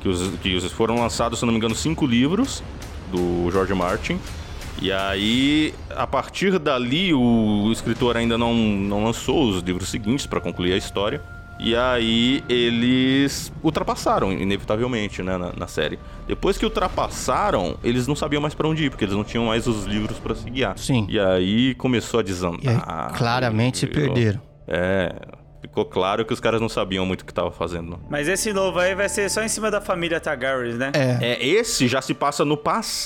D: Que os que os- foram lançados, se eu não me engano, cinco livros do George Martin. E aí, a partir dali, o escritor ainda não, não lançou os livros seguintes pra concluir a história. E aí, eles ultrapassaram, inevitavelmente, né, na, na série. Depois que ultrapassaram, eles não sabiam mais pra onde ir, porque eles não tinham mais os livros pra se guiar.
A: Sim.
D: E aí começou a desandar.
A: E aí, claramente se
D: virou-
A: perderam.
D: É, ficou claro que os caras não sabiam muito o que tava fazendo. não.
B: Mas esse novo aí vai ser só em cima da família Targaryen, né?
D: É, esse já se passa no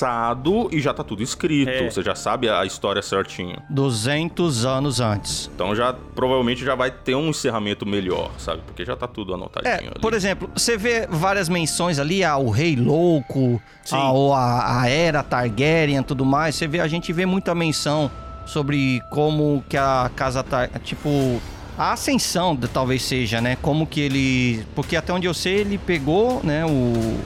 D: passado e já tá tudo escrito.
B: É.
D: Você já sabe a a história certinho.
A: 200 anos antes.
D: Então já provavelmente já vai ter um encerramento melhor, sabe? Porque já tá tudo anotadinho ali.
A: É, Por exemplo, você vê várias menções ali ao Rei Louco, ao, a, a Era Targaryen tudo mais. Você vê, a gente vê muita menção sobre como que a casa Tar... Tipo, a ascensão de- talvez seja, né? Como que ele... Porque até onde eu sei, ele pegou, né, o...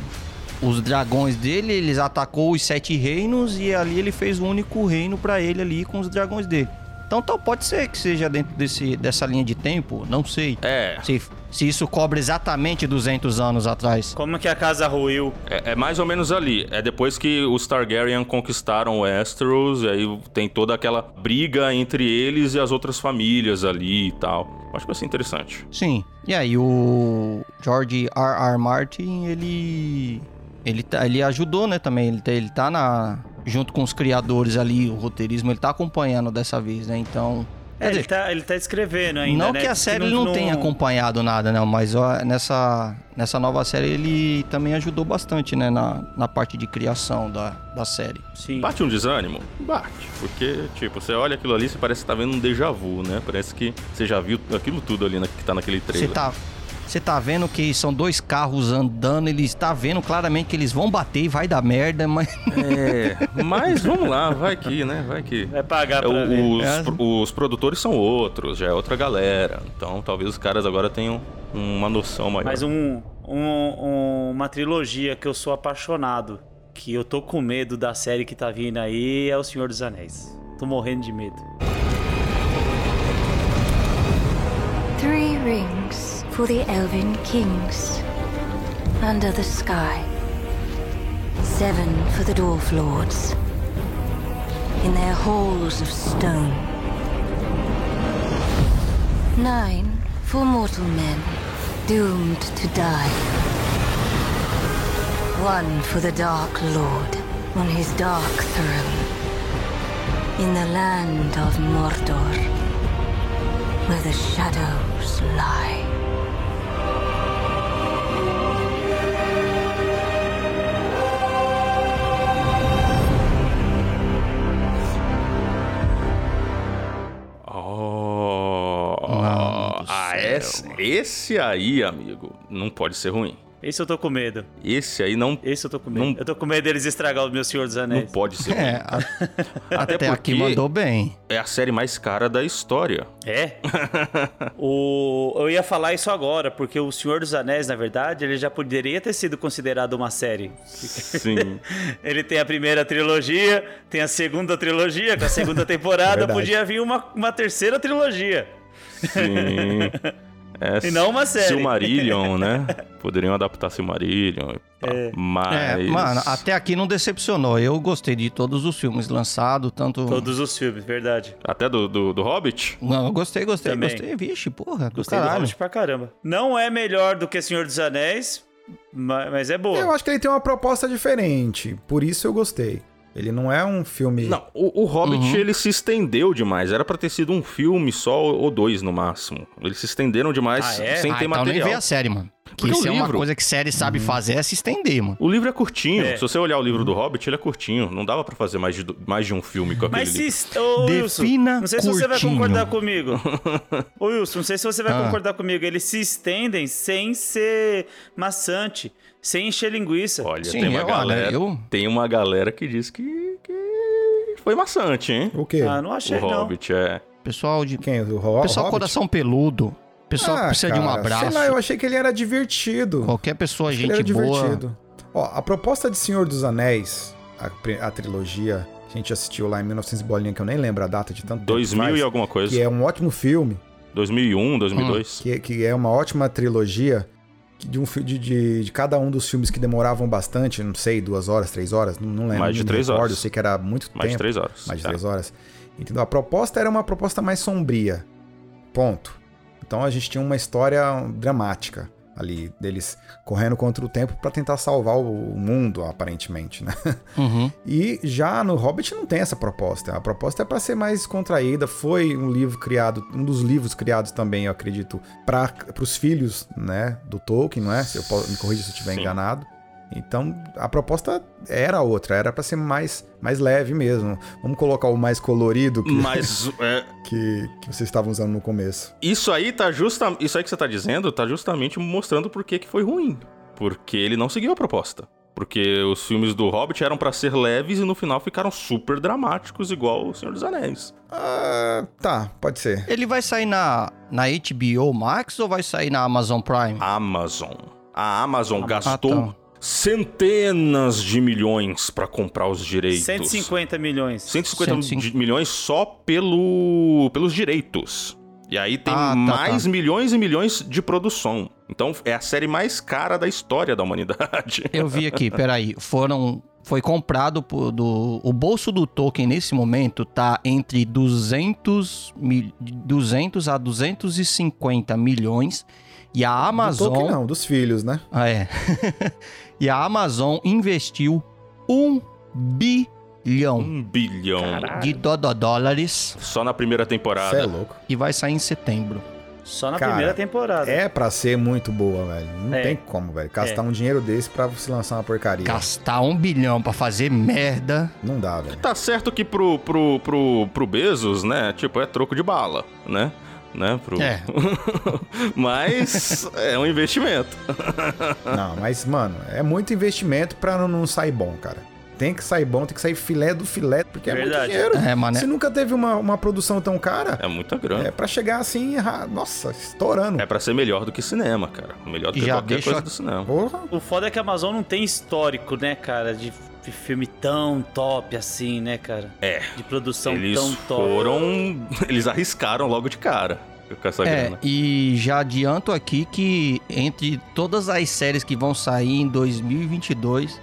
A: os dragões dele, eles atacou os sete reinos e ali ele fez o único reino pra ele ali com os dragões dele. Então, tal pode ser que seja dentro desse, dessa linha de tempo, não sei.
D: É.
A: Se, se isso cobre exatamente 200 anos atrás.
B: Como que a casa ruiu?
D: É, é mais ou menos ali. É depois que os Targaryen conquistaram Westeros, e aí tem toda aquela briga entre eles e as outras famílias ali e tal. Acho que vai ser
B: é?
D: interessante.
A: Sim. E aí o George R. R. Martin, ele ele, tá- ele ajudou, né, também. Ele, tá- ele tá na junto com os criadores ali, o roteirismo, ele tá acompanhando dessa vez, né? Então,
B: É, ele, tá, ele tá escrevendo ainda,
A: não
B: né?
A: que a
B: Diz
A: série ele não, tenha acompanhado nada, não, mas ó, nessa, nessa nova série ele também ajudou bastante, né, na, na parte de criação da, da série.
B: Sim.
D: Bate um desânimo? Bate. Porque, tipo, você olha aquilo ali, você parece que tá vendo um déjà vu, né? Parece que você já viu aquilo tudo ali na- que tá naquele
A: Você
D: trailer.
A: tá, você tá vendo que são dois carros andando, ele está vendo claramente que eles vão bater e vai dar merda, mas...
D: É, mas vamos lá, vai que, né? Vai que.
B: Vai pagar pra
D: É,
B: ver.
D: o- os,
B: É.
D: pro- os produtores são outros, já é outra galera. Então talvez os caras agora tenham uma noção maior.
B: Mas um, um- uma trilogia que eu sou apaixonado, que eu tô com medo da série que tá vindo aí, é O Senhor dos Anéis. Tô morrendo de medo.
I: Three rings for the elven kings under the sky.
O: Seven for the Dwarf Lords. In their halls of stone.
I: Nine for mortal men doomed to die.
O: One for the Dark Lord on his dark throne. In the land of Mordor. Where the shadows lie.
D: Oh, ah, esse, esse aí, amigo, não pode ser ruim.
B: Esse eu tô com medo.
D: Esse aí não.
B: Esse eu tô com medo. Eu tô com medo deles estragar o meu Senhor dos Anéis.
D: Não pode ser.
A: É, a- até, aqui mandou bem.
D: É a série mais cara da história.
B: É? o, eu ia falar isso agora, porque o Senhor dos Anéis, na verdade, ele já poderia ter sido considerado uma série.
D: Sim.
B: ele tem a primeira trilogia, tem a segunda trilogia, com a segunda temporada
D: Verdade.
B: podia vir uma, uma terceira trilogia.
D: Sim. É,
B: E não uma série.
D: Silmarillion, né? Poderiam adaptar Silmarillion. e pá. Mas.
A: É, mano, até aqui não decepcionou. Eu gostei de todos os filmes lançados, tanto...
B: Todos os filmes, verdade.
D: Até do, do, do Hobbit?
A: Não, eu gostei, gostei,
B: Também.
A: gostei. Vixe, porra, do
B: Gostei do
A: caralho.
B: Hobbit pra caramba. Não é melhor do que Senhor dos Anéis, ma- mas é boa.
C: Eu acho que ele tem uma proposta diferente, por isso eu gostei. Ele não é um filme.
D: Não, o, o Hobbit
A: Uhum.
D: ele se estendeu demais. Era pra ter sido um filme só ou dois no máximo. Eles se estenderam demais
A: Ah, é?
D: sem
A: Ah,
D: ter
A: então
D: material.
A: nem vê a série, mano. Que
D: Porque
A: isso é
D: o
A: uma
D: livro- Uhum.
A: coisa que série sabe fazer, é se estender, mano.
D: O livro é curtinho.
A: É.
D: Se você olhar o livro do Hobbit, ele é curtinho. Não dava pra fazer mais de, do- mais de um filme com aquele
B: Mas
D: livro.
B: se. Ô, Wilson,
A: Defina
B: não sei se você vai
A: curtinho.
B: concordar comigo. Ô, Wilson, não sei se você vai
A: Ah.
B: concordar comigo. Eles se estendem sem ser maçante, sem encher linguiça.
D: Olha, tem
A: é,
D: uma, galera, tem uma galera que diz que, que foi maçante, hein?
C: O quê?
B: Ah, não achei,
D: O
B: não.
D: Hobbit, é.
A: Pessoal de.
C: Quem? O
A: Pessoal
C: Hobbit?
A: coração peludo. Pessoal que
C: Ah,
A: precisa de um
C: cara,
A: abraço.
C: Sei lá, eu achei que ele era divertido.
A: Qualquer pessoa,
C: Acho que
A: gente
C: ele era
A: boa.
C: divertido. Ó, a proposta de Senhor dos Anéis, a, pri- a trilogia, que a gente assistiu lá em 1900 bolinha, que eu nem lembro a data de tanto
D: 2000
C: tempo
D: e
C: faz,
D: alguma coisa.
C: Que é um ótimo filme.
D: 2001, 2002.
C: Que, que é uma ótima trilogia que de, um, fi- de, de, de cada um dos filmes que demoravam bastante, não sei, duas horas, três horas, não, não lembro.
D: Mais de
C: não me
D: três
C: recordo,
D: horas.
C: Eu sei que era muito tempo.
D: Mais de três horas,
C: Mais de
D: tá.
C: três horas. Entendeu? A proposta era uma proposta mais sombria. Ponto. Então a gente tinha uma história dramática ali, deles correndo contra o tempo pra tentar salvar o o mundo, aparentemente, né? E já no Hobbit não tem essa proposta. A proposta é para ser mais contraída. Foi um livro criado, um dos livros criados também, eu acredito, para os filhos, né, do Tolkien, não é? Se eu posso, me corrija se eu estiver
D: Sim.
C: enganado. Então, a proposta era outra, era para ser mais, mais leve mesmo. Vamos colocar o mais colorido que,
D: Mas é,
C: que, que vocês estavam usando no começo.
D: isso aí tá justa, isso aí que você tá dizendo tá justamente mostrando por que que foi ruim, porque ele não seguiu a proposta. Porque os filmes do Hobbit eram pra ser leves e no final ficaram super dramáticos igual o Senhor dos Anéis.
C: Ah, tá, pode ser.
A: Ele vai sair na, na HBO Max ou vai sair na Amazon Prime?
D: Amazon. A Amazon gastou
A: então.
D: centenas de milhões para comprar os direitos.
B: 150 milhões.
D: 150 de- milhões só pelo, pelos direitos. E aí tem
A: Ah, tá,
D: mais
A: tá.
D: milhões e milhões de produção. Então é a série mais cara da história da humanidade.
A: Eu vi aqui, peraí. Foram. Foi comprado por- do. O bolso do Tolkien nesse momento tá entre 200, mil, 200 a 250 milhões. E a Amazon.
C: Do Tolkien não, dos filhos, né?
A: Ah, é. e a Amazon investiu um bilhão
D: Um bilhão.
A: de dodó dólares.
D: Só na primeira temporada.
C: Cê é louco.
A: E vai sair em setembro.
B: Só na
C: Cara,
B: primeira temporada.
C: É pra ser muito boa, velho. Não
B: É.
C: tem como, velho. Gastar
B: É.
C: um dinheiro desse pra se lançar uma porcaria.
A: Gastar um bilhão pra fazer merda.
C: Não dá, velho.
D: Tá certo que pro, pro, pro, pro Bezos, né? Tipo, é troco de bala, né? Né? Pro...
A: É.
D: Mas é um investimento.
C: Não, mas, mano, é muito investimento pra não, não sair bom, cara. Tem que sair bom, tem que sair filé do filé, porque é muito
D: Verdade.
C: dinheiro.
A: É, mano, é-
C: Se nunca teve uma, uma produção tão cara,
D: É muita
C: é,
D: grana.
C: pra chegar assim, ra- nossa, estourando.
D: É pra ser melhor do que cinema, cara. Melhor do que
A: Já
D: qualquer
A: deixa-
D: coisa do cinema.
C: Porra.
B: O foda é que a Amazon não tem histórico, né, cara, de f- filme tão top assim, né, cara?
D: É.
B: De produção
D: Eles
B: tão top.
D: foram. Eles arriscaram logo de cara com essa
A: É,
D: grana.
A: e já adianto aqui que entre todas as séries que vão sair em 2022,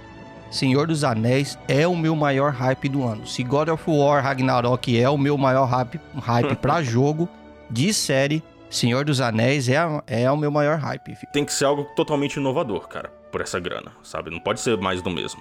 A: Senhor dos Anéis é o meu maior hype do ano. Se God of War Ragnarok é o meu maior hype, hype pra jogo, de série, Senhor dos Anéis é, a- é o meu maior hype. fi.
D: Tem que ser algo totalmente inovador, cara, por essa grana, sabe? Não pode ser mais do mesmo.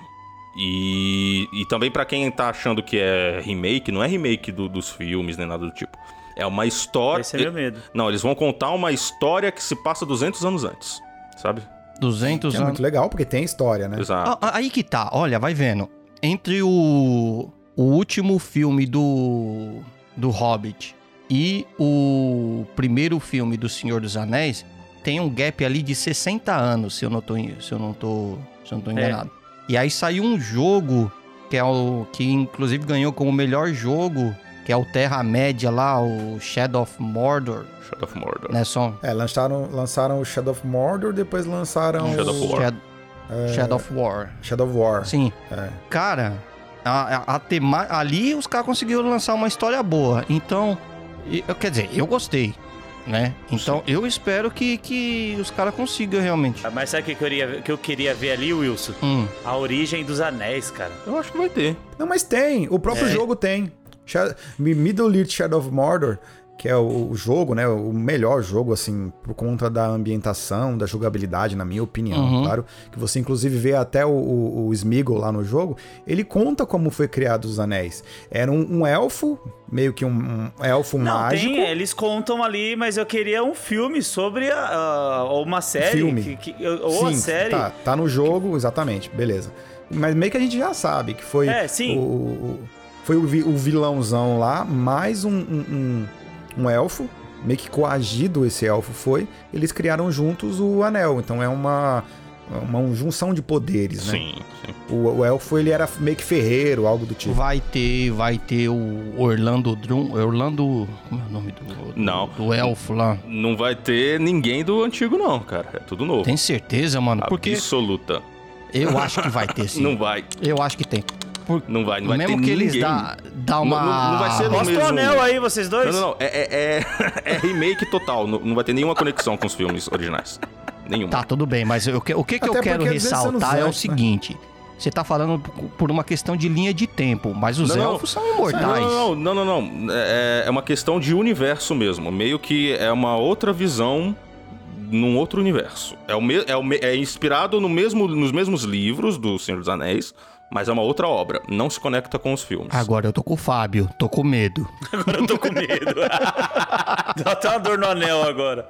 D: E, e também pra quem tá achando que é remake, não é remake do- dos filmes nem nada do tipo. É uma história.
B: Esse é meu medo.
D: Não, eles vão contar uma história que se passa 200 anos antes, sabe?
A: 200
C: É
A: anos.
C: muito legal, porque tem história, né?
D: Exato.
A: Ah, ah, aí que tá, olha, vai vendo. Entre o, o último filme do, do Hobbit e o primeiro filme do Senhor dos Anéis, tem um gap ali de 60 anos, se eu não tô, en- se eu não tô, se eu
C: É.
A: não tô enganado. E aí saiu um jogo que é o que inclusive ganhou como melhor jogo, que é o Terra-média lá, o Shadow of Mordor,
D: Shadow of Mordor.
A: né, Som?
C: É, lançaram, lançaram o Shadow of Mordor, depois lançaram
D: Shadow of
C: o É,
D: War.
A: Shadow- Shadow of War.
C: Shadow of War.
A: Sim.
C: É.
A: Cara, a, a, a tema- ali os caras conseguiram lançar uma história boa. Então, e- eu- quer dizer, eu gostei, né? Então, eu espero que, que os caras consigam realmente.
B: Ah, Mas sabe o que eu queria, que eu queria ver ali, Wilson?
A: Hum.
B: A origem dos anéis, cara.
D: Eu acho que vai ter. É.
C: Não, mas tem. O próprio jogo tem. Sha- Mi- Middle-earth Shadow of Mordor, que é o o jogo, né? O melhor jogo, assim, por conta da ambientação, da jogabilidade, na minha opinião,
A: Uhum.
C: claro. Que você, inclusive, vê até o, o, o Sméagol lá no jogo. Ele conta como foi criado os anéis. Era um, um elfo, meio que um, um elfo
B: Não,
C: mágico.
B: tem, eles contam ali, mas eu queria um filme sobre a- a- ou uma série.
C: Filme.
B: que- que- ou a
C: Sim,
B: série.
C: Tá, tá no jogo, exatamente, beleza. Mas meio que a gente já sabe que foi.
B: É, sim.
C: O, o- foi o, vi- o vilãozão lá, mais um, um, um- um elfo. Meio que coagido esse elfo foi. Eles criaram juntos o anel. Então é uma. Uma junção de poderes, né?
D: Sim, sim.
C: O, o elfo, ele era meio que ferreiro, algo do tipo.
A: Vai ter, vai ter o Orlando Drum, Orlando, como é o nome do, do,
D: Não.
A: do elfo lá?
D: Não vai ter ninguém do antigo, não, cara. É tudo novo.
A: Tem certeza, mano? Porque
D: Absoluta.
A: eu acho que vai ter sim.
D: Não vai.
A: Eu acho que tem. Por-
D: Não vai, não vai
A: mesmo
D: ter
A: que eles
D: ninguém.
A: dá, dá
D: Não-
A: uma
D: não- não vai ser no
B: Mostra o
D: mesmo-
B: anel aí, vocês
D: Não,
B: dois.
D: não, não. É, é, é- é remake total. Não, não vai ter nenhuma conexão com os filmes originais. Nenhuma.
A: Tá, tudo bem, mas eu que- o que, que eu
C: Até
A: quero
C: porque às vezes você não
A: ressaltar é o
C: sabe, né?
A: seguinte. Você tá falando p- por uma questão de linha de tempo, mas os
D: Não, não.
A: elfos um são imortais.
D: Não, não, não, não, não. É, é uma questão de universo mesmo. Meio que é uma outra visão num outro universo. É, o me- é, o me- é inspirado no mesmo, nos mesmos livros do Senhor dos Anéis, mas é uma outra obra. Não se conecta com os filmes.
A: Agora eu tô com o Fábio, tô com medo.
B: Agora eu tô com medo. Dá até Tá, uma dor no anel agora.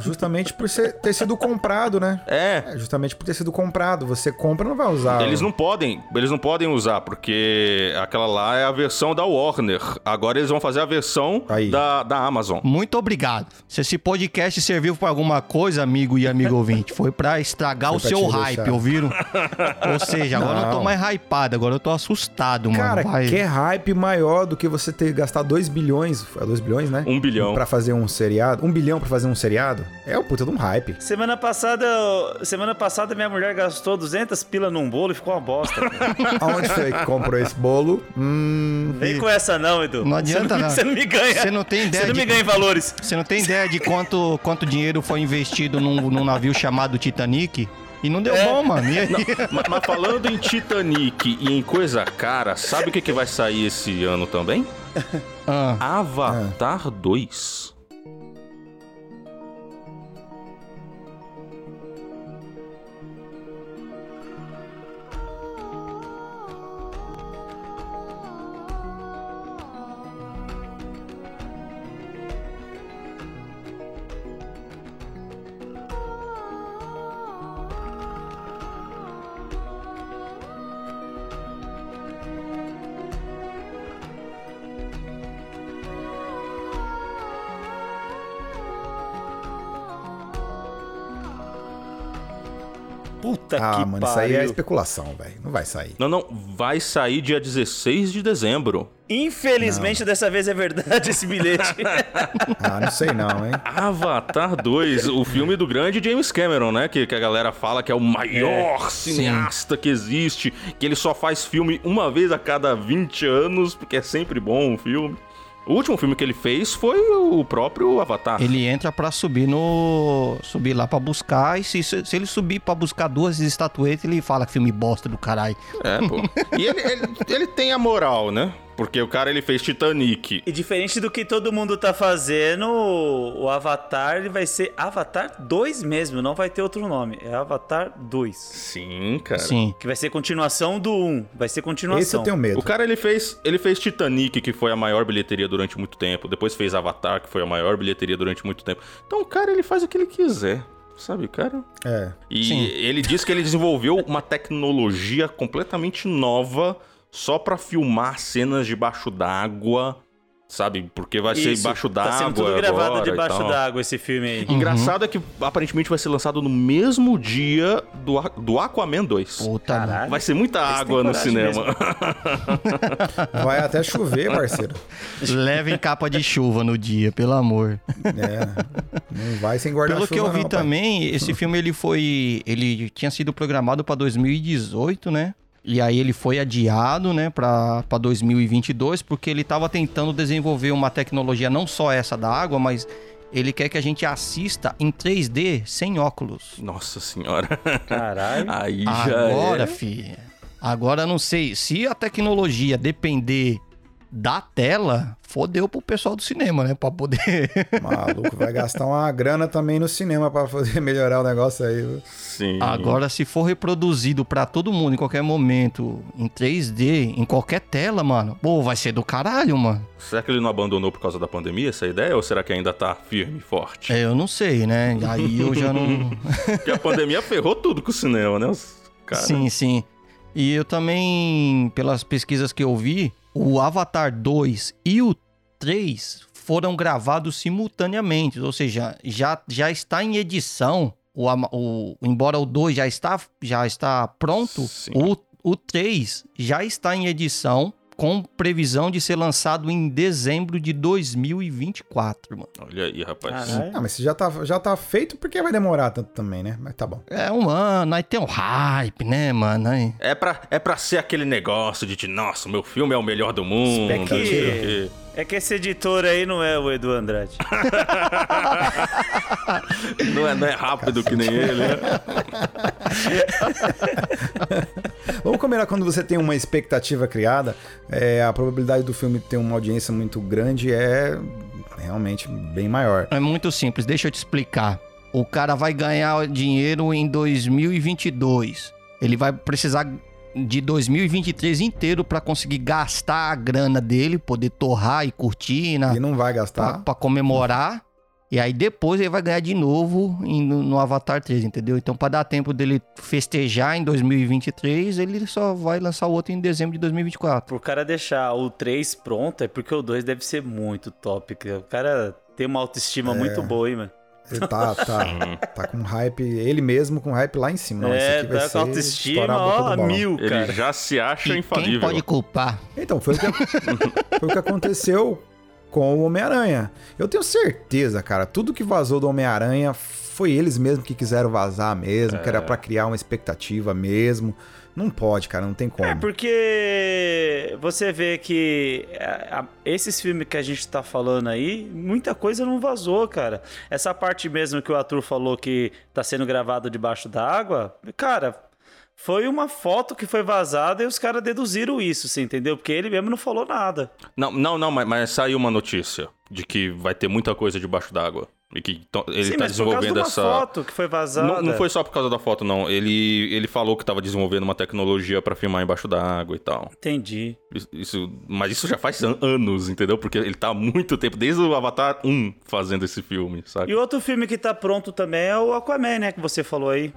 C: Justamente por ser- ter sido comprado, né?
D: É.
C: É, justamente por ter sido comprado. Você compra, não vai usar.
D: Eles não podem, eles não podem usar, porque aquela lá é a versão da Warner. Agora eles vão fazer a versão
C: Aí.
D: da, da Amazon.
A: Muito obrigado. Se esse podcast serviu pra alguma coisa, amigo e amigo ouvinte, foi pra estragar
C: Foi
A: o
C: pra
A: seu
C: te
A: hype,
C: deixar.
A: ouviram? Ou seja, agora eu tô
C: Não.
A: mais hypado, agora eu tô assustado, mano.
C: Cara,
A: Vai-
C: que hype maior do que você ter gastado 2 bilhões, é 2 bilhões, né?
D: Um bilhão.
C: Pra fazer um seriado, 1 bilhão pra fazer fazer um seriado, é o puta de um hype.
B: Semana passada, eu- semana passada minha mulher gastou 200 pila num bolo e ficou uma bosta.
C: Aonde foi que comprou esse bolo? Hum.
B: Vem com essa não, Edu.
A: Não adianta,
B: você Você
A: não.
B: não me ganha.
A: Você não tem ideia
B: Você não
A: de-
B: me ganha em valores.
A: Você não tem ideia de quanto, quanto dinheiro foi investido num, num navio chamado Titanic? E não
B: É.
A: deu bom, mano. E aí?
D: Mas, mas falando em Titanic e em coisa cara, sabe o que, que vai sair esse ano também? Avatar 2.
B: Puta
C: Ah,
B: que
C: mano, isso
B: pariu.
C: aí é especulação, velho. Não vai sair.
D: Não, não, vai sair dia 16 de dezembro.
B: Infelizmente, dessa vez é verdade esse bilhete.
C: Ah, não sei não, hein?
D: Avatar 2, o filme do grande James Cameron, né? Que, que a galera fala que é o maior
B: É, sim.
D: cineasta que existe, que ele só faz filme uma vez a cada 20 anos, porque é sempre bom o filme. O último filme que ele fez foi o próprio Avatar.
A: Ele entra pra subir no. subir lá pra buscar. E se, se ele subir pra buscar duas estatuetas, ele fala que filme bosta do caralho.
D: É, pô. E ele, ele, ele tem a moral, né? Porque o cara ele fez Titanic.
B: E diferente do que todo mundo tá fazendo, o o Avatar ele vai ser Avatar 2 mesmo, não vai ter outro nome. É Avatar 2.
D: Sim, cara.
A: Sim.
B: Que vai ser continuação do 1. Vai ser continuação.
D: O cara ele fez, ele fez Titanic, que foi a maior bilheteria durante muito tempo. Depois fez Avatar, que foi a maior bilheteria durante muito tempo. Então o cara ele faz o que ele quiser. Sabe, cara?
C: É.
D: E ele disse que ele desenvolveu uma tecnologia completamente nova só pra filmar cenas debaixo d'água, sabe? Porque vai ser
B: Isso,
D: debaixo d'água.
B: Tá sendo tudo gravado
D: agora e
B: debaixo
D: tal.
B: d'água esse filme aí.
D: Engraçado é que aparentemente vai ser lançado no mesmo dia do, Aqu- do Aquaman 2.
A: Puta
B: merda.
D: Vai ser muita
B: Eles têm
D: água no
B: coragem
D: cinema.
C: Vai até chover, parceiro.
A: Levem capa de chuva no dia, pelo amor.
C: É. Não vai sem guarda-chuva.
A: Pelo que eu vi
C: não, pai.
A: também, esse filme ele foi. Ele tinha sido programado pra 2018, né? E aí ele foi adiado, né, Pra pra 2022, porque ele tava tentando desenvolver uma tecnologia, não só essa da água, mas ele quer que a gente assista em 3D sem óculos.
D: Nossa senhora.
B: Caralho.
D: Aí já
A: Agora,
D: é.
A: fi. Agora não sei. Se a tecnologia depender da tela, fodeu pro pessoal do cinema, né? Pra poder.
C: Maluco, vai gastar uma grana também no cinema pra fazer melhorar o negócio aí. viu?
D: Sim.
A: Agora, se for reproduzido pra todo mundo em qualquer momento, em 3D, em qualquer tela, mano, pô, vai ser do caralho, mano.
D: Será que ele não abandonou por causa da pandemia essa ideia? Ou será que ainda tá firme e forte?
A: É, eu não sei, né? Aí eu já não.
D: Porque a pandemia ferrou tudo com o cinema, né? Os- Cara.
A: Sim, sim. E eu também, pelas pesquisas que eu vi, o Avatar 2 e o 3 foram gravados simultaneamente, ou seja, já, já está em edição. O, ama- o- embora o 2 já está, já está pronto, o, o 3 já está em edição, com previsão de ser lançado em dezembro de 2024, mano.
D: Olha aí, rapaz.
C: Ah, mas se já tá, já tá feito, por que vai demorar tanto também, né? Mas tá bom.
A: É um ano, aí tem um hype, né, mano? Aí-
D: É pra, é pra ser aquele negócio de, de, nossa, meu filme é o melhor do mundo. não sei o quê.
B: É que esse editor aí não é o Edu Andrade.
D: Não é, não é rápido que nem ele. né?
C: Vamos combinar quando você tem uma expectativa criada, é, a probabilidade do filme ter uma audiência muito grande é realmente bem maior.
A: É muito simples, deixa eu te explicar. O cara vai ganhar dinheiro em 2022. Ele vai precisar de 2023 inteiro pra conseguir gastar a grana dele, poder torrar e curtir, né?
C: E não vai
A: Pra,
C: gastar.
A: pra comemorar. E aí depois ele vai ganhar de novo em- no, no Avatar 3, entendeu? Então pra dar tempo dele festejar em 2023, ele só vai lançar o outro em dezembro de 2024.
B: Pro cara deixar o 3 pronto é porque o 2 deve ser muito top. que O cara tem uma autoestima
C: É.
B: muito boa, hein, mano?
C: Ele tá, tá, tá com hype, ele mesmo com hype lá em cima. Não,
B: É,
C: esse aqui vai
B: tá com
C: ser
B: autoestima,
C: estourar a boca
B: ó,
C: do balão.
B: mil.
D: Ele
B: Cara.
D: já se acha infalível.
A: culpar?
C: Então, foi o que, foi o que aconteceu com o Homem-Aranha. Eu tenho certeza, cara, tudo que vazou do Homem-Aranha foi eles mesmos que quiseram vazar mesmo,
B: É.
C: que era pra criar uma expectativa mesmo. Não pode, cara, não tem como.
B: É porque você vê que é, a- a- esses filmes que a gente tá falando aí, muita coisa não vazou, cara. Essa parte mesmo que o Arthur falou que tá sendo gravado debaixo da água, cara, foi uma foto que foi vazada e os caras deduziram isso, você entendeu? Porque ele mesmo não falou nada.
D: Não, não, não, mas, mas saiu uma notícia de que vai ter muita coisa debaixo d'água. E que to- ele
B: Sim, mas
D: tá
B: por causa de
D: desenvolvendo
B: uma
D: essa.
B: foto que foi vazada.
D: Não, não foi só por causa da foto, não. Ele, ele falou que tava desenvolvendo uma tecnologia pra filmar embaixo d'água e tal.
B: Entendi.
D: Isso- Isso, mas isso já faz an- anos, entendeu? Porque ele tá há muito tempo, desde o Avatar 1, fazendo esse filme, sabe?
B: E outro filme que tá pronto também é o Aquaman, né? Que você falou aí.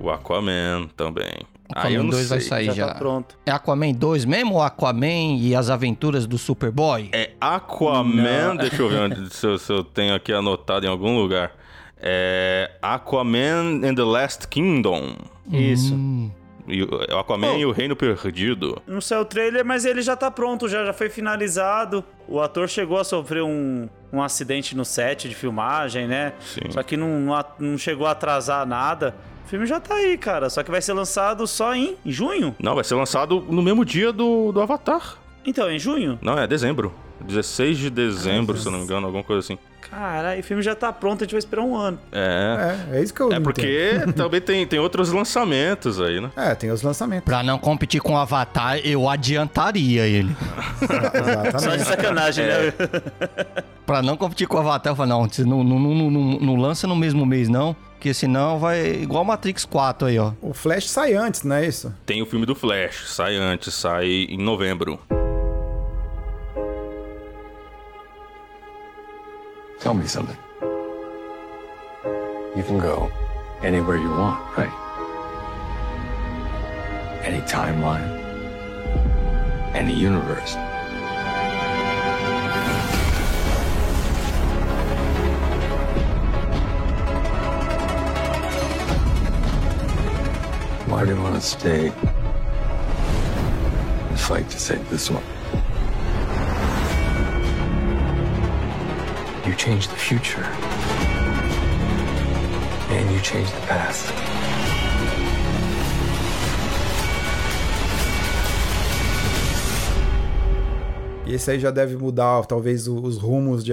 D: O Aquaman também. Aí Ah, eu
A: Aquaman
D: não
A: 2 vai
D: sei.
A: sair
C: tá
A: já.
B: pronto.
A: É Aquaman 2 mesmo ou Aquaman e as aventuras do Superboy?
D: É Aquaman,
A: Não.
D: deixa eu ver onde- se, eu, se eu tenho aqui anotado em algum lugar. É Aquaman and the Last Kingdom.
B: Isso.
D: Hum. E o é o Aquaman e o Reino Perdido.
B: Não saiu o trailer, mas ele já tá pronto, já, já foi finalizado. O ator chegou a sofrer um, um acidente no set de filmagem, né?
D: Sim.
B: Só que não, a- não chegou a atrasar nada. O filme já tá aí, cara. Só que vai ser lançado só em junho.
D: Não, vai ser lançado no mesmo dia do, do Avatar.
B: Então, em junho?
D: Não, é dezembro. 16 de dezembro, se eu não me engano, alguma coisa assim.
B: Caralho, o filme já tá pronto, a gente vai esperar um ano.
D: É.
C: É, é isso que eu
D: É porque também tem, tem outros lançamentos aí, né?
C: É, tem os lançamentos.
A: Pra não competir com o Avatar, eu adiantaria ele.
B: Só de sacanagem, né?
A: Pra não competir com o Avatar, eu falo, não, você não, não, não, não- não lança no mesmo mês, não, porque senão vai igual Matrix 4 aí, ó.
C: O Flash sai antes, não é isso?
D: Tem o filme do Flash, sai antes, sai em novembro.
E: Tell me something. You can go anywhere you want, right? Any timeline, any universe. Why do you want to stay and fight to save this one? You change the future. And you change the past.
C: E esse aí já deve mudar, talvez, o- os rumos de,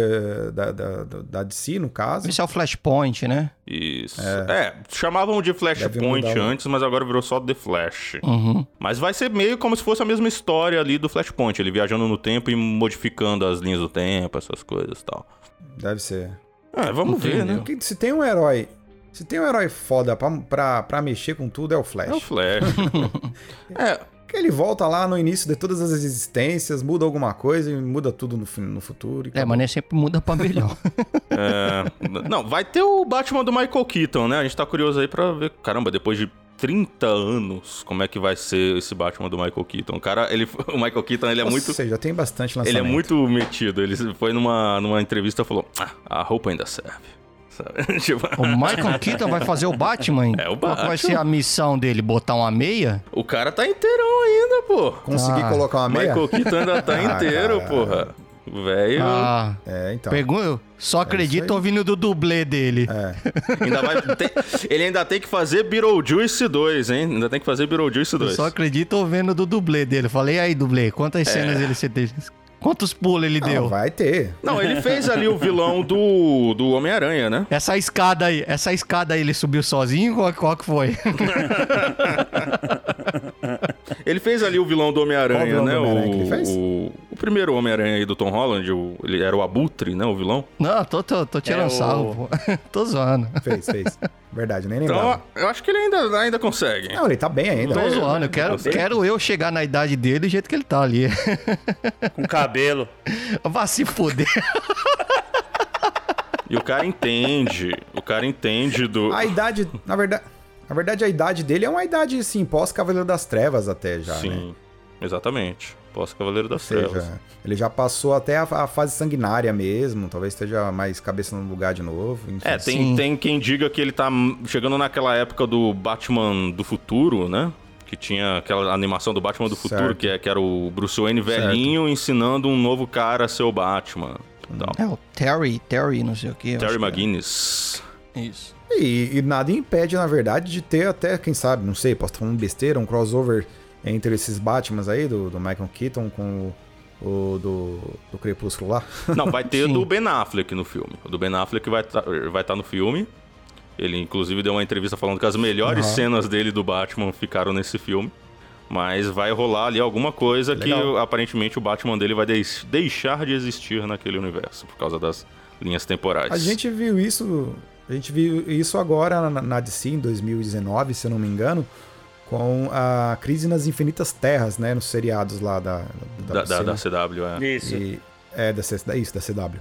C: da, da, da- da DC, no caso.
A: Esse é o Flashpoint, né?
D: Isso. É, chamavam de Flashpoint
C: mudar, né?
D: antes, mas agora virou só The Flash.
A: Uhum.
D: Mas vai ser meio como se fosse a mesma história ali do Flashpoint, ele viajando no tempo e modificando as linhas do tempo, essas coisas e tal.
C: Deve ser.
D: É, vamos ver, né?
C: Porque se tem um herói. Se tem um herói foda pra, pra, pra mexer com tudo, é o Flash.
D: É o Flash. é.
C: Porque ele volta lá no início de todas as existências, muda alguma coisa e muda tudo no, fi- no futuro. e
A: É, mas nem sempre muda pra melhor.
D: é, n- Não, vai ter o Batman do Michael Keaton, né? A gente tá curioso aí pra ver, caramba, depois de 30 anos, como é que vai ser esse Batman do Michael Keaton. O cara, ele, o Michael Keaton, ele é muito...
C: Ou seja, tem bastante
D: Ele
C: lançamento.
D: é muito metido. Ele foi numa, numa entrevista e falou: "Ah, a roupa ainda serve. Sabe? Tipo,
A: O Michael Keaton vai fazer o Batman?
D: É, o
A: Qual que
D: Batman.
A: vai ser a missão dele? Botar uma meia?
D: O cara tá inteirão ainda, pô.
C: Consegui
A: Ah,
C: colocar uma meia?
D: Michael Keaton ainda tá
C: Ah,
D: inteiro,
C: cara.
D: porra. Velho.
A: Ah,
C: É, É. então.
A: pergun- só acredito ouvindo do dublê dele.
D: Ainda vai ter- ele ainda tem que fazer Beetlejuice 2, hein? Ainda tem que fazer Beetlejuice
A: Eu
D: 2.
A: só acredito ouvindo do dublê dele. Falei aí, dublê, quantas
D: É.
A: cenas ele se teve? Quantos pulos ele
C: Não,
A: deu?
C: Ah, vai ter.
D: Não, ele fez ali o vilão do, do Homem-Aranha, né?
A: Essa escada aí, essa escada aí, ele subiu sozinho? Qual, qual que foi?
D: Ele fez ali o vilão do
C: Qual o
D: Homem-Aranha,
C: vilão
D: né?
C: do Homem-Aranha que
D: o,
C: ele fez?
D: o- o primeiro Homem-Aranha aí do Tom Holland, o- ele era o Abutre, né? O vilão.
A: Não, tô, tô, tô tirando
B: É o-
A: salvo. Tô zoando.
C: Fez, fez. Verdade, nem lembrava.
D: Então, eu acho que ele ainda, ainda consegue.
C: Não, ele tá bem ainda.
A: Tô zoando, eu quero,
D: Então, Você-
A: quero eu chegar na idade dele do jeito que ele tá ali.
B: Com cabelo.
A: Vá se fuder.
D: E o cara entende. O cara entende do.
C: A idade, na verdade... Na verdade, a idade dele é uma idade, assim, pós-Cavaleiro das Trevas até já, né?
D: Sim, exatamente. Pós-Cavaleiro das
C: Ou
D: Trevas.
C: seja, ele já passou até a, a fase sanguinária mesmo, talvez esteja mais cabeça no lugar de novo. enfim.
D: É, tem, tem quem diga que ele tá hum, chegando naquela época do Batman do futuro, né? Que tinha aquela animação do Batman do futuro,
C: Certo.
D: que, é, que era o Bruce Wayne velhinho ensinando um novo cara a ser o Batman. e tal.
A: É o Terry, Terry, não sei o que.
D: Terry McGuinness.
A: Isso.
C: E, e nada impede, na verdade, de ter até, quem sabe, não sei, posso estar falando besteira, um crossover entre esses Batmans aí, do, do Michael Keaton com o, o do, do Crepúsculo lá.
D: Não, vai ter do Ben Affleck no filme. O do Ben Affleck vai estar vai tá no filme. Ele, inclusive, deu uma entrevista falando que as melhores
C: Aham.
D: cenas dele do Batman ficaram nesse filme. Mas vai rolar ali alguma coisa
C: Legal.
D: que aparentemente o Batman dele vai des- deixar de existir naquele universo por causa das linhas temporais.
C: A gente viu isso, a gente viu isso agora na, na DC em 2019, se eu não me engano, com a crise nas infinitas terras, né, nos seriados lá da
D: Da, da,
C: DC,
D: da
C: né?
D: CW, é.
B: Isso.
C: E- é, da, C- da- isso, da CW.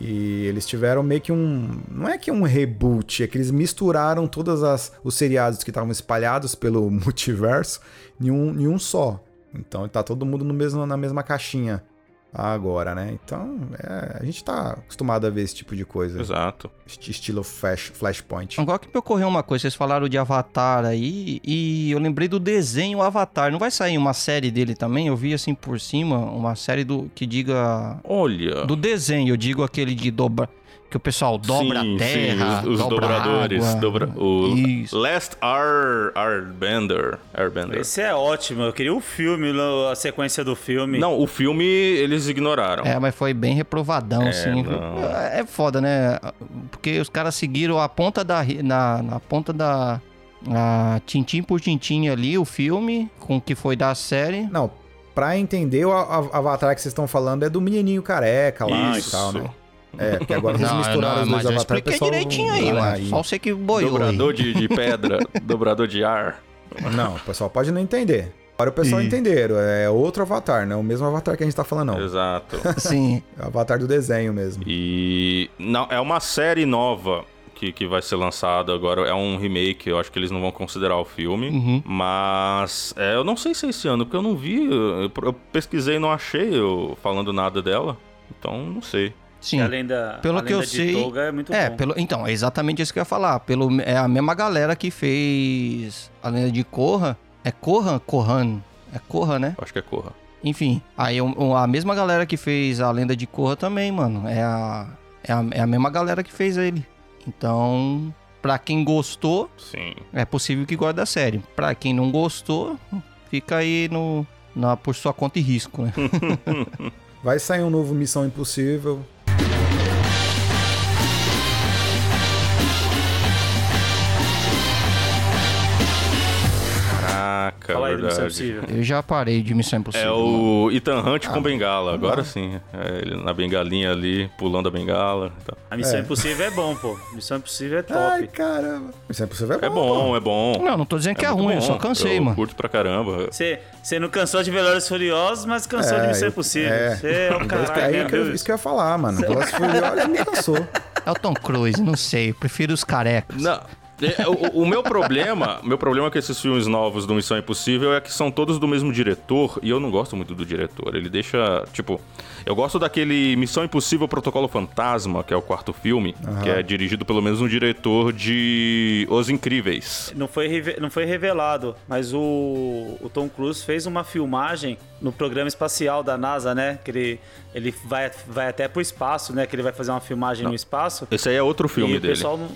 C: E eles tiveram meio que um. Não é que um reboot, é que eles misturaram todos os seriados que estavam espalhados pelo multiverso em um, em um só. Então tá todo mundo no mesmo, na mesma caixinha agora, né? Então é, a gente tá acostumado a ver esse tipo de coisa.
D: Exato.
C: Est- Estilo flash, Flashpoint. Um
A: Agora que me ocorreu uma coisa, vocês falaram de Avatar aí, e eu lembrei do desenho Avatar. Não vai sair uma série dele também? Eu vi assim por cima, uma série do que diga.
D: Olha.
A: Do desenho, eu digo aquele de dobra. Que o pessoal dobra
D: Sim, sim,
A: a terra.
D: os, os
A: dobra a
D: dobradores.
A: água.
D: dobra- o Last Air, Airbender. Airbender.
B: Esse é ótimo. Eu queria o filme, no- a sequência do filme.
D: Não, o filme eles
B: Então.
D: ignoraram.
A: É, mas foi bem reprovadão,
D: É,
A: assim.
D: não.
A: É foda, né? Porque os caras seguiram a ponta da. ri- Na, na ponta da. a tintim por tintim ali, o filme, com o que foi da série.
C: Não, pra entender, o a- a- Avatar que vocês estão falando é do menininho careca lá
D: Isso.
C: e tal, né? É, porque agora eles
A: Não,
C: misturaram
A: não,
C: os dois
A: mas eu
C: Avatar.
A: expliquei
C: pessoal-
A: direitinho aí,
C: Ah,
A: mano. Só você que boiou aí.
D: Dobrador de, de pedra, dobrador de ar.
C: Não, o pessoal pode não entender. Agora o pessoal
D: Ih.
C: entenderam. É outro avatar, não é o mesmo avatar que a gente tá falando, não.
D: Exato.
A: Sim.
C: É o avatar do desenho mesmo.
D: E não, é uma série nova que, que vai ser lançada agora. É um remake, eu acho que eles não vão considerar o filme.
A: Uhum.
D: Mas é, eu não sei se é esse ano, porque eu não vi. Eu, eu pesquisei e não achei eu falando nada dela. Então, não sei.
A: Sim.
B: Além da,
A: Pelo
B: além
A: que eu
B: da de
A: sei.
B: Toga, é muito bom.
A: pelo, então, é exatamente isso que eu ia falar. Pelo, é a mesma galera que fez a lenda de Corra. É Corra? Corran. É Corra, né?
D: Acho que é Corra.
A: Enfim, aí um- um- a mesma galera que fez a lenda de Corra também, mano. É a, é a, é a mesma galera que fez ele. Então, pra quem gostou,
D: Sim.
A: é possível que guarde a série. Pra quem não gostou, fica aí no, na, por sua conta e risco, né?
C: Vai sair um novo Missão Impossível.
D: Caraca,
B: Fala aí do Missão
D: verdade.
B: Impossível.
A: Eu já parei de Missão
D: É
A: Impossível. mano.
D: o Ethan Hunt com
A: Ah,
D: bengala, agora
A: não.
D: sim. É, ele na bengalinha ali, pulando a bengala. então. e tal.
B: A Missão
C: É.
B: Impossível é bom, pô. Missão Impossível é top.
C: Ai, caramba. Missão Impossível é bom.
D: É bom, é bom.
A: Não, não tô dizendo que é
D: muito
A: ruim, eu
D: bom.
A: só cansei,
D: eu
A: mano.
D: curto pra caramba.
B: Você você não cansou de Velozes e Furiosos, mas cansou de Missão
C: eu-
B: Impossível.
C: é.
B: Você é o
C: Então, isso que-
B: caralho,
C: aí
B: né,
C: que eu-
B: viu?
C: Isso que eu ia falar, mano. Velas Furiosas me cansou.
A: É o Tom Cruise, não sei. eu prefiro os carecas.
D: Não. é, o- O, o meu problema, meu problema com esses filmes novos do Missão Impossível é que são todos do mesmo diretor e eu não gosto muito do diretor. Ele deixa, tipo, eu gosto daquele Missão Impossível Protocolo Fantasma, que é o quarto filme, que é dirigido pelo mesmo diretor de Os Incríveis.
B: Não foi, reve- não foi revelado, mas o, o Tom Cruise fez uma filmagem no programa espacial da NASA, né? Que ele, ele vai, vai até pro espaço, né? Que ele vai fazer uma filmagem no espaço.
D: Esse aí é outro filme
B: e
D: dele.
B: O pessoal, não-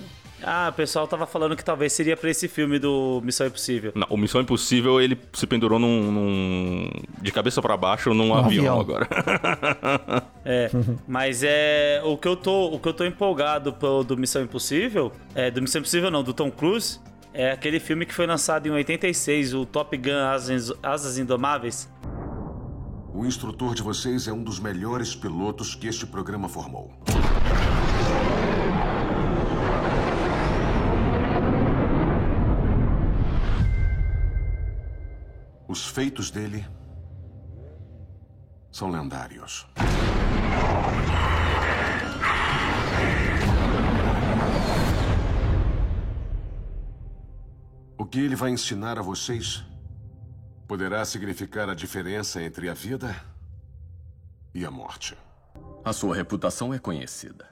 B: ah, o pessoal tava falando que talvez seria pra esse filme do Missão Impossível.
D: Não, o Missão Impossível ele se pendurou num, num- de cabeça pra baixo num avião,
A: avião.
D: agora.
B: É, mas é o que eu tô, o que eu tô empolgado pro, do Missão Impossível, é do Missão Impossível não, do Tom Cruise, é aquele filme que foi lançado em 86, o Top Gun Asas, Asas Indomáveis.
K: O instrutor de vocês é um dos melhores pilotos que este programa formou. Os feitos dele são lendários. O que ele vai ensinar a vocês poderá significar a diferença entre a vida e a morte.
F: A sua reputação é conhecida.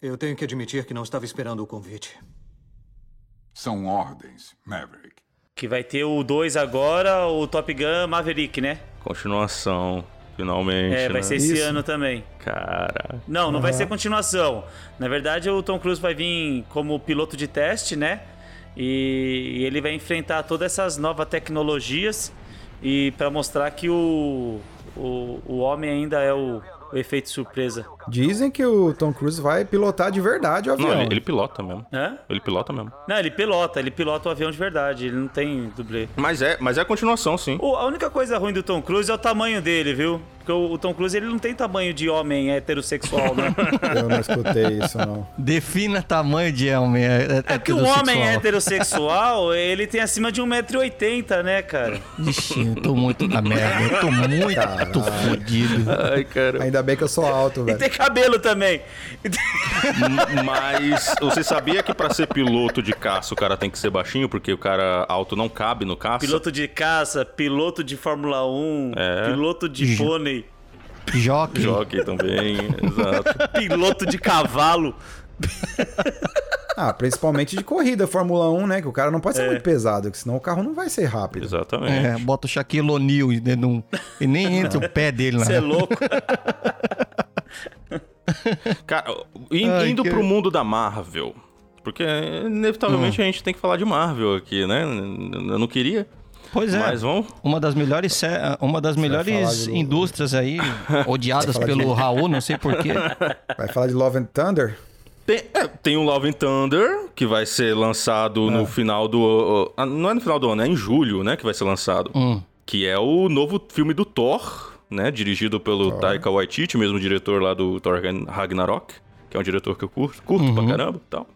G: Eu tenho que admitir que não estava esperando o convite.
V: São ordens, Maverick.
B: Que vai ter o 2 agora, o Top Gun Maverick, né?
D: Continuação, finalmente.
B: É, vai
D: né?
B: ser esse ano também.
D: Cara.
B: Não, não vai
D: Uhum.
B: ser continuação. Na verdade, o Tom Cruise vai vir como piloto de teste, né? E ele vai enfrentar todas essas novas tecnologias e para mostrar que o, o, o homem ainda é o, o efeito surpresa.
C: Dizem que o Tom Cruise vai pilotar de verdade o avião.
D: Não, ele, ele pilota mesmo.
B: Hã?
D: Ele pilota mesmo.
B: Não, ele pilota, ele pilota o avião de verdade, ele não tem dublê.
D: Mas é, mas é a continuação, sim.
B: O- a única coisa ruim do Tom Cruise é o tamanho dele, viu? Porque o, o Tom Cruise ele não tem tamanho de homem heterossexual, né?
C: Eu não escutei isso, não.
A: Defina tamanho de homem. É, é,
B: É que o homem heterossexual, ele tem acima de 1,80m, né, cara?
A: Ixi, eu tô muito na merda. Eu tô muito fodido.
D: Ai, cara.
C: Ainda bem que eu sou alto, velho.
B: Tem cabelo também.
D: M- Mas você sabia que pra ser piloto de caça o cara tem que ser baixinho, porque o cara alto não cabe no caça?
B: Piloto de caça, piloto de Fórmula 1,
D: É.
B: piloto de
D: Ju-
B: pônei,
A: Jockey.
D: Jockey também, exato.
B: piloto de cavalo.
C: Ah, principalmente de corrida, Fórmula 1, né? Que o cara não pode ser muito pesado, que senão o carro não vai ser rápido.
D: É. Exatamente.
A: É, bota o Shaquille O'Neal e, não- e nem entra o pé dele né? na
B: Você é louco.
D: Cara, in-
A: Ai,
D: indo
A: que-
D: pro mundo da Marvel. Porque,
A: Hum.
D: inevitavelmente, a gente tem que falar de Marvel aqui, né? Eu não queria.
A: Pois é.
D: Mas vamos.
A: Uma das melhores, sé- uma das melhores
C: é falar de-
A: indústrias aí, odiadas
C: Vai falar
A: pelo
C: de-
A: Raul, não sei porquê.
C: Vai falar de Love and Thunder?
D: Tem, é, tem o Love and Thunder, que vai ser lançado
A: É.
D: no final do. ah, Não é no final do ano, é em julho, né? Que vai ser lançado.
A: Hum.
D: Que é o novo filme do Thor, né? Dirigido pelo Taika Waititi, mesmo diretor lá do Thor Ragn- Ragnarok, que é um diretor que eu curto, curto
A: Uhum.
D: pra caramba e tal.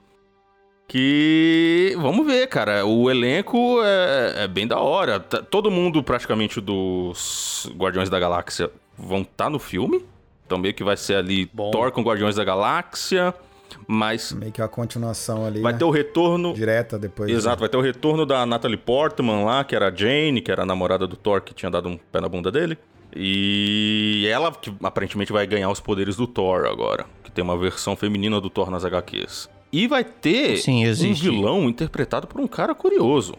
D: Que. Vamos ver, cara. O elenco é, é bem da hora. Tá- todo mundo, praticamente, dos Guardiões da Galáxia vão estar no filme. Então, meio que vai ser ali Thor com Guardiões da Galáxia. Mas
C: Meio que é uma continuação ali.
D: vai
C: né?
D: ter o retorno.
C: Direta depois.
D: Exato, vai ter o retorno da Natalie Portman lá, que era a Jane, que era a namorada do Thor, que tinha dado um pé na bunda dele. E ela, que aparentemente vai ganhar os poderes do Thor agora, que tem uma versão feminina do Thor nas HQs. E vai ter
A: Sim,
D: um
A: existe.
D: vilão interpretado por um cara curioso.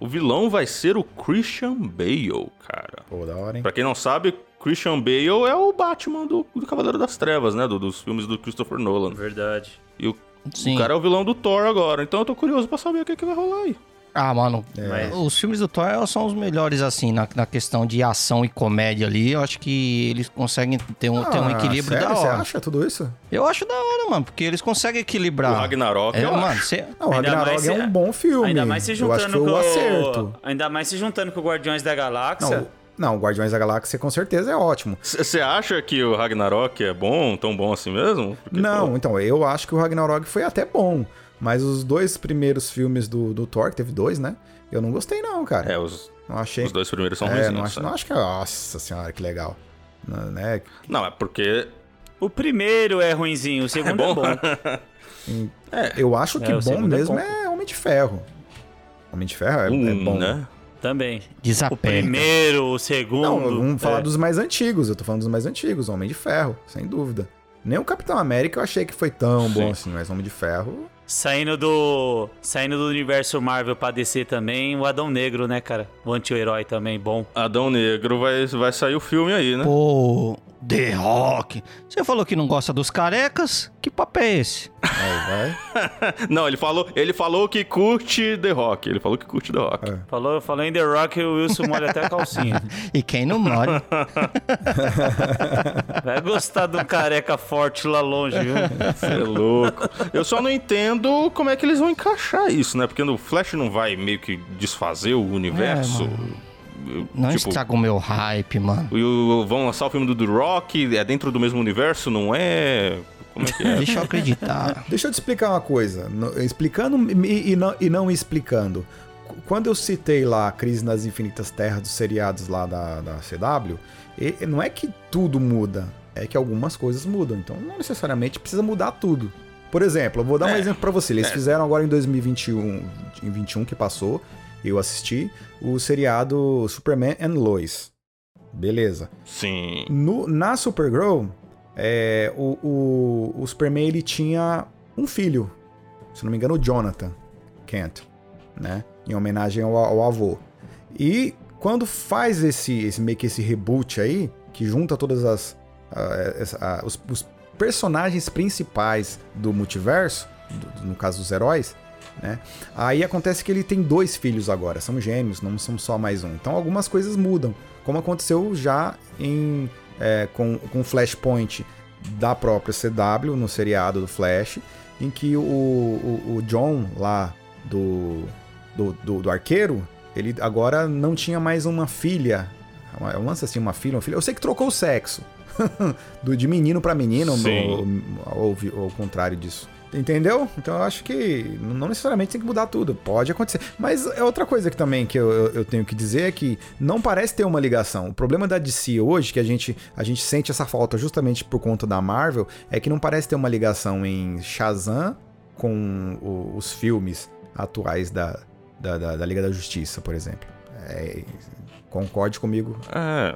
D: O vilão vai ser o Christian Bale, cara.
C: Pô, da hora, hein?
D: Pra quem não sabe, Christian Bale é o Batman do, do Cavaleiro das Trevas, né? do- dos filmes do Christopher Nolan.
B: Verdade.
D: E o,
A: Sim.
D: o cara é o vilão do Thor agora, então eu tô curioso pra saber o que, que vai rolar aí.
A: Ah, mano,
D: É.
A: os filmes do Thor são os melhores, assim, na, na questão de ação e comédia ali. Eu acho que eles conseguem ter um, ter um
C: Ah,
A: equilíbrio
C: sério?
A: da hora.
C: Você acha tudo isso?
A: Eu acho da hora, mano, porque eles conseguem equilibrar.
D: O Ragnarok,
A: é,
D: eu
A: mano,
D: acho.
A: cê-
C: Não, o
B: Ainda
C: Ragnarok
B: mais se-
C: é um bom filme.
B: Ainda mais se
C: Eu acho que
B: juntando
C: foi
B: com
C: o acerto.
B: Ainda mais se juntando com o Guardiões da Galáxia.
C: Não, não, Guardiões da Galáxia com certeza é ótimo.
D: Você acha que o Ragnarok é bom, tão bom assim mesmo? Porque,
C: Não, então, eu acho que o Ragnarok foi até bom. Mas os dois primeiros filmes do, do Thor, que teve dois, né? Eu não gostei, não, cara.
D: É, os,
C: não achei.
D: os dois primeiros são
B: né,
C: é,
D: ruins. né?
C: não acho, não acho que. Nossa senhora, que legal. Não, né?
D: Não, é porque.
B: O primeiro é ruinzinho, o segundo é bom.
C: Eu acho que
B: É, o
C: bom
B: segundo é
C: mesmo
B: bom. Um,
C: é, Homem de Ferro. Homem de Ferro é, é bom.
D: né?
B: Também.
A: Desapega.
B: O primeiro, o segundo.
C: Não, vamos falar
B: É.
C: dos mais antigos. Eu tô falando dos mais antigos. Homem de Ferro, sem dúvida. Nem o Capitão América eu achei que foi tão bom assim, mas Homem de Ferro.
B: Saindo do. Saindo do universo Marvel pra DC também, o Adão Negro, né, cara? O anti-herói também, bom.
D: Adão Negro vai, Então, vai sair o filme aí, né?
A: Pô, The Rock. Você falou que não gosta dos carecas? Que papo é esse?
C: Aí
D: Não, ele falou, ele falou que curte The Rock. Ele falou que curte The Rock.
B: Falou, falou em The Rock, o Wilson molha até a calcinha.
A: e quem não mora?
B: Vai gostar de um careca forte lá longe, viu?
D: Você é louco. Eu só não entendo como é que eles vão encaixar isso, né? Porque no Flash não vai meio que desfazer o universo. Eu-
A: É, Não
D: tipo,
A: estraga o meu hype, mano.
D: E o- vão lançar o filme do The Rock, é dentro do mesmo universo, não é? Como é que é?
A: Deixa eu acreditar.
C: Deixa eu te explicar uma coisa. No- Explicando e, e não, e não explicando. Qu- Quando eu citei lá a Crise nas Infinitas Terras dos seriados lá da, da CW, e- e não é que tudo muda, é que algumas coisas mudam. Então não necessariamente precisa mudar tudo. um, Por exemplo, eu vou dar um exemplo pra você. Eles fizeram agora em 2021, em 21 que passou, eu assisti o seriado Superman and Lois. Beleza.
D: Sim.
C: No, na Supergirl, é, o, o, o Superman ele tinha um filho, se não me engano, o Jonathan Kent, né? Em homenagem ao, ao avô. E quando faz esse, esse meio que esse reboot aí, que junta todas as a, a, os, os, personagens principais do multiverso, do, no caso dos heróis, né? Aí acontece que ele tem dois filhos agora, são gêmeos, não são só mais um. Então algumas coisas mudam, como aconteceu já em é, com, com Flashpoint da própria CW no seriado do Flash, em que o, o, o John lá do, do, do, do arqueiro ele agora não tinha mais uma filha. Eu lanço assim, uma filha, uma filha. Eu sei que trocou o sexo. Do, de menino para menino, ou, ou, contrário disso. Entendeu? Então eu acho que não necessariamente tem que mudar tudo. Pode acontecer. Mas é outra coisa que também que eu, eu, eu tenho que dizer é que não parece ter uma ligação. O problema da DC hoje, que a gente, a gente sente essa falta justamente por conta da Marvel, é que não parece ter uma ligação em Shazam com o, os filmes atuais da, da, da, da, Liga da Justiça, por exemplo. É, concorde comigo.
D: É.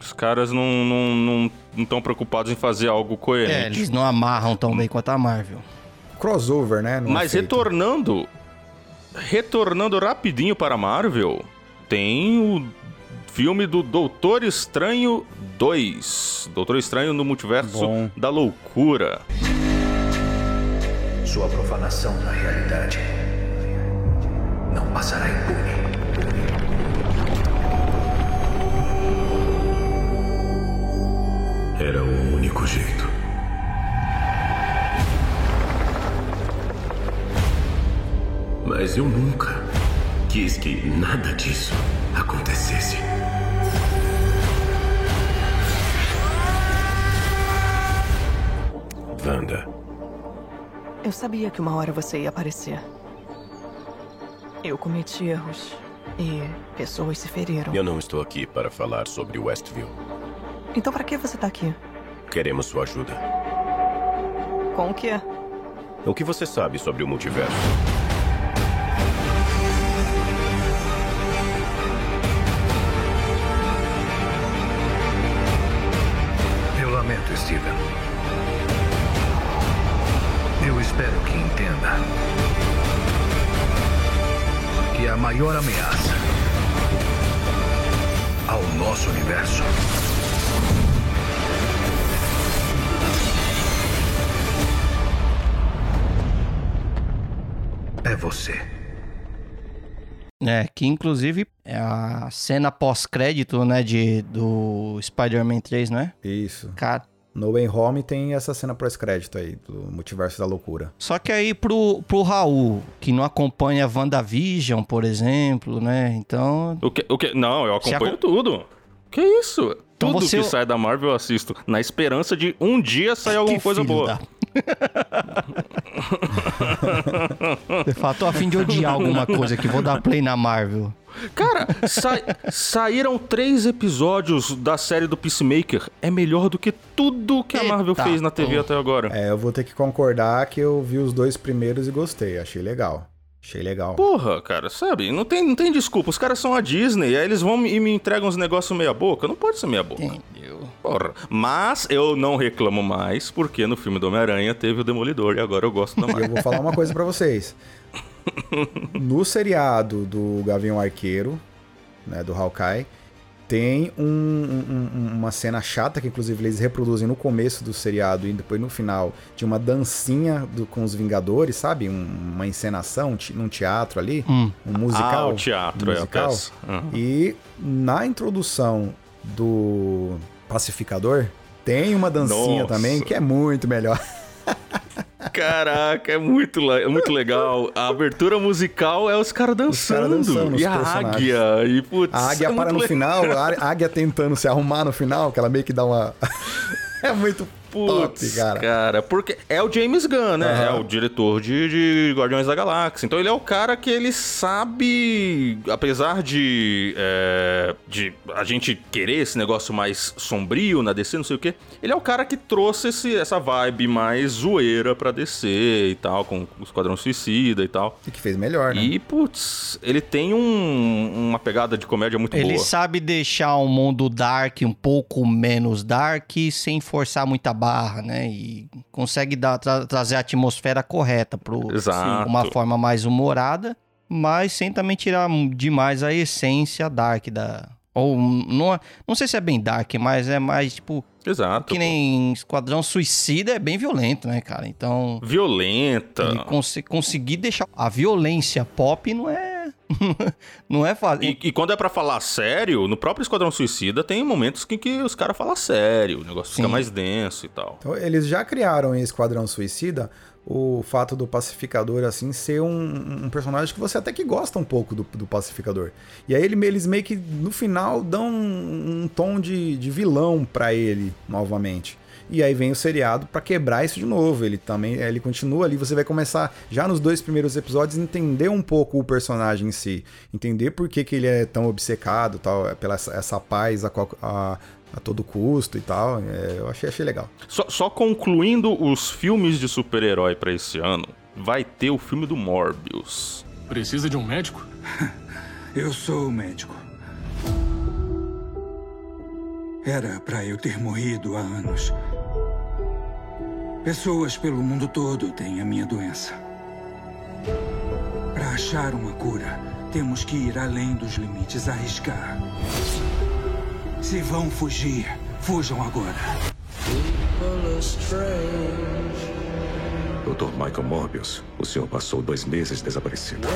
D: os caras não estão não, não, não preocupados em fazer algo coerente. É,
A: eles não amarram tão bem quanto a Marvel.
C: Crossover, né?
D: Mas é retornando. Retornando rapidinho para a Marvel, tem o filme do Doutor Estranho 2. Doutor Estranho no Multiverso Bom. da Loucura.
H: Sua profanação da realidade não passará impune. Era o único jeito. Mas eu nunca quis que nada disso acontecesse. Wanda.
L: Eu sabia que uma hora você ia aparecer. Eu cometi erros e pessoas se feriram.
H: Eu não estou aqui para falar sobre Westview.
L: Então para que você está aqui?
H: Queremos sua ajuda.
L: Com o quê?
H: O que você sabe sobre o multiverso? Eu lamento, Steven. Eu espero que entenda que é a maior ameaça ao nosso universo. É você.
A: É, que inclusive é a cena pós-crédito, né, de, do Spider-Man 3, não é?
C: Isso.
A: Cara,
C: no Way Home tem essa cena pós-crédito aí, do Multiverso da Loucura.
A: Só que aí pro, pro Raul, que não acompanha WandaVision, por exemplo, né? Então.
D: O que, o que, não, eu acompanho ac... tudo. Que isso?
A: Então
D: tudo
A: você-
D: que sai da Marvel eu assisto, na esperança de um dia sair alguma
A: Que
D: coisa
A: filho
D: boa.
A: da- Você fala, tô a fim de odiar alguma coisa aqui, vou dar play na Marvel.
D: Cara, sa- saíram três episódios da série do Peacemaker. É melhor do que tudo que a Marvel
C: Eita,
D: fez na TV
C: pô.
D: até agora.
C: É, eu vou ter que concordar que eu vi os dois primeiros e gostei. Achei legal. Achei legal.
D: Porra, cara, sabe? Não tem, não tem desculpa. Os caras são a Disney, aí eles vão me- e me entregam uns negócios meia boca. Não pode ser meia boca. Porra. Mas eu não reclamo mais, porque no filme do Homem-Aranha teve o Demolidor e agora eu gosto da
C: E eu
D: Marvel.
C: vou falar uma coisa pra vocês. No seriado do Gavião Arqueiro, né, do Hawkeye, tem um- um- um- uma cena chata que inclusive eles reproduzem no começo do seriado e depois no final de uma dancinha do- com os Vingadores, sabe? Um- uma encenação, um te- num teatro ali, um musical.
D: Ah, o teatro,
C: um
D: é, a
C: musical.
D: peça. Uhum.
C: E na introdução do Pacificador tem uma dancinha
D: Nossa.
C: também que é muito melhor.
D: Caraca, é muito, le- é muito legal. A abertura musical é os caras dançando.
C: dançando, os
D: e a
C: personagens.
D: águia. E, putz,
C: A águia
D: é
C: para
D: muito
C: no
D: le-
C: final, a águia tentando se arrumar no final, que ela meio que dá uma. é muito
D: Putz, cara. Porque é o James Gunn, né? É o diretor de, de Guardiões da Galáxia. Então ele é o cara que ele sabe, apesar de, é, de a gente querer esse negócio mais sombrio na DC, não sei o quê, ele é o cara que trouxe esse, essa vibe mais zoeira pra DC e tal, com o Esquadrão Suicida e tal.
C: E que fez melhor, né?
D: E, putz, ele tem um- uma pegada de comédia muito
A: Ele
D: boa.
A: sabe deixar um mundo dark um pouco menos dark sem forçar muita barra, né? E consegue dar, tra- trazer a atmosfera correta pro
D: Exato.
A: uma forma mais humorada, mas sem também tirar demais a essência dark da ou não, é- não sei se é bem dark, mas é mais tipo
D: Exato.
A: que nem Esquadrão Suicida é bem violento, né, cara? Então
D: Violenta.
A: ele conse- conseguir deixar a violência pop não é não é fácil.
D: E, e quando é pra falar sério, no próprio Esquadrão Suicida tem momentos em que os caras falam sério, o negócio fica
C: Sim.
D: mais denso e tal.
C: Então, eles já criaram em Esquadrão Suicida o fato do pacificador, assim, ser um, um personagem que você até que gosta um pouco do, do pacificador. E aí ele- eles meio que, no final, dão um, um tom de, de vilão pra ele, novamente. E aí vem o seriado pra quebrar isso de novo. Ele também, ele continua ali, você vai começar, já nos dois primeiros episódios, entender um pouco o personagem em si. Entender por que, que ele é tão obcecado, tal, pela essa, essa paz a, qual- a- a todo custo e tal. É, eu achei, achei legal.
D: Só, só concluindo os filmes de super-herói pra esse ano, vai ter o filme do Morbius.
F: Precisa de um médico?
R: Eu sou o médico. Era pra eu ter morrido há anos. Pessoas pelo mundo todo têm a minha doença. Pra achar uma cura, temos que ir além dos limites, arriscar. Se vão fugir, fujam agora.
H: Dr. Michael Morbius, o senhor passou dois meses desaparecido.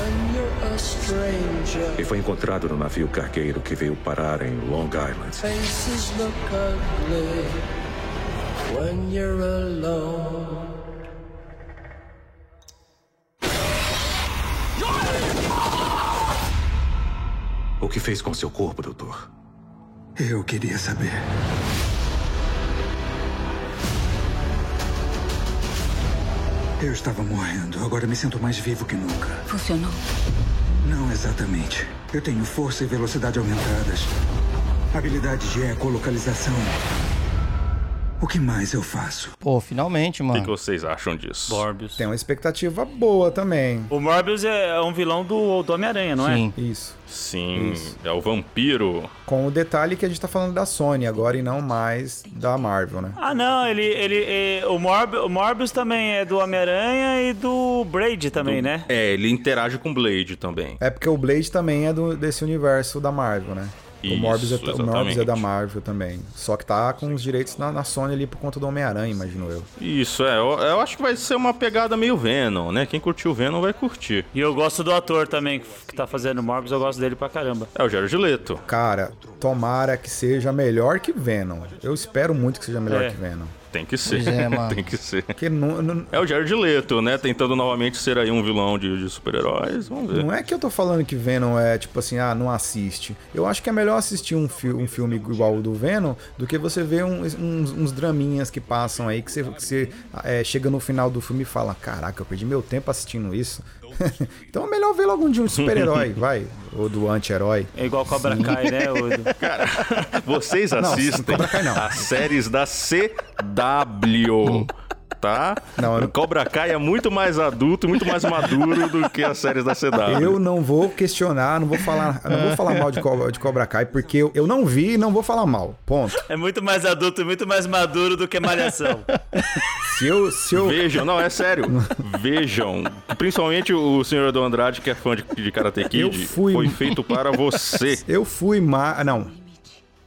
H: E foi encontrado no navio cargueiro que veio parar em Long Island.
R: O que fez com seu corpo, doutor? Eu queria saber. Eu estava morrendo, agora me sinto mais vivo que nunca.
O: Funcionou.
R: Não exatamente. Eu tenho força e velocidade aumentadas, habilidade de ecolocalização. O que mais eu faço?
A: Pô, finalmente,
D: O
A: mano.
D: que, que vocês acham disso?
B: Morbius.
C: Tem uma expectativa boa também.
B: O Morbius é um vilão do, do Homem-Aranha, não é?
C: Isso.
D: Sim,
C: Isso.
D: é o vampiro.
C: Com o detalhe que a gente tá falando da Sony agora e não mais da Marvel, né?
B: Ah, não, ele. ele é- o, Morb, o Morbius também é do Homem-Aranha e do Braid também, né?
D: É, ele interage com Blade também.
C: É porque o Blade também é do- desse universo da Marvel, né?
D: Isso,
C: o, Morbius é, o Morbius
D: exatamente.
C: é da Marvel também. Só que tá com os direitos na, na Sony ali por conta do Homem-Aranha, imagino eu.
D: Isso, é. Eu, eu acho que vai ser uma pegada meio Venom, né? Quem curtiu o Venom vai curtir.
B: E eu gosto do ator também que tá fazendo o Morbius, eu gosto dele pra caramba.
D: É o Jared Leto.
C: Cara, tomara que seja melhor que Venom. Eu espero muito que seja melhor
D: É.
C: que Venom.
D: Tem que ser.
C: Pois é, mano.
D: Tem que ser.
C: Porque não, não-
D: É o Jared Leto, né? Tentando novamente ser aí um vilão de, de super-heróis. Vamos ver.
C: Não é que eu tô falando que Venom é tipo assim, ah, não assiste. Eu acho que é melhor assistir um, fi- um filme igual o do Venom do que você ver um- uns, uns draminhas que passam aí que você, que você, é, chega no final do filme e fala: Caraca, eu perdi meu tempo assistindo isso. então é melhor ver logo um de um super-herói, vai. Ou do anti-herói.
B: É igual Cobra Kai, né? o-
D: Vocês
C: assim. Não,
D: assistem
C: Cobra Kai não.
D: as séries da CW. Tá?
C: Não, eu não-
D: Cobra Kai é muito mais adulto, muito mais maduro do que as séries da CW.
C: Eu não vou questionar, não vou falar, não vou falar mal de Cobra, de Cobra Kai, porque eu, eu não vi e não vou falar mal. Ponto.
B: É muito mais adulto e muito mais maduro do que Malhação.
C: Se eu, se eu
D: Vejam, não, é sério. Vejam. Principalmente o senhor do Andrade, que é fã de, de Karate Kid.
C: Eu fui- um-
D: Foi feito para você.
C: Eu fui mais. Não.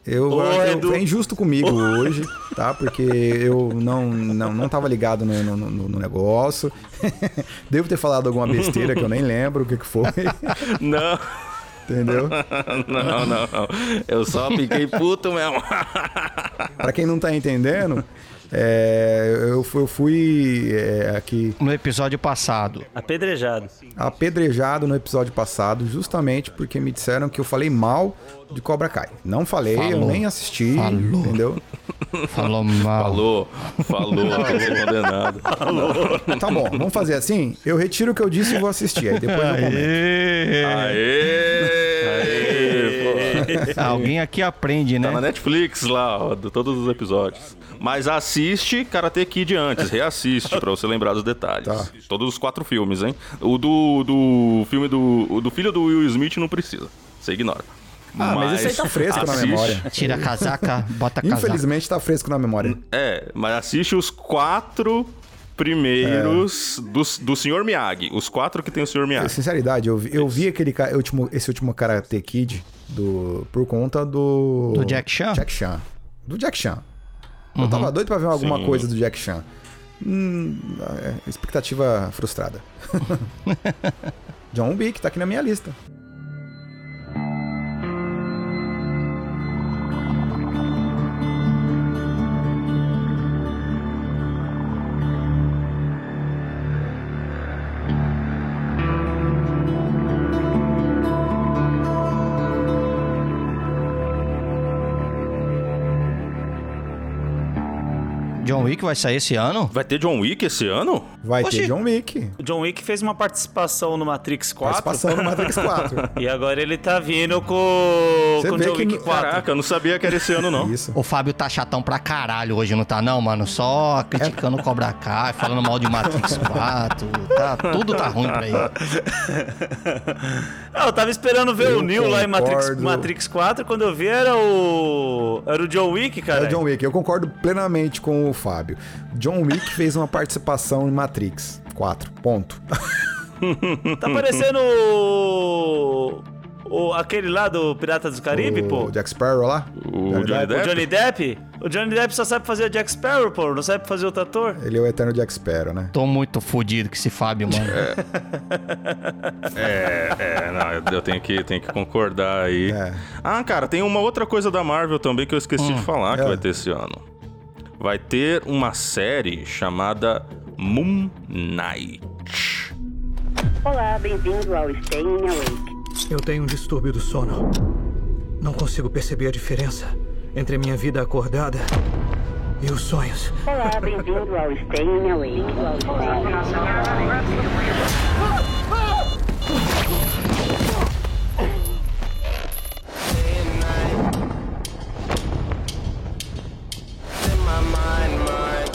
C: Eu,
D: Ô,
C: eu-
D: Edu.
C: é injusto comigo hoje, tá? Porque eu não, não, não tava ligado no, no- no- no negócio. Devo ter falado alguma besteira que eu nem lembro o que, que foi.
D: Não.
C: Entendeu?
D: Não, não, não. Eu só fiquei puto mesmo.
C: Pra quem não tá entendendo, é, eu, fui- eu fui é, aqui
A: No episódio passado.
B: Apedrejado.
C: apedrejado no episódio passado, justamente porque me disseram que eu falei mal de Cobra Kai. Não falei, eu
A: Falou.
C: nem assisti, entendeu?
A: Falou mal.
D: Falou, falou, falou condenado.
C: Tá bom, vamos fazer assim? Eu retiro o que eu disse e vou assistir. Aí depois eu comento.
D: Aê! Aê! pô.
A: Alguém aqui aprende, né?
D: Tá na Netflix lá, ó, de todos os episódios. Mas assiste Karate Kid antes, reassiste pra você lembrar dos detalhes.
C: Tá.
D: Todos os quatro filmes, hein? O do, do filme do, o do filho do Will Smith não precisa, você ignora.
C: Ah, mas esse aí tá fresco na
D: assiste-
C: memória.
A: Tira a casaca, bota a casaca.
C: Infelizmente tá fresco na memória.
D: É, mas assiste os quatro primeiros
C: É.
D: do, do Sr. Miyagi. Os quatro que tem o Sr. Miyagi.
C: Sinceridade, eu vi, eu vi aquele cara, último, esse último Karate Kid do, por conta do.
A: Do Jack Chan? Uhum.
C: Jack Chan. Do Jack Chan. Eu tava doido pra ver alguma
D: Sim.
C: coisa do Jack Chan. Hum, é, expectativa frustrada. John Wick tá aqui na minha lista.
A: John Wick vai sair esse ano?
D: Vai ter John Wick esse ano?
C: Vai
B: Oxi.
C: ter John Wick.
B: O John Wick fez uma participação no Matrix 4.
C: Participação no Matrix 4.
B: E agora ele tá vindo com,
C: Você
B: com
C: vê
B: John
C: que
B: Wick
C: no-
B: 4.
D: Caraca, eu não sabia que era esse ano, não.
C: Isso.
A: O Fábio tá chatão pra caralho hoje, não tá não, mano? Só criticando o Cobra Kai, falando mal de Matrix 4, tá, tudo tá ruim pra ele.
B: Ah, eu tava esperando ver
C: Eu
B: o Neo lá em Matrix,
C: concordo.
B: Matrix 4, quando eu vi era o. Era o John Wick, cara.
C: É o John Wick. Eu concordo plenamente com o Fábio. John Wick fez uma participação em Matrix 4. Ponto.
B: Tá parecendo o. o- aquele lá do Pirata do Caribe, pô.
C: O Jack Sparrow lá? é
D: O Johnny
B: O
D: Depp?
B: Johnny Depp? O Johnny Depp só sabe fazer o Jack Sparrow, pô. Não sabe fazer outro ator.
C: Ele é o eterno Jack Sparrow, né?
A: Tô muito fudido com esse Fábio, mano.
D: É, é, não, eu- eu tenho que, tenho que concordar aí.
C: É.
D: Ah, cara, tem uma outra coisa da Marvel também que eu esqueci
A: Hum.
D: de falar que
C: é.
D: vai ter esse ano. Vai ter uma série chamada Moon Knight.
M: Olá, bem-vindo ao Staying Awake.
G: Eu tenho um distúrbio do sono. Não consigo perceber a diferença entre a minha vida acordada e os sonhos.
M: Olá, bem-vindo ao Staying Awake.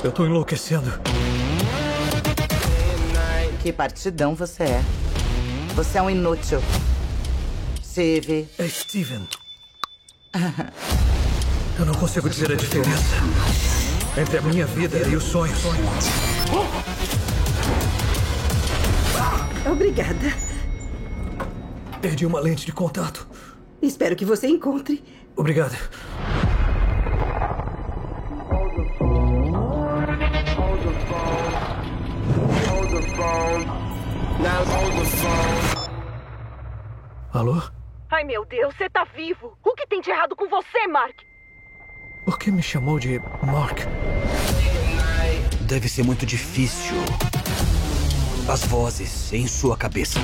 G: Eu tô enlouquecendo.
N: Que partidão você é. Você é um inútil. Steve.
G: É Steven. Eu não consigo dizer a diferença entre a minha vida e os sonhos.
P: Obrigada.
G: Perdi uma lente de contato.
P: Espero que você encontre.
G: Obrigado. Alô?
S: Ai, meu Deus, você tá vivo! O que tem de errado com você, Mark?
G: Por que me chamou de Mark?
X: Deve ser muito difícil. As vozes em sua cabeça.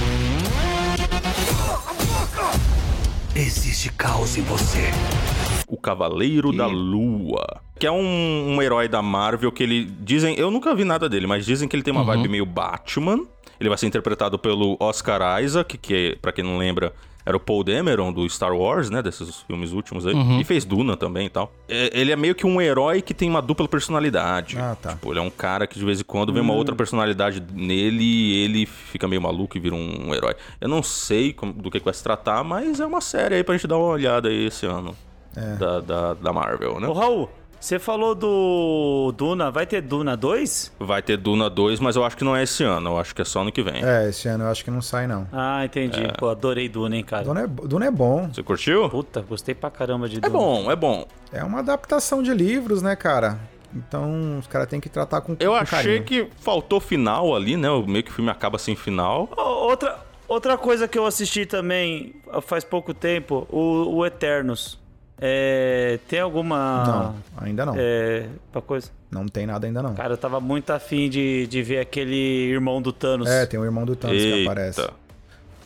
X: Existe caos em você.
D: O Cavaleiro da Lua. Que é um, um herói da Marvel que ele. Dizem. Eu nunca vi nada dele, mas dizem que ele tem uma vibe meio Batman. Ele vai ser interpretado pelo Oscar Isaac, que, pra quem não lembra, era o Paul Dameron do Star Wars, né? Desses filmes últimos aí.
A: Uhum.
D: E fez Duna também e tal. É, ele é meio que um herói que tem uma dupla personalidade.
C: Ah, tá. Hum.
D: Tipo, ele é um cara que de vez em quando vem uma outra personalidade nele e ele fica meio maluco e vira um herói. Eu não sei como- do que, que vai se tratar, mas é uma série aí pra gente dar uma olhada aí esse ano.
C: É.
D: Da, da, da Marvel, né?
B: Ô, Raul, você falou do Duna. Vai ter Duna 2?
D: Vai ter Duna 2, mas eu acho que não é esse ano, eu acho que é só ano que vem.
C: É, esse ano eu acho que não sai, não.
B: Ah, entendi. Pô, adorei Duna, hein, cara.
C: Duna é, bo- Duna é bom.
D: Você É. curtiu?
B: Puta, gostei pra caramba de
D: É
B: Duna.
D: bom, é bom.
C: É uma adaptação de livros, né, cara? Então os caras têm que tratar com
D: Eu
C: com
D: achei
C: carinho.
D: que faltou final ali, né? O- Meio que o filme acaba sem final.
B: Ô, Outra, outra coisa que eu assisti também ah, faz pouco tempo, o, o Eternos. É, tem alguma...
C: Não, ainda não.
B: É, pra coisa?
C: Não tem nada ainda, não.
B: Cara, eu tava muito afim de, de ver aquele irmão do Thanos.
C: É, tem o irmão do Thanos que
D: Eita.
C: aparece.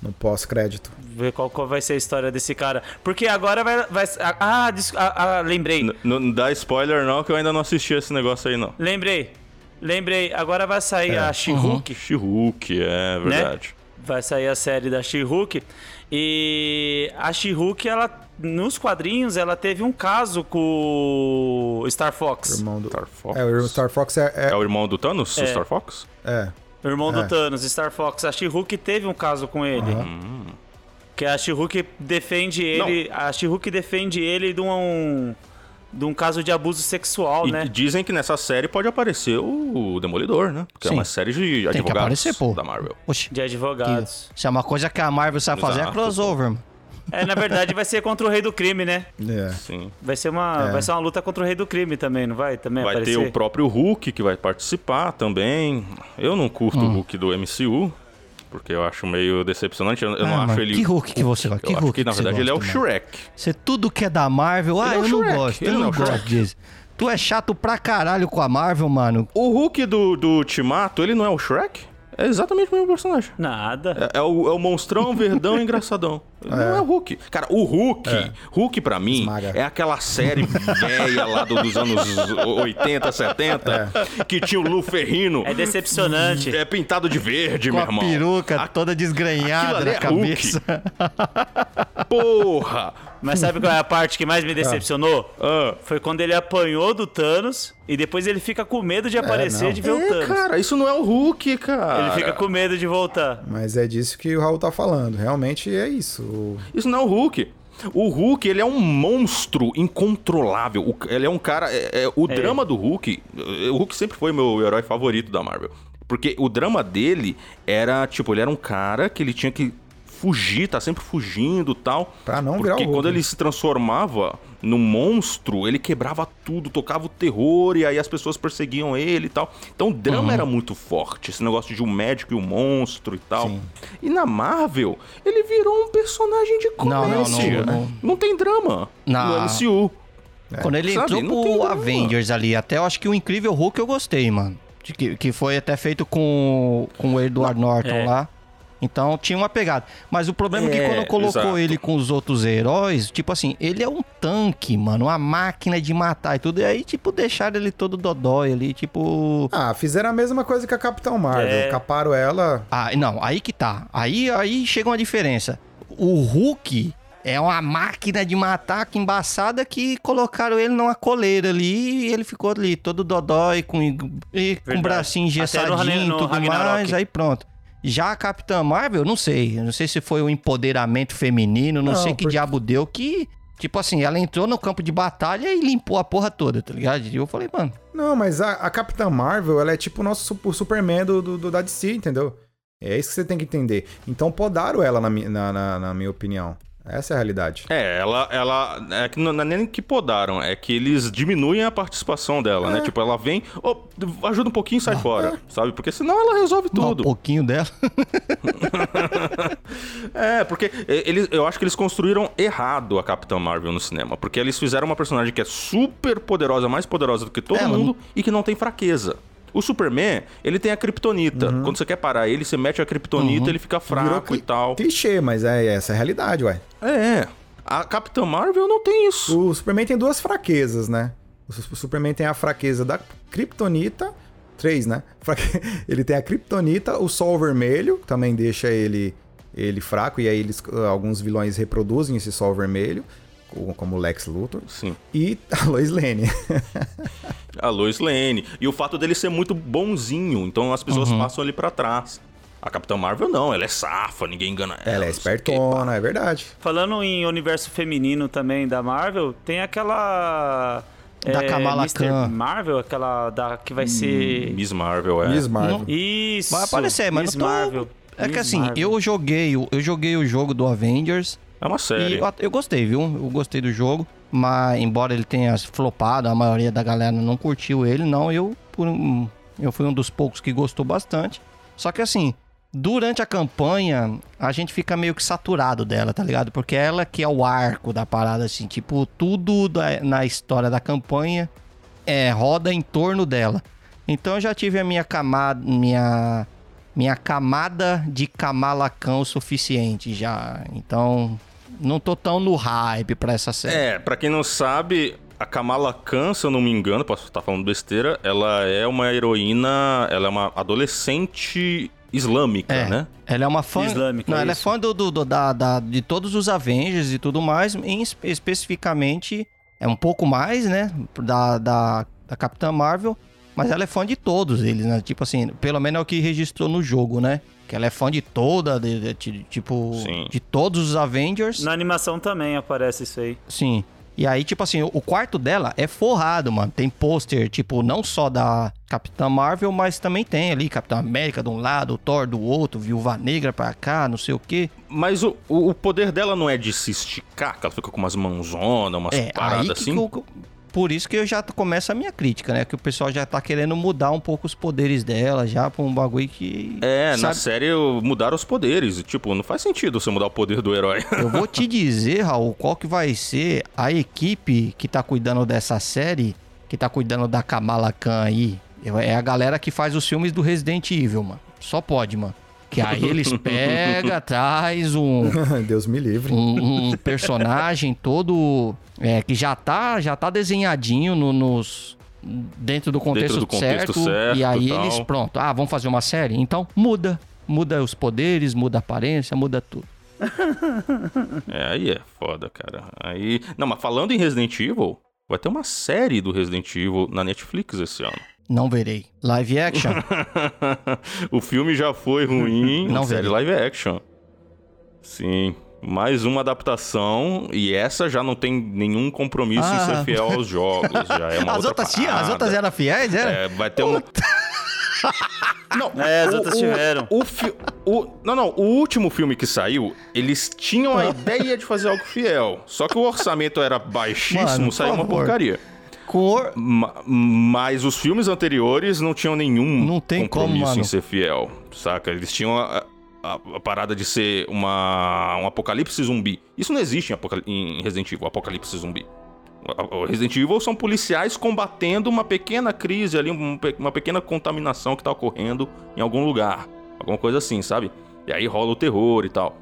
C: no pós-crédito.
B: Ver qual, qual vai ser a história desse cara. Porque agora vai. vai ah, des, ah, ah, lembrei.
D: N- Não dá spoiler, não, que eu ainda não assisti esse negócio aí, não.
B: Lembrei. Lembrei. Agora vai sair
C: É.
B: a
C: Uhum.
B: She-Hulk.
D: She-Hulk,
B: Né?
D: é verdade.
B: Vai sair a série da She-Hulk. E a She-Hulk, ela, nos quadrinhos, ela teve um caso com o Star Fox.
C: Irmão do... Star
D: Fox.
C: É, o irmão Star Fox é.
D: É o irmão do Thanos,
B: É.
D: o Star Fox?
C: É.
B: O irmão
C: É.
B: do Thanos, Star Fox. A She-Hulk teve um caso com ele.
A: Hum.
B: Que a She-Hulk defende ele. A She-Hulk defende ele de um. De um caso de abuso sexual,
D: E
B: né?
D: dizem que nessa série pode aparecer o Demolidor, né? Porque
A: Sim.
D: é uma série de
A: Tem que
D: advogados
A: aparecer, pô.
D: da Marvel.
A: Oxi.
B: De advogados.
A: que- se é uma coisa que a Marvel sabe fazer, é
D: Exato,
A: crossover, mano.
B: É, na verdade, vai ser contra o rei do crime, né?
C: É.
D: Sim.
B: Vai ser uma,
D: É.
B: vai ser uma luta contra o rei do crime também, não vai?
A: Né,
B: Também
D: Vai
B: aparecer?
D: ter o próprio Hulk que vai participar também. Eu não curto
A: Hum.
D: o Hulk do MCU, porque eu acho meio decepcionante. Eu, eu
A: Ah,
D: não acho
A: mano,
D: ele.
A: Que Hulk que você gosta?
D: Eu
A: Que
D: acho
A: Hulk
D: que, na
A: você
D: verdade, ele é o
A: gosta, mano?
D: Shrek.
A: Você tudo que é da Marvel, ah,
D: é o
A: eu não
D: Shrek,
A: gosto, eu
D: ele
A: não
D: é o
A: gosto
D: Shrek.
A: disso. Tu é chato pra caralho com a Marvel, mano.
D: O Hulk do, do Ultimato, ele não é o Shrek? É exatamente o mesmo personagem.
B: Nada.
D: É, é o, é o monstrão verdão engraçadão. Não é o Hulk. Cara, o Hulk, Hulk pra mim, é aquela série velha lá do- dos anos 80, 70, que tinha o Lu Ferrino.
B: É decepcionante.
D: É pintado de verde,
A: com
D: meu
A: a
D: irmão.
A: peruca toda
D: aquilo
A: desgrenhada
D: ali
A: na
D: é
A: cabeça.
D: Porra! Ah.
B: Mas sabe qual é a parte que mais me decepcionou? Foi quando ele apanhou do Thanos e depois ele fica com medo de aparecer
C: não.
B: de ver o
D: É,
B: Thanos.
D: cara, isso não é o Hulk, cara.
B: Ele fica com medo de voltar.
C: Mas é disso que o Raul tá falando. Realmente é isso. O-
D: Isso não é o Hulk. O Hulk, ele é um monstro incontrolável. O- ele é um cara. é- é- o
B: É.
D: drama do Hulk. eh, O Hulk sempre foi meu herói favorito da Marvel. Porque o drama dele era, tipo, ele era um cara que ele tinha que fugir, tá sempre fugindo e tal.
C: Pra não virar o
D: Porque
C: Hulk.
D: quando ele se transformava num monstro, ele quebrava tudo, tocava o terror, e aí as pessoas perseguiam ele e tal. Então o drama era muito forte, esse negócio de um médico e um monstro e tal. E na Marvel, ele virou um personagem de
A: Não, não, não,
D: comédia.
A: não, não.
D: tem drama
A: Na-
D: no MCU.
A: É. Quando ele
D: Sabe? Não
A: entrou
D: tem
A: pro
D: drama.
A: Avengers ali, até eu acho que o Incrível Hulk eu gostei, mano. De Que, que foi até feito com, com o Edward Norton
B: É.
A: lá. Então tinha uma pegada. Mas o problema é, que
D: É,
A: quando colocou
D: exato.
A: ele com os outros heróis, tipo assim, ele é um tanque, mano, uma máquina de matar e tudo. E aí, tipo, deixaram ele todo dodói ali, tipo.
C: Ah, fizeram a mesma coisa que a Capitão Marvel.
A: É.
C: Caparam ela.
A: Ah, não, aí que tá. Aí, aí chega uma diferença. O Hulk é uma máquina de matar que embaçada que colocaram ele numa coleira ali e ele ficou ali todo dodói, com, e com o
B: Verdade.
A: bracinho
B: Até no Ragnar-
A: engessadinho
B: no
A: e tudo
B: Ragnarok.
A: mais, aí pronto. Já a Capitã Marvel, eu não sei. eu Não sei se foi o empoderamento feminino, não,
C: Não,
A: sei que
C: porque-
A: diabo deu que... Tipo assim, ela entrou no campo de batalha e limpou a porra toda, tá ligado? E eu falei, mano...
C: Não, mas a, a Capitã Marvel, ela é tipo o nosso su- o Superman do, do, do- da DC, entendeu? É isso que você tem que entender. Então podaram ela, na, mi- na, na- na minha opinião. Essa é a realidade.
D: É, ela, ela. É que não, não é nem que podaram, é que eles diminuem a participação dela, né? Tipo, ela vem, ô, ajuda um pouquinho e sai fora, sabe? Porque senão ela resolve
A: Dá um
D: tudo.
A: pouquinho dela.
D: É, porque é, eles, eu acho que eles construíram errado a Capitã Marvel no cinema. Porque eles fizeram uma personagem que é super poderosa, mais poderosa do que todo
A: É, mas
D: mundo, e que não tem fraqueza. O Superman, ele tem a Kryptonita. Quando você quer parar ele, você mete a Kryptonita, ele fica fraco e tal.
C: Clichê, mas é essa é a realidade, ué.
D: É. A Capitã Marvel não tem isso.
C: O Superman tem duas fraquezas, né? O Su- o Superman tem a fraqueza da Kryptonita. Três, né? Fraque- Ele tem a Kryptonita, o Sol Vermelho, que também deixa ele, ele fraco, e aí eles, ah, alguns vilões reproduzem esse Sol Vermelho, co- como o Lex Luthor.
D: Sim.
C: E a Lois Lane.
D: A Lois Lane. E o fato dele ser muito bonzinho. Então as pessoas
A: Uhum.
D: passam ele pra trás. A Capitã Marvel não, ela é safa, ninguém engana ela.
C: Ela é espertona, é verdade.
B: Falando em universo feminino também da Marvel, tem aquela.
A: Da Kamala
B: Mr.
A: Khan.
B: Marvel, aquela da, que vai ser.
D: Miss Marvel, é.
C: Hum, Miss Marvel.
B: Isso.
A: Vai aparecer, mas
B: Miss
A: não tô-
B: Marvel.
A: É que
B: Miss
A: assim,
B: Marvel.
A: eu joguei, o- eu joguei o jogo do Avengers.
D: É uma
A: E
D: série.
A: eu, eu gostei, viu? Eu gostei do jogo. Mas, embora ele tenha flopado, a maioria da galera não curtiu ele, não. Eu, por um- eu fui um dos poucos que gostou bastante. Só que assim, durante a campanha, a gente fica meio que saturado dela, tá ligado? Porque ela que é o arco da parada, assim. Tipo, tudo da- na história da campanha é, roda em torno dela. Então eu já tive a minha camada, minha minha camada de camalacão suficiente já. Então, não tô tão no hype pra essa série.
D: É, pra quem não sabe, a Kamala Khan, se eu não me engano, posso estar falando besteira, ela é uma heroína, ela é uma adolescente islâmica,
A: É,
D: né?
A: Ela é uma fã.
B: Islâmica,
A: não,
B: é
A: ela é
B: isso.
A: fã do, do- do- da, da- de todos os Avengers e tudo mais, em espe- especificamente, é um pouco mais, né? Da, da, da Capitã Marvel, mas ela é fã de todos eles, né? Tipo assim, pelo menos é o que registrou no jogo, né? Que ela é fã de toda, de- de- de- tipo, de todos os Avengers.
B: Na animação também aparece isso aí.
A: Sim. E aí, tipo assim, o quarto dela é forrado, mano. Tem pôster, tipo, não só da Capitã Marvel, mas também tem ali Capitão América de um lado, Thor do outro, Viúva Negra pra cá, não sei o quê.
D: Mas o, o, o poder dela não é de se esticar, que ela fica com umas mãozonas, umas
A: É, aí
D: paradas
A: que
D: assim.
A: que eu- por isso que eu já começo a minha crítica, né? Que o pessoal já tá querendo mudar um pouco os poderes dela, já pra um bagulho que...
D: É, na
A: sabe?
D: série eu- mudaram os poderes. e, Tipo, não faz sentido você mudar o poder do herói.
A: Eu vou te dizer, Raul, qual que vai ser a equipe que tá cuidando dessa série, que tá cuidando da Kamala Khan aí. Eu- É a galera que faz os filmes do Resident Evil, mano. Só pode, mano. Que aí eles pegam, traz um,
C: Deus me livre.
A: um, um personagem todo é, que já tá, já tá desenhadinho no- nos dentro do contexto,
D: Dentro do contexto
A: certo,
D: certo,
A: e aí
D: tal.
A: eles pronto ah vamos fazer uma série então muda muda os poderes muda a aparência muda tudo
D: É, aí é foda, cara. Aí. Não, mas falando em Resident Evil, vai ter uma série do Resident Evil na Netflix esse ano.
A: não verei live action
D: o filme já foi ruim,
A: Não
D: não série
A: verei.
D: live action. Sim. Mais uma adaptação, e essa já não tem nenhum compromisso em
A: Ah.
D: ser fiel aos jogos. Já é uma
A: as
D: outra
A: outras tinha, as
D: parada.
A: outras eram fiéis, era?
D: É, vai ter um. Não,
B: É, as outras
D: o-
B: tiveram.
D: O, fi- o- não, não, o último filme que saiu, eles tinham
B: Ah.
D: a ideia de fazer algo fiel. Só que o orçamento era baixíssimo,
A: Mano, por
D: saiu uma
A: favor.
D: porcaria.
A: Cor.
D: Ma- mas os filmes anteriores não tinham nenhum
A: Não tem como,
D: compromisso
A: mano.
D: em ser fiel, saca? Eles tinham a, a- a parada de ser uma, um apocalipse zumbi. Isso não existe em, apocal- em Resident Evil, apocalipse zumbi. O- o Resident Evil são policiais combatendo uma pequena crise ali, um pe- uma pequena contaminação que tá ocorrendo em algum lugar. Alguma coisa assim, sabe? E aí rola o terror e tal.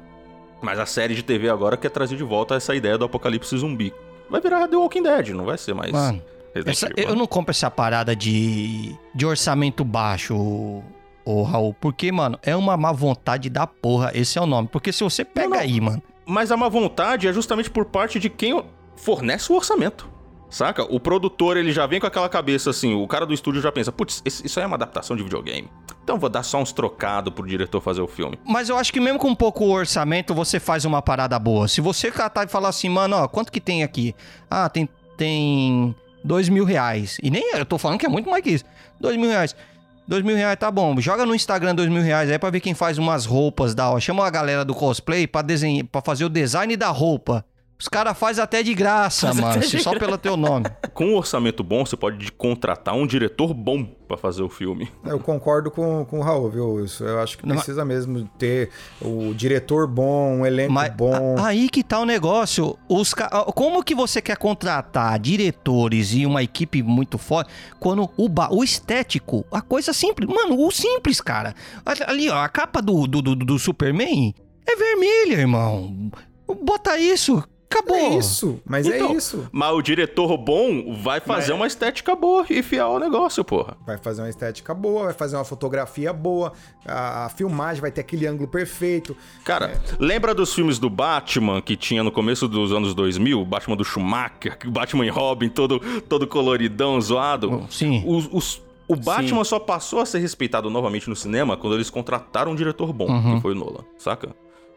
D: Mas a série de TV agora quer trazer de volta essa ideia do apocalipse zumbi. Vai virar The Walking Dead, não vai ser mais.
A: Mano,
D: Resident
A: Essa-
D: Evil,
A: eu não compro essa parada de, de orçamento baixo, ô ô, Raul. Porque, mano, é uma má vontade da porra. Esse é o nome. Porque se você pega aí, mano.
D: Mas a má vontade é justamente por parte de quem fornece o orçamento. Saca? O produtor, ele já vem com aquela cabeça assim, o cara do estúdio já pensa, putz, esse- isso aí é uma adaptação de videogame. Então vou dar só uns trocados pro diretor fazer o filme.
A: Mas eu acho que mesmo com um pouco orçamento, você faz uma parada boa. Se você catar e falar assim, mano, ó, quanto que tem aqui? Ah, tem. Tem. Dois mil reais. E nem eu tô falando que é muito mais que isso. Dois mil reais. Dois mil reais, tá bom. Joga no Instagram dois mil reais aí pra ver quem faz umas roupas da hora. Chama a galera do cosplay pra, desenhar, pra fazer o design da roupa. Os caras fazem até de graça,
D: Faz
A: mano.
D: até de
A: Só
D: graça.
A: pelo teu nome.
D: Com um orçamento bom, você pode contratar um diretor bom pra fazer o filme.
C: Eu concordo com, com o Raul, viu? Isso, eu acho que
A: Não, mas-
C: precisa mesmo ter o diretor bom, um elenco
A: Mas
C: bom.
A: a- aí que tá o negócio. Os ca- Como que você quer contratar diretores e uma equipe muito forte quando o, ba- o estético, a coisa simples. Mano, o simples, cara. Ali, ó, a capa do, do, do, do Superman é vermelha, irmão. Bota isso. Acabou.
C: É isso, mas
D: Então,
C: é isso. É.
D: Mas o diretor bom vai fazer uma estética boa e fiel ao negócio, porra.
C: Vai fazer uma estética boa, vai fazer uma fotografia boa, a, a filmagem vai ter aquele ângulo perfeito. É.
D: Cara, lembra dos filmes do Batman que tinha no começo dos anos 2000? O Batman do Schumacher, que o Batman e Robin todo, todo coloridão, zoado?
A: Sim.
D: Os, os- o Batman só passou a ser respeitado novamente no cinema quando eles contrataram um diretor bom,
A: Uhum.
D: que foi o Nolan, saca?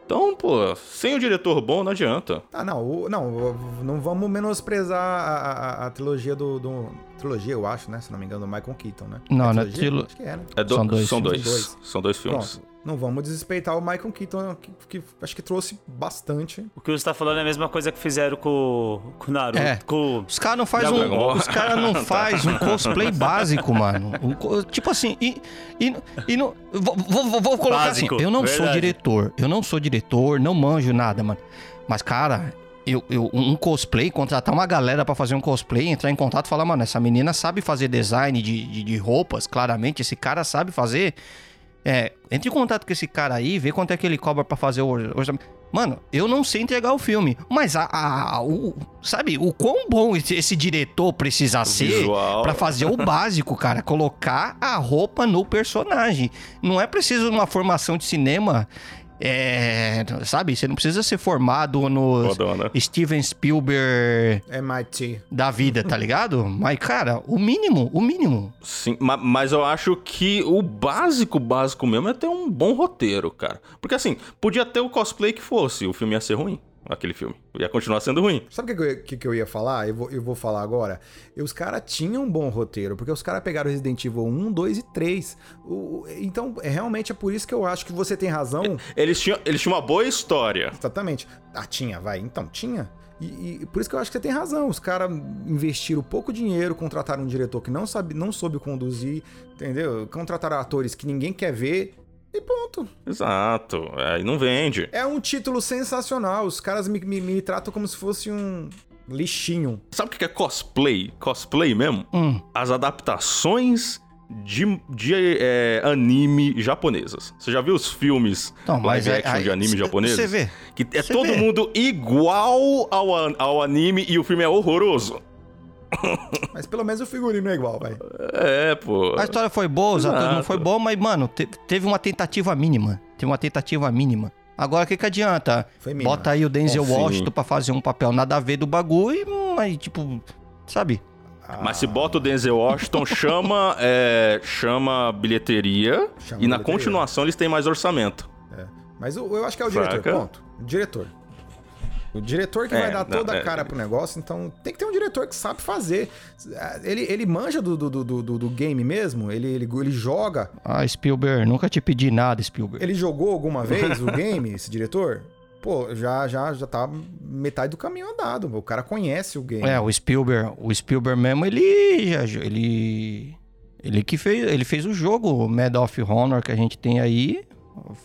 D: Então, pô, sem o diretor bom não adianta.
C: Ah, não, o- não, o- não vamos menosprezar a, a- a- a trilogia do, do- Trilogia, eu acho, né? Se não me engano, do Michael Keaton, né?
A: Não, não é
C: trilogia?
A: trilo-
C: Acho que é, né?
D: É do-
A: São dois
D: São
A: filmes.
D: dois, são dois filmes.
C: Pronto, não vamos desrespeitar o Michael Keaton, que, que acho que trouxe bastante.
B: O que você tá falando é a mesma coisa que fizeram com, com o Naruto.
A: É.
B: Com...
A: Os caras não faz
B: Dragon
A: um,
B: Ball.
A: os cara não
B: Tá.
A: faz um cosplay básico, mano. Um co- tipo assim, e, e, e não, vou, vou- vou colocar
B: Básico,
A: assim, eu não sou
B: verdade.
A: diretor, eu não sou diretor, não manjo nada, mano. Mas cara, eu, eu um cosplay, contratar uma galera pra fazer um cosplay, entrar em contato e falar, mano, essa menina sabe fazer design de, de, de roupas, claramente, esse cara sabe fazer É, entre em contato com esse cara aí, vê quanto é que ele cobra pra fazer o orçamento. Mano, eu não sei entregar o filme, mas a, a- o, sabe, o quão bom esse, esse diretor precisa ser
D: visual.
A: pra fazer o básico, cara, colocar a roupa no personagem. Não é preciso uma formação de cinema, é, sabe, você não precisa ser formado no
D: Fodona.
A: Steven Spielberg
C: MIT.
A: da vida, tá ligado? Mas cara, o mínimo, o mínimo.
D: Sim, ma- mas eu acho que o básico, básico mesmo é ter um bom roteiro, cara. Porque assim, podia ter o cosplay que fosse, o filme ia ser ruim. Aquele filme. Ia continuar sendo ruim.
C: Sabe o que, que eu ia- que, que eu ia falar? Eu vou, eu vou falar agora. E os caras tinham um bom roteiro, porque os caras pegaram Resident Evil 1, 2 e 3. O- o- então, é, realmente é por isso que eu acho que você tem razão.
D: Eles tinham, eles tinham uma boa história.
C: Exatamente. Ah, tinha, vai. Então, tinha. E, e por isso que eu acho que você tem razão. Os caras investiram pouco dinheiro, contrataram um diretor que não, sabe, não soube conduzir, entendeu? Contrataram atores que ninguém quer ver e ponto.
D: Exato. Aí não vende.
C: É um título sensacional. Os caras me, me- me tratam como se fosse um lixinho.
D: Sabe o que que é cosplay? Cosplay mesmo?
A: Hum.
D: As adaptações de, de, é, anime japonesas. Você já viu os filmes
A: Então, mas
D: live
A: é-
D: action
A: aí,
D: de anime
A: cê-
D: japoneses?
A: cê vê.
D: Que é
A: Cê
D: todo
A: vê.
D: mundo igual ao, an- ao anime e o filme é horroroso.
C: Mas pelo menos o figurino é igual, vai.
D: É, pô.
A: A história foi boa, os atores não
D: Exato.
A: foi bom, mas, mano, te- teve uma tentativa mínima. Teve uma tentativa mínima. Agora, o que, que adianta?
C: Foi mínima.
A: Bota aí o Denzel
D: É, sim.
A: Washington pra fazer um papel nada a ver do bagulho, mas, tipo, sabe?
D: Mas se bota o Denzel Washington, chama, é, chama bilheteria
C: Chama
D: e na
C: bilheteria.
D: continuação eles têm mais orçamento.
C: É. Mas eu, eu acho que é o diretor,
D: Fraca.
C: ponto. O diretor. O diretor que
D: É,
C: vai dar
D: não,
C: toda
D: é.
C: a cara pro negócio, então tem que ter um diretor que sabe fazer. Ele, ele manja do, do, do, do- do game mesmo, ele, ele, ele joga.
A: Ah, Spielberg, nunca te pedi nada, Spielberg.
C: Ele jogou alguma vez o game, esse diretor? Pô, já, já, já tá metade do caminho andado. O cara conhece o game.
A: É, o Spielberg, o Spielberg mesmo, ele já, jo- ele ele que fez, ele fez o jogo o Medal of Honor que a gente tem aí,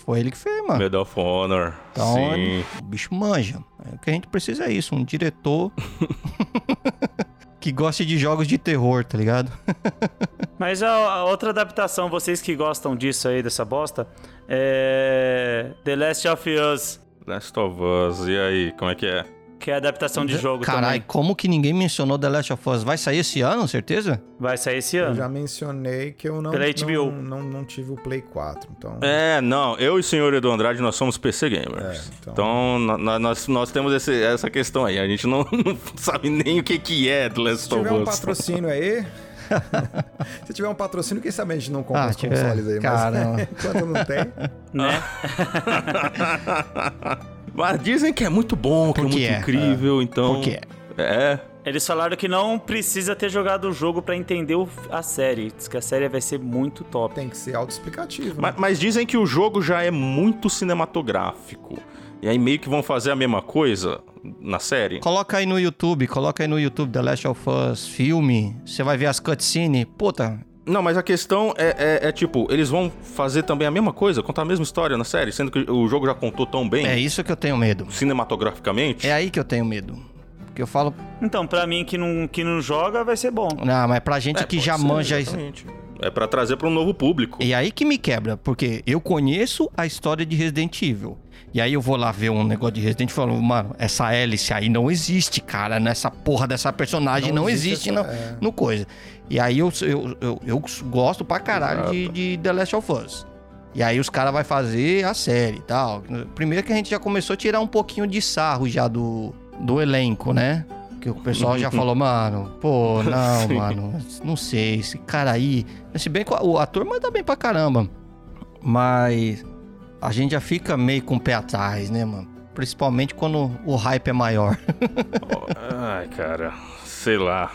A: foi ele que fez, mano.
D: Medal of Honor.
C: Tá
A: Então,
D: Sim.
A: o bicho manja. É, O que a gente precisa é isso, um diretor que goste de jogos de terror, tá ligado?
B: Mas a, a outra adaptação, vocês que gostam disso aí, dessa bosta, é. The Last of Us,
D: Last of Us, e aí, como é que é?
B: que é a adaptação de jogo
A: Carai,
B: também.
A: como que ninguém mencionou The Last of Us? Vai sair esse ano, certeza?
B: Vai sair esse
C: Eu
B: ano.
C: já mencionei que eu não,
B: Pela
C: não,
B: HBO.
C: não, não tive o Play 4, então.
D: É, não, eu e o senhor Edu Andrade, nós somos PC gamers.
C: É,
D: então,
C: então-
D: no- no- nós, nós temos esse- essa questão aí. A gente não, não sabe nem o que, que é The
C: Se
D: Last of
C: tiver um
D: Us.
C: patrocínio aí. se tiver um patrocínio, quem sabe a gente não compra
A: Ah,
C: os
A: tiver.
C: consoles aí,
A: Caramba.
C: mas enquanto não tem.
B: Né?
D: Mas dizem que é muito bom, que é
A: Porque
D: muito
A: é.
D: incrível, então.
A: Porque
D: É.
B: Eles falaram que não precisa ter jogado o jogo pra entender o- a série. Diz que a série vai ser muito top.
C: Tem que ser autoexplicativo.
D: Ma-
C: né?
D: Mas, dizem que o jogo já é muito cinematográfico. E aí meio que vão fazer a mesma coisa na série.
A: Coloca aí no YouTube, coloca aí no YouTube The Last of Us filme, você vai ver as cutscenes. Puta,
D: Não, mas a questão é, é- é, tipo, eles vão fazer também a mesma coisa, contar a mesma história na série, sendo que o jogo já contou tão bem
A: é isso que eu tenho medo.
D: cinematograficamente.
A: É aí que eu tenho medo. Porque eu falo,
C: né?
B: Então, pra mim que não, que não joga, vai ser bom.
A: não, mas é pra gente que
D: É, pode
A: já
D: ser,
A: manja isso.
D: exatamente. É pra trazer pra um novo público.
A: E aí que me quebra, porque eu conheço a história de Resident Evil. E aí eu vou lá ver um negócio de Resident Evil e falo, mano, essa hélice aí não existe, cara. Nessa porra dessa personagem não,
C: Não
A: existe,
C: existe
A: não,
C: essa- é.
A: no coisa. E aí eu, eu, eu, eu gosto pra caralho de, de The Last of Us. E aí os caras vão fazer a série e tal. Primeiro que a gente já começou a tirar um pouquinho de sarro já do, do elenco, né? Que o pessoal já falou, mano, pô, não,
D: Sim.
A: mano, não sei, esse cara aí. Se bem que o ator manda bem pra caramba. Mas a gente já fica meio com o pé atrás, né, mano? Principalmente quando o hype é maior.
D: Ai, cara, sei lá.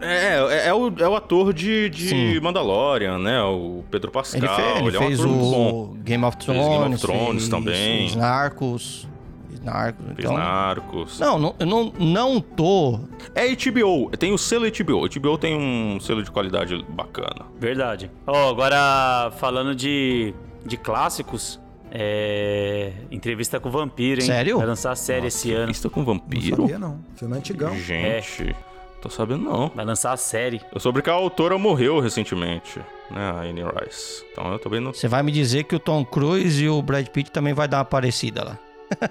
D: É, é, é o, é o ator de, de
A: Sim.
D: Mandalorian, né? O Pedro Pascal.
A: Ele, fe- ele
D: é um
A: fez
D: ator muito bom.
A: o Game of
D: Fez Game
A: Thrones.
D: of Thrones
A: fez
D: também.
A: Os Narcos. Os Narcos.
D: Fez
A: Então,
D: Narcos.
A: não, não, eu não, não tô.
D: É HBO, tem o selo HBO. HBO tem um selo de qualidade bacana.
B: Verdade. Ó, agora falando de, de clássicos, é... Entrevista com o Vampiro, hein?
A: Sério?
B: Vai lançar a série esse ano.
D: Entrevista é com
C: Não
D: vampiro?
C: sabia, não. Filme antigão.
D: Gente, tô sabendo não.
B: É.
D: É
B: Vai lançar a série.
D: Eu soube que a autora morreu recentemente. Ah, Anne Rice. Então eu tô vendo.
A: Você vai me dizer que o Tom Cruise e o Brad Pitt também vai dar uma parecida lá.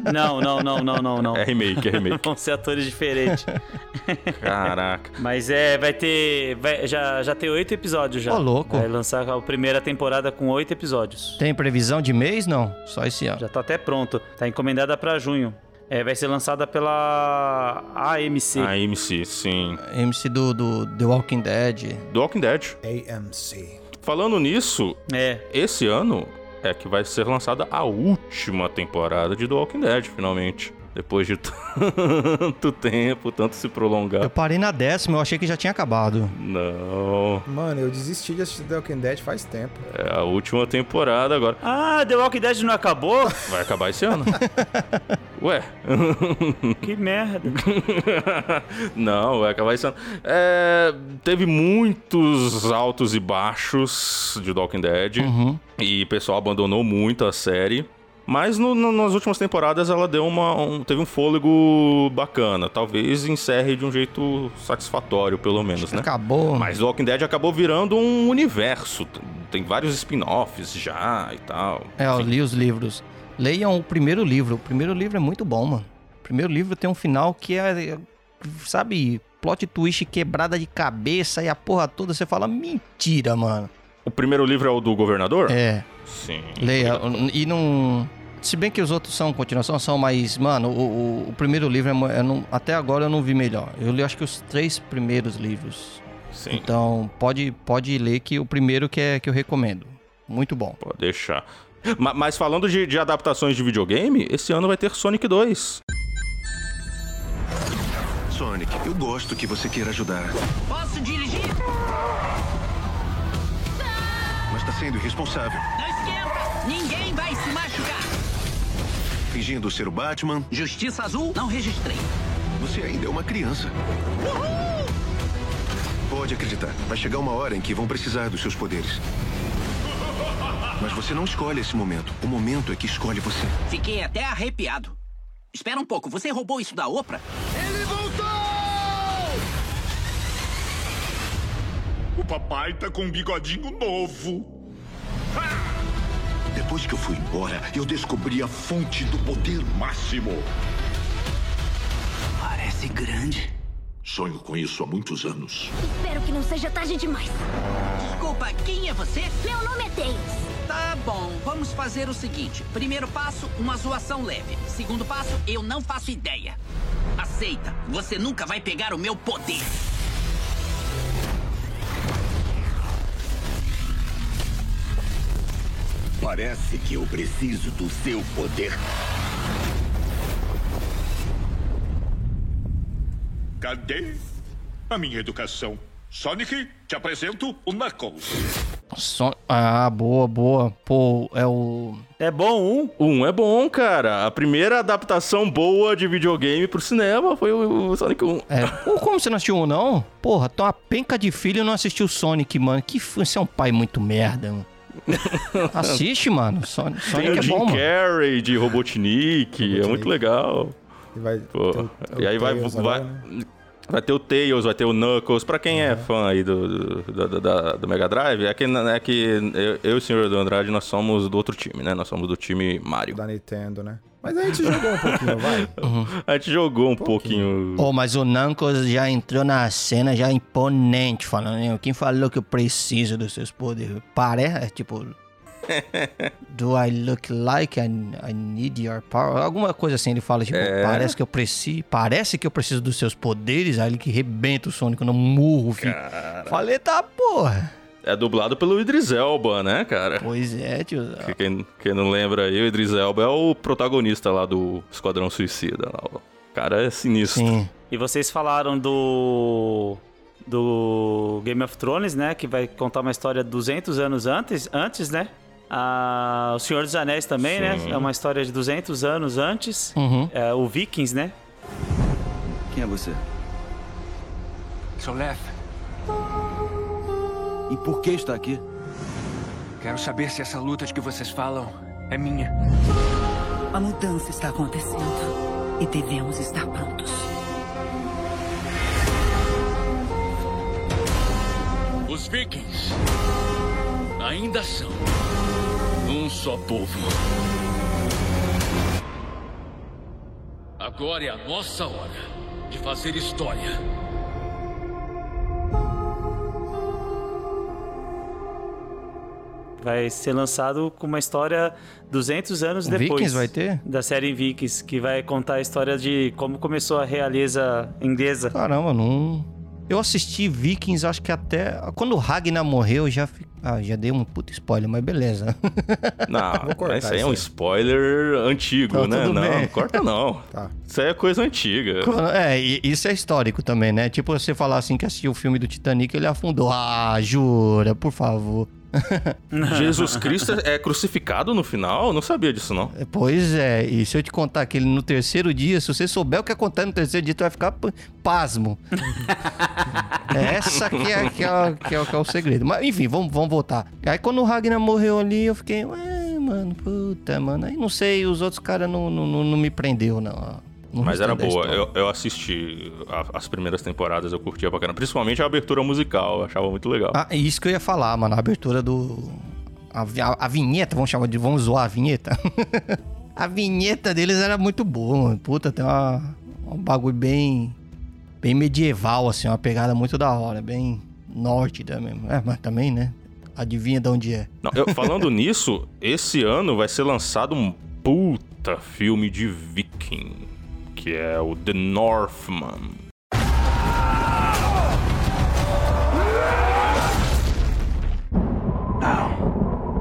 B: Não, não, não, não, não, não.
D: É remake, é remake.
B: Vão ser atores diferentes.
D: Caraca.
B: Mas é, vai ter. vai- já, já tem oito episódios já.
A: Ô, louco.
B: Vai lançar a primeira temporada com oito episódios.
A: Tem previsão de mês? Não, só esse ano.
B: Já tá até pronto. Tá encomendada pra junho. É, vai ser lançada pela AMC.
D: A MC, sim.
A: MC do, do The Walking Dead.
D: Do Walking Dead.
C: AMC.
D: Falando nisso,
B: É.
D: esse ano é que vai ser lançada a última temporada de The Walking Dead, finalmente. Depois de tanto tempo, tanto se prolongar.
A: Eu parei na décima, eu achei que já tinha acabado.
D: Não.
C: Mano, eu desisti de assistir The Walking Dead faz tempo.
D: É a última temporada agora.
B: Ah, The Walking Dead não acabou?
D: Vai acabar esse ano. Ué.
B: que merda.
D: Não, vai acabar esse ano. É, teve muitos altos e baixos de The Walking Dead.
A: Uhum.
D: E o pessoal abandonou muito a série. Mas no- no- nas últimas temporadas ela deu uma. um- teve um fôlego bacana. Talvez encerre de um jeito satisfatório, pelo menos, né?
A: Acabou.
D: Mas The Walking Dead acabou virando um universo. T- Tem vários spin-offs já e tal.
A: É, eu li os livros. Leiam o primeiro livro. O primeiro livro é muito bom, mano. O primeiro livro tem um final que é, é, sabe, plot twist quebrada de cabeça e a porra toda. Você fala, mentira, mano.
D: O primeiro livro é o do governador?
A: É.
D: Sim.
A: Leia. E não. Se bem que os outros são continuação, são, mas, mano, o, o- o primeiro livro é. mo- eu não- até agora eu não vi melhor. Eu li acho que os três primeiros livros.
D: Sim.
A: Então, pode, pode ler que o primeiro que, é, que eu recomendo. Muito bom.
D: Pode deixar. Ma- Mas falando de, de adaptações de videogame, esse ano vai ter Sonic 2.
H: Sonic, eu gosto que você queira ajudar,
J: Posso dirigir?
H: mas tá sendo irresponsável.
J: Não esquenta! Ninguém vai se machucar!
H: Fingindo ser o Batman,
J: Justiça Azul, não registrei.
H: você ainda é uma criança. Pode acreditar, vai chegar uma hora em que vão precisar dos seus poderes. Mas você não escolhe esse momento. O momento é que escolhe você.
J: Fiquei até arrepiado. Espera um pouco, você roubou isso da Oprah?
Q: Ele voltou! O papai tá com um bigodinho novo. Ah!
H: Depois que eu fui embora, eu descobri a fonte do poder máximo.
J: Parece grande.
H: Sonho com isso há muitos anos.
J: Espero que não seja tarde demais. Desculpa, quem é você? Meu nome é Tails. Tá bom, vamos fazer o seguinte. Primeiro passo, uma zoação leve. Segundo passo, eu não faço ideia. Aceita, você nunca vai pegar o meu poder.
Q: Parece que eu preciso do seu poder. Cadê a minha educação? Sonic, te apresento o Knuckles.
A: Son- Ah, boa, boa. Pô, é o.
B: É bom um?
D: Um é bom, cara. A primeira adaptação boa de videogame pro cinema foi o o Sonic 1.
A: É. Pô, como você não assistiu um, não? Porra, tô uma penca de filho e não assistiu Sonic, mano. Que f... Você é um pai muito merda, mano. Assiste, mano. Son-
D: Tem
A: Sonic
D: o
A: é
D: Jim
A: bom, mano.
D: Carrey de Robotnik, é muito legal.
C: E, vai,
D: Pô,
C: o-
D: e aí
C: o
D: vai,
C: Tails
D: vai,
C: agora,
D: vai ter o Tails, vai ter o Knuckles. Pra quem é fã aí do, do, do- da- do Mega Drive, é que, é que eu, eu e o senhor do Andrade, nós somos do outro time, né? Nós somos do time Mario.
C: Da Nintendo, né? Mas a gente jogou um pouquinho, vai.
D: A gente jogou um pouquinho.
A: Ô, mas o Nankos já entrou na cena já imponente, falando, né? Quem falou que eu preciso dos seus poderes? Parece, é tipo... Do I look like I, I need your power? Alguma coisa assim, ele fala, tipo,
D: É.
A: parece que eu preciso... Parece que eu preciso dos seus poderes? Aí ele que rebenta o Sonic no murro, filho. Falei, tá porra.
D: É dublado pelo Idris Elba, né, cara?
A: Pois é, tio.
D: Que- Quem, quem não lembra aí, o Idris Elba é o protagonista lá do Esquadrão Suicida. Lá. O cara é sinistro.
B: E vocês falaram do do Game of Thrones, né, que vai contar uma história 200 anos antes, antes, né? Ah, o Senhor dos Anéis também,
F: Sim.
B: né? É uma história de 200 anos antes.
F: Uhum.
B: É, o Vikings, né?
F: Quem é você?
T: Sou Lef. E por que está aqui? Quero saber se essa luta de que vocês falam é minha.
J: A mudança está acontecendo e devemos estar prontos.
Q: Os vikings
E: ainda são um só povo. Agora é a nossa hora de fazer história.
B: Vai ser lançado com uma história 200 anos
A: O
B: depois.
A: Vikings vai ter?
B: Da série Vikings, que vai contar a história de como começou a realeza inglesa.
A: Caramba, não. Eu assisti Vikings, acho que até. Quando o Ragnar morreu, já, fi- ah, já dei um puto spoiler, mas beleza.
D: Não,
A: cortar
D: esse aí é
A: isso
D: um
A: aí.
D: spoiler antigo,
A: Tá,
D: né?
A: tudo
D: não,
A: bem. Tá.
D: corta não. Isso aí é coisa antiga.
A: Quando- É, e- isso é histórico também, né? Tipo você falar assim que assistiu o filme do Titanic ele afundou. Ah, jura, por favor.
D: Jesus Cristo é crucificado no final? Eu Não sabia disso, não.
A: Pois é, e se eu te contar que ele no terceiro dia, se você souber o que acontece no terceiro dia, tu vai ficar p- pasmo. é essa que é, que, é, o- que, é, o- que é o segredo. Mas enfim, vamos, vamos voltar. Aí quando o Ragnar morreu ali, eu fiquei, ué, mano, puta, mano. Aí não sei, os outros caras não, não, não, não me prendeu, não. No
D: Mas
A: resto
D: era
A: da
D: boa.
A: história.
D: Eu, eu assisti a- as primeiras temporadas, eu curtia pra caramba. Principalmente a abertura musical, eu achava muito legal.
A: Ah, é isso que eu ia falar, mano. A abertura do. A, vi- a- a vinheta, vamos chamar de. Vamos zoar a vinheta. a vinheta deles era muito boa, mano. Puta, tem uma, um bagulho bem. Bem medieval, assim. Uma pegada muito da hora. Bem norte também. É, mas também, né? Adivinha de onde é.
D: Não, eu- falando nisso, esse ano vai ser lançado um puta filme de viking, que é o The Northman.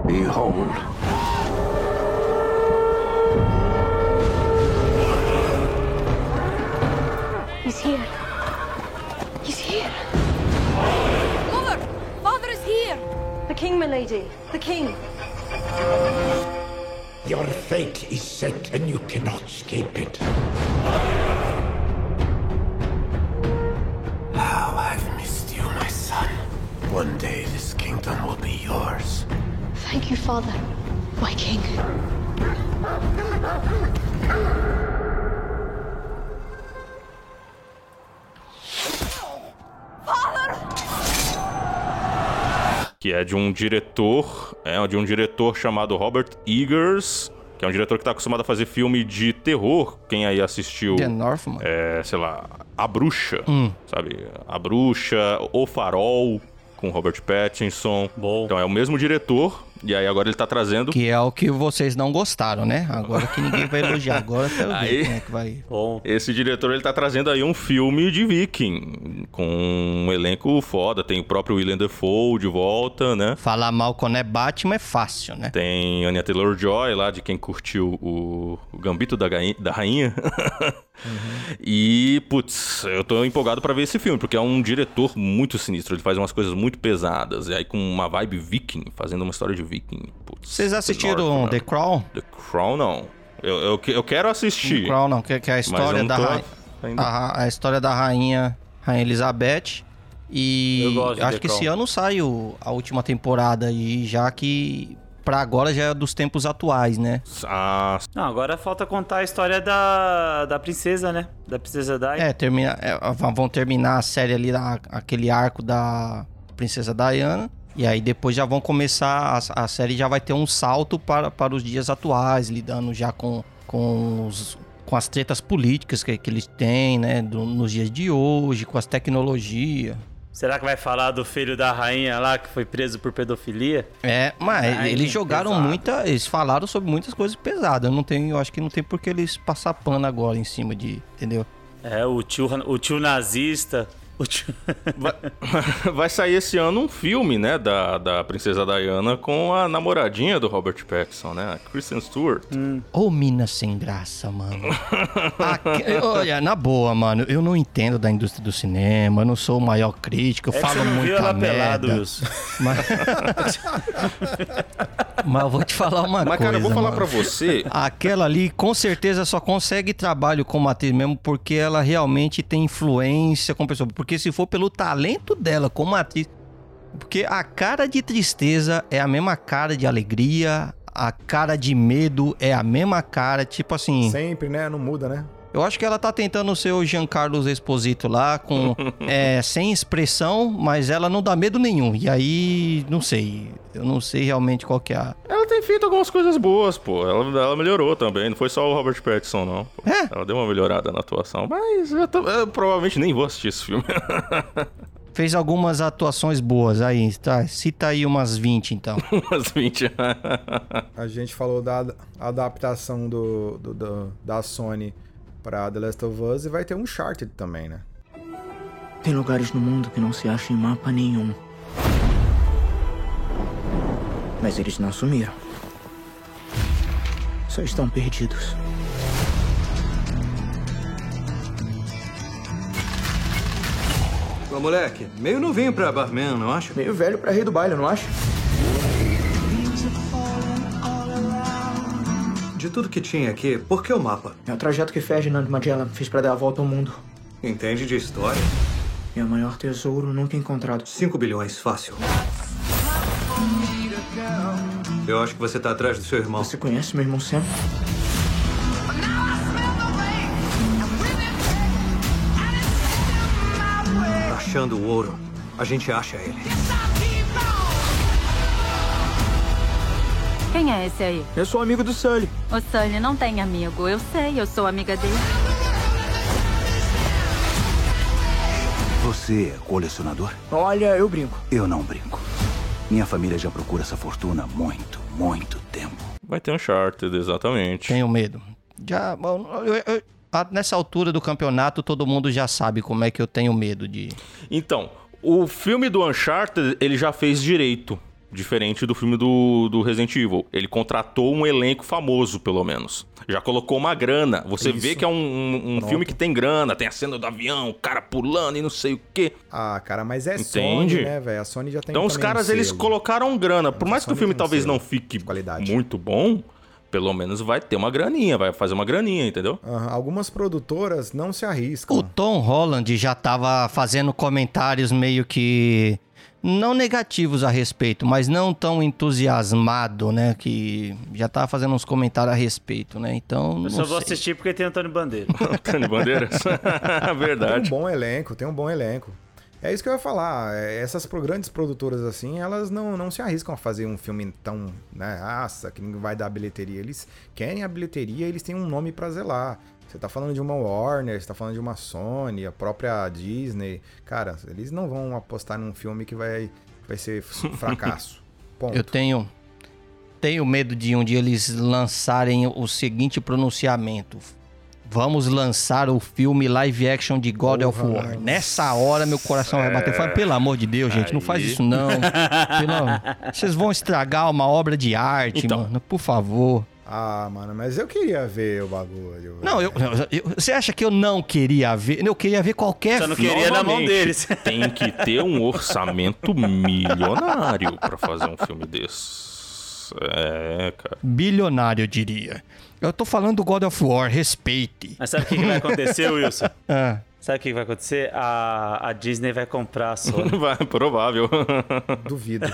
F: Behold.
M: He's here. He's here.
S: Lord, father is here.
M: The king, milady. The king.
I: Your fate is set and you cannot escape it.
E: How I've missed you, my son. One day this kingdom will be yours.
M: Thank you, father. My king.
D: que é de um diretor, é de um diretor chamado Robert Eggers, que é um diretor que tá acostumado a fazer filme de terror. Quem aí assistiu?
A: The Northman.
D: É, sei lá, A Bruxa,
A: Hum.
D: sabe? A Bruxa, O Farol, com Robert Pattinson. Bom. Então é o mesmo diretor, e aí agora ele tá trazendo...
A: Que é o que vocês não gostaram, né? Agora que ninguém vai elogiar. Agora até eu ver
D: Aí-
A: como é que vai.
D: Esse diretor ele tá trazendo aí um filme de Viking, com um elenco foda. Tem o próprio Willem Dafoe de volta, né?
A: Falar mal quando é Batman é fácil, né?
D: Tem Anya Taylor Joy lá, de quem curtiu o, o Gambito da, Gain- da Rainha. E, putz, eu tô empolgado pra ver esse filme, porque é um diretor muito sinistro. Ele faz umas coisas muito pesadas. E aí, com uma vibe viking, fazendo uma história de viking. Putz,
A: Vocês
D: The
A: assistiram
D: Northman.
A: The Crown?
D: The Crown, não. Eu, eu, que- eu quero assistir.
A: The Crown não, que, que é a
D: mas eu
A: história
D: não
A: da
D: tô
A: rainha,
D: ainda.
A: a, ra- a história da rainha, rainha Elizabeth. E eu
D: gosto de
A: acho
D: The
A: que esse
D: Crown.
A: ano sai o- a última temporada e já que pra agora já é dos tempos atuais, né?
D: Ah,
B: Não, agora falta contar a história da, da princesa, né? Da princesa Dai.
A: É, termina, é, va- vão terminar a série ali, da- aquele arco da Princesa Diana. E aí depois já vão começar, a, a série já vai ter um salto para, para os dias atuais, lidando já com, com, os- com as tretas políticas que, que eles têm, né? do- nos dias de hoje, com as tecnologias.
B: Será que vai falar do filho da rainha lá que foi preso por pedofilia?
A: É, mas
B: Ai,
A: eles jogaram
B: pesado.
A: muita. Eles falaram sobre muitas coisas pesadas. Eu não tenho, eu acho que não tem por que eles passar pano agora em cima de. Entendeu?
B: É, o tio, o tio nazista. O tio...
D: Vai sair esse ano um filme, né, da, da Princesa Diana com a namoradinha do Robert Pattinson, né? a Kristen Stewart.
B: Hum.
A: Ô, mina sem graça, mano. Aqui- olha, na boa, mano, eu não entendo da indústria do cinema, eu não sou o maior crítico, eu
B: É que
A: falo
B: você não viu
A: muita
B: ela
A: merda.
B: pelado, Wilson.
A: Mas... Mas eu vou te falar uma
D: Mas,
A: coisa.
D: cara, eu vou falar
A: mano.
D: pra você.
A: Aquela ali, com certeza, só consegue trabalho como atriz mesmo porque ela realmente tem influência como pessoa. Porque se for pelo talento dela como atriz. Porque a cara de tristeza é a mesma cara de alegria, a cara de medo é a mesma cara, tipo assim.
C: Sempre, né? Não muda, né?
A: Eu acho que ela tá tentando ser o Giancarlo Esposito lá, com é, sem expressão, mas ela não dá medo nenhum. E aí, não sei. Eu não sei realmente qual que é a.
D: Ela tem feito algumas coisas boas, pô. Ela, ela melhorou também. Não foi só o Robert Pattinson, não. pô.
A: É?
D: Ela deu uma melhorada na atuação. Mas eu, tam- eu provavelmente nem vou assistir esse filme.
A: Fez algumas atuações boas aí, tá? Cita aí umas 20, então.
D: Umas 20.
C: A gente falou da ad- adaptação do, do- do- da Sony pra The Last of Us e vai ter um Uncharted também, né?
K: Tem lugares no mundo que não se acha em mapa nenhum. Mas eles não sumiram. Só estão perdidos.
U: Ô, moleque, meio novinho pra barman, não acha?
X: Meio velho pra rei do baile, não é? acha?
U: De tudo que tinha aqui, por que o mapa?
X: É o trajeto que Ferdinand Magellan fez pra dar a volta ao mundo.
U: Entende de história?
X: É o maior tesouro nunca encontrado.
U: 5 bilhões, fácil. Eu acho que você tá atrás do seu irmão.
X: Você conhece meu irmão Sam?
U: Achando o ouro, a gente acha ele.
V: Quem é esse aí?
X: Eu sou amigo do Sully.
V: O Sunny não tem amigo. Eu sei, eu sou amiga dele.
X: Você é colecionador? Olha, eu brinco.
F: Eu não brinco. Minha família já procura essa fortuna há muito, muito tempo.
D: Vai ter um Uncharted, exatamente.
A: Tenho medo. Já, bom, eu- eu- a- nessa altura do campeonato, todo mundo já sabe como é que eu tenho medo de.
D: Então, o filme do Uncharted, ele já fez direito. Diferente do filme do, do Resident Evil. Ele contratou um elenco famoso, pelo menos. Já colocou uma grana. Você vê
C: Isso.
D: que é um, um- um
C: Pronto.
D: filme que tem grana. Tem a cena do avião, o cara pulando e não sei o quê.
C: Ah, cara, mas é
D: Entende?
C: Sony, né, velho? A Sony já tem
D: Então os
C: também um
D: caras, eles
C: selo.
D: colocaram grana. Por mais que o
C: Sony
D: filme
C: tem um
D: talvez
C: selo
D: não fique muito bom, pelo menos vai ter uma graninha. Vai fazer uma graninha, entendeu?
C: Aham, Algumas produtoras não se arriscam.
A: O Tom Holland já tava fazendo comentários meio que. Não negativos a respeito, mas não tão entusiasmado, né? Que já tava fazendo uns comentários a respeito, né? Então.
B: Eu
A: Não
B: só vou
A: sei.
B: assistir porque tem Antônio Bandeira.
D: Antônio Bandeiras? Verdade.
C: Tem um bom elenco, tem um bom elenco. É isso que eu ia falar. é, Essas pro- grandes produtoras assim, elas não, não se arriscam a fazer um filme tão, né, aça, que não vai dar bilheteria. Eles querem a bilheteria, eles têm um nome pra zelar. Você tá falando de uma Warner, você tá falando de uma Sony, a própria Disney. Cara, eles não vão apostar num filme que vai, vai ser fracasso. Ponto.
A: Eu tenho. Tenho medo de um dia eles lançarem o seguinte pronunciamento. Vamos lançar o filme live action de God of
C: Porra,
A: War.
C: nossa.
A: Nessa hora meu coração vai bater. Eu falo, pelo amor de Deus, gente, não faz
D: Aí.
A: isso não. Pelo- Vocês vão estragar uma obra de arte,
D: Então.
A: mano. Por favor.
C: Ah, mano, mas eu queria ver o bagulho.
A: Não, eu, eu- eu- você acha que eu não queria ver? Eu queria ver qualquer
B: Só não
A: filme.
B: queria na mão
D: Novamente,
B: deles.
D: Tem que ter um orçamento milionário pra fazer um filme desse. É, cara.
A: Bilionário, eu diria. Eu tô falando do God of War, respeite.
B: Mas sabe o que, que vai acontecer, Wilson?
A: Ah.
B: Sabe o que que vai acontecer? A, a Disney vai comprar a Sony.
D: Vai, provável.
C: Duvido.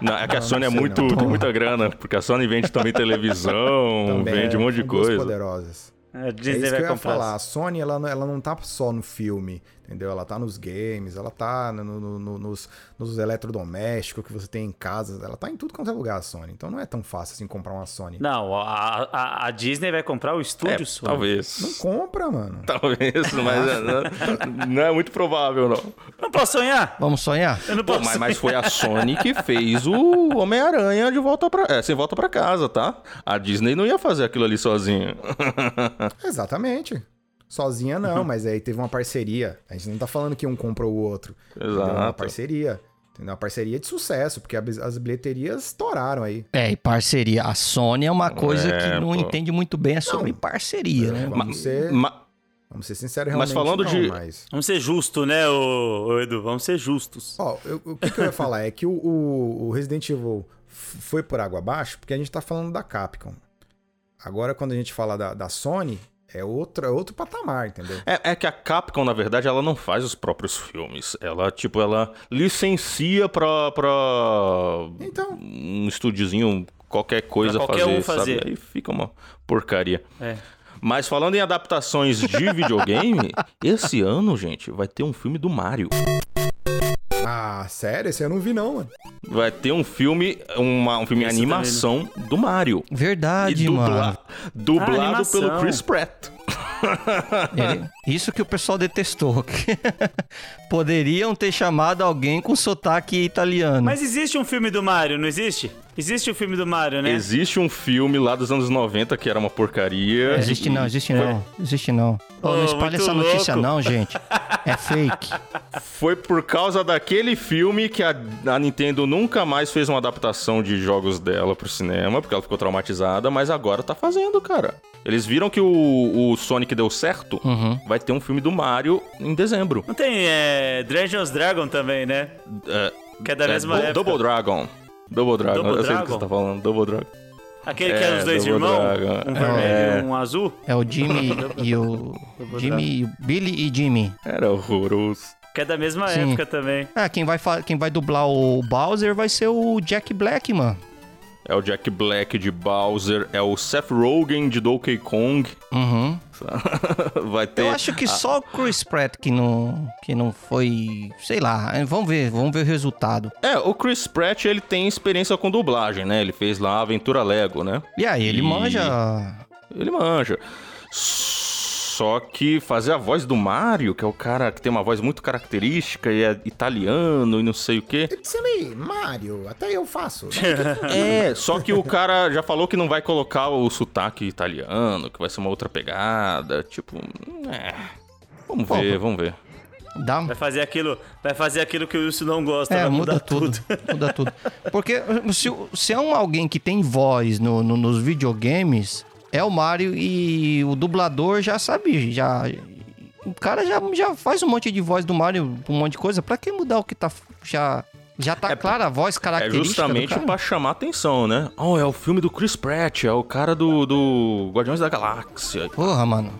D: Não, é que a
C: Não,
D: Sony
C: não
D: é
C: sei,
D: muito,
C: não.
D: tem muita grana, porque a Sony vende também televisão,
C: Também
D: vende
C: é,
D: um monte de
C: são duas
D: coisa.
C: poderosas.
B: A
C: é
B: Disney
C: isso
B: vai
C: que eu ia
B: comprar.
C: falar. A Sony, ela, não- ela não tá só no filme, entendeu? Ela tá nos games, ela tá no- no- no- nos, nos eletrodomésticos que você tem em casa. Ela tá em tudo quanto é lugar, a Sony. Então não é tão fácil assim comprar uma Sony.
B: Não, a, a, a Disney vai comprar o estúdio Sony.
C: Não
D: É, Talvez.
C: compra, mano.
D: Talvez, mas é- não, não é muito provável, não.
B: Não posso sonhar?
A: Vamos sonhar?
B: Ah. Eu não
D: Pô,
B: posso.
D: mas, mas foi a Sony que fez o Homem-Aranha de volta pra. É, sem volta pra casa, tá? A Disney não ia fazer aquilo ali sozinha.
C: Exatamente. Sozinha não, mas aí teve uma parceria. A gente não tá falando que um comprou o outro. Entendeu? Uma
D: Exato.
C: parceria. Entendeu? Uma parceria de sucesso, porque a bis- as bilheterias estouraram aí.
A: É, e parceria. A Sony é uma coisa
D: É,
A: que não
D: pô.
A: entende muito bem é sobre parceria, né?
C: Vamos, ser,
D: Ma-
C: vamos ser sinceros,
D: mas
C: realmente.
D: falando
C: não,
D: de-
C: mas-
B: Vamos ser justos, né, ô, ô Edu? Vamos ser justos.
C: Ó, eu- o que, que eu ia falar é que o, o- o Resident Evil f- foi por água abaixo porque a gente tá falando da Capcom. Agora, quando a gente fala da, da Sony, é outro, é outro patamar, entendeu?
D: É, é que a Capcom, na verdade, ela não faz os próprios filmes. Ela, tipo, ela licencia pra, pra
C: Então.
D: um estúdiozinho, qualquer coisa
B: Pra qualquer
D: fazer,
B: um fazer.
D: sabe? Aí fica uma porcaria.
B: É.
D: Mas falando em adaptações de videogame, esse ano, gente, vai ter um filme do Mario.
C: Ah, sério? Esse eu não vi, não, mano.
D: Vai ter um filme, uma, um filme
A: Esse
D: animação do Mario.
A: Verdade,
D: E
A: mano. Ah,
D: Dublado
A: animação.
D: pelo Chris Pratt.
A: Ele- Isso que o pessoal detestou. que Poderiam ter chamado alguém com sotaque italiano.
B: Mas existe um filme do Mario, não existe? Existe o filme do Mario, né?
D: Existe um filme lá dos anos 90 que era uma porcaria.
A: É, Existe não, existe não. Existe não. Ô,
D: Ô,
A: não espalha
D: muito
A: essa notícia
D: louco.
A: não, gente. É fake.
D: Foi por causa daquele filme que a, a Nintendo nunca mais fez uma adaptação de jogos dela pro cinema, porque ela ficou traumatizada, mas agora tá fazendo, cara. Eles viram que o, o Sonic deu certo, vai ter um filme do Mario em dezembro.
B: Não tem é, Dungeons Dragon também, né?
D: É,
B: Que é da mesma
D: Du-
B: época.
D: Double Dragon. Double Dragon,
B: Double
D: eu sei do que
B: Dragon?
D: você tá falando, Double Dragon.
B: Aquele que é os dois
D: Double
B: irmãos?
D: Dragon.
B: Um vermelho e um azul?
A: É o Jimmy e o. Jimmy e o Billy e Jimmy.
D: Era horroroso.
B: Que é da mesma
A: Sim.
B: época também.
A: Ah, quem vai, fa- quem vai dublar o Bowser vai ser o Jack Black, mano.
D: É o Jack Black de Bowser, é o Seth Rogen de Donkey Kong.
A: Uhum.
D: Vai ter.
A: Eu acho que
D: a-
A: só o Chris Pratt que não, que não foi. Sei lá, eh, vamos ver, vamos ver o resultado.
D: É, o Chris Pratt, ele tem experiência com dublagem, né? Ele fez lá a Aventura Lego, né?
A: E aí, ele manja.
D: Ele manja. Só que fazer a voz do Mario, que é o cara que tem uma voz muito característica e é italiano e não sei o quê.
L: Disse-me, Mario, até eu faço.
D: É, só que o cara já falou que não vai colocar o sotaque italiano, que vai ser uma outra pegada. Tipo, é. Vamos
B: Pô,
D: ver, vamos ver.
C: um-
A: Dá,
B: Vai fazer aquilo, vai fazer aquilo que o Wilson não gosta,
A: É,
B: vai
A: muda
B: mudar
A: tudo. Muda tudo. Porque se, se é um alguém que tem voz no, no- nos videogames, é o Mario e o dublador já sabe, já. O cara já, já faz um monte de voz do Mario, um monte de coisa. Pra que mudar o que tá. Já, já tá clara a voz
D: É
A: característica. do
D: justamente
A: cara?
D: pra chamar atenção, né? Oh, é o filme do Chris Pratt, é o cara do, do Guardiões da Galáxia.
A: Porra, mano.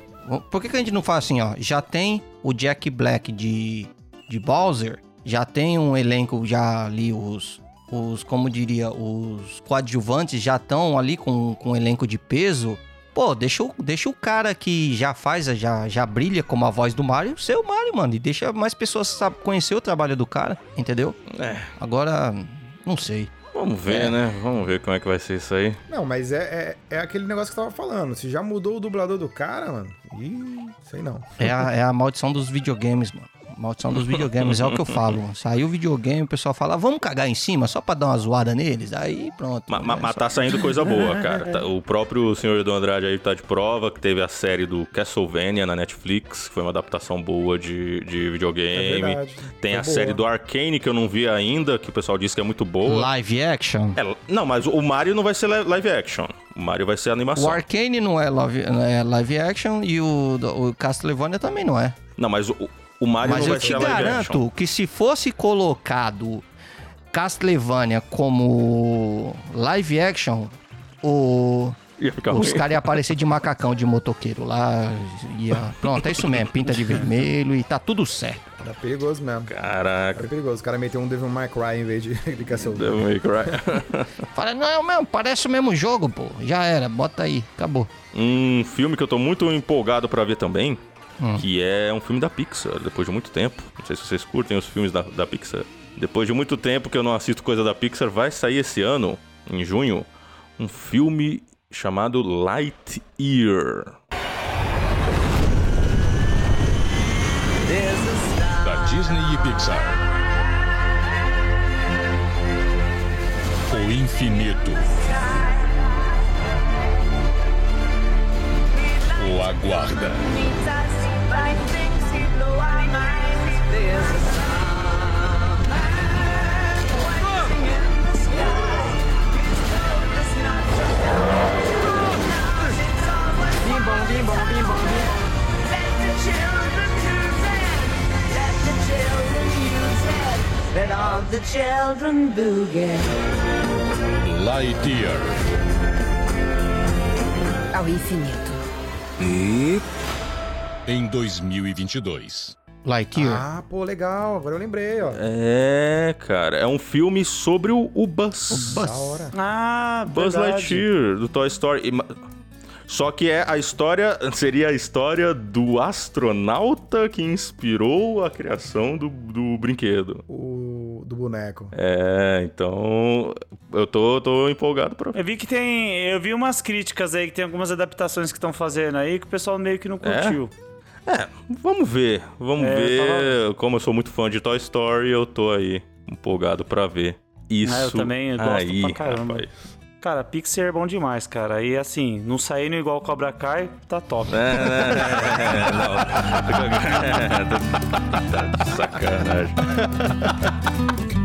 A: Por que, que a gente não faz assim, ó? Já tem o Jack Black de, de Bowser, já tem um elenco já ali, os, os como diria, os coadjuvantes já estão ali com, com um elenco de peso. Pô, deixa o, deixa o cara que já faz, a- já, já brilha como a voz do Mario, ser o Mario, mano. E deixa mais pessoas sabe, conhecer o trabalho do cara, entendeu?
D: É.
A: Agora, não sei.
D: Vamos ver,
A: É.
D: né? Vamos ver como é que vai ser isso aí.
C: Não, mas é, é, é aquele negócio que eu tava falando. Se já mudou o dublador do cara, mano. Ih, sei não.
A: É a, é a maldição dos videogames, mano. Maldição dos videogames, é o que eu falo. Saiu o videogame, o pessoal fala, "Ah, vamos cagar em cima só pra dar uma zoada neles. Aí pronto.
D: Ma- ma- Mas tá saindo coisa boa, cara. Tá- O próprio Senhor do Andrade aí tá de prova, que teve a série do Castlevania na Netflix, que foi uma adaptação boa de, de
A: É
D: videogame.
A: verdade.
D: Tem
A: Foi
D: a
A: boa.
D: série do Arcane, que eu não vi ainda, que o pessoal disse que é muito boa.
A: Live action?
D: É, não, mas o Mario não vai ser li- live action. O Mario vai ser
A: O
D: animação.
A: Arcane não é live, não é live action e o, o Castlevania também não é.
D: Não, mas o, o Mario
A: Mas
D: não
A: eu
D: vai
A: te
D: ser live action.
A: garanto que se fosse colocado Castlevania como live action, o...
D: Ia ficar
A: os
D: ruim.
A: caras iam aparecer de macacão de motoqueiro lá. Ia... Pronto, é isso mesmo. Pinta de vermelho e tá tudo certo.
C: Tá perigoso mesmo.
D: Caraca.
C: Tá perigoso. O cara meteu um Devil May Cry em vez de de Castlevania.
D: Devil May Cry.
A: Fala, não é o mesmo, parece o mesmo jogo, pô. Já era, bota aí, acabou.
D: Um filme que eu tô muito empolgado pra ver também, que é um filme da Pixar, depois de muito tempo. Não sei se vocês curtem os filmes da, da Pixar. Depois de muito tempo que eu não assisto coisa da Pixar, vai sair esse ano, em junho, um filme chamado Lightyear.
O: Da Disney e Pixar. O infinito. O aguarda.
M: Let all the children boogie.
O: Lightyear.
M: Ao infinito.
O: E. Em 2022.
A: Lightyear?
C: Ah, pô, legal. Agora eu lembrei, ó.
D: É, cara, é um filme sobre o, o Buzz.
C: Da hora.
B: Ah,
D: Buzz
B: verdade.
D: Lightyear, do Toy Story. E ma- Só que é a história, seria a história do astronauta que inspirou a criação do, do brinquedo.
C: O, do boneco.
D: É, então eu tô, tô empolgado pra
B: Eu vi que tem. Eu vi umas críticas aí que tem algumas adaptações que estão fazendo aí que o pessoal meio que não curtiu.
D: É, vamos ver. Vamos
B: É,
D: ver.
B: tava-
D: Como eu sou muito fã de Toy Story, eu tô aí empolgado pra ver. Isso.
B: Ah, eu também eu gosto
D: aí,
B: pra caramba.
D: rapaz.
B: Cara, Pixar é bom demais, cara. E assim, não saindo igual Cobra Kai, tá top.
D: É, é, é, é, não. Tá de Sacanagem.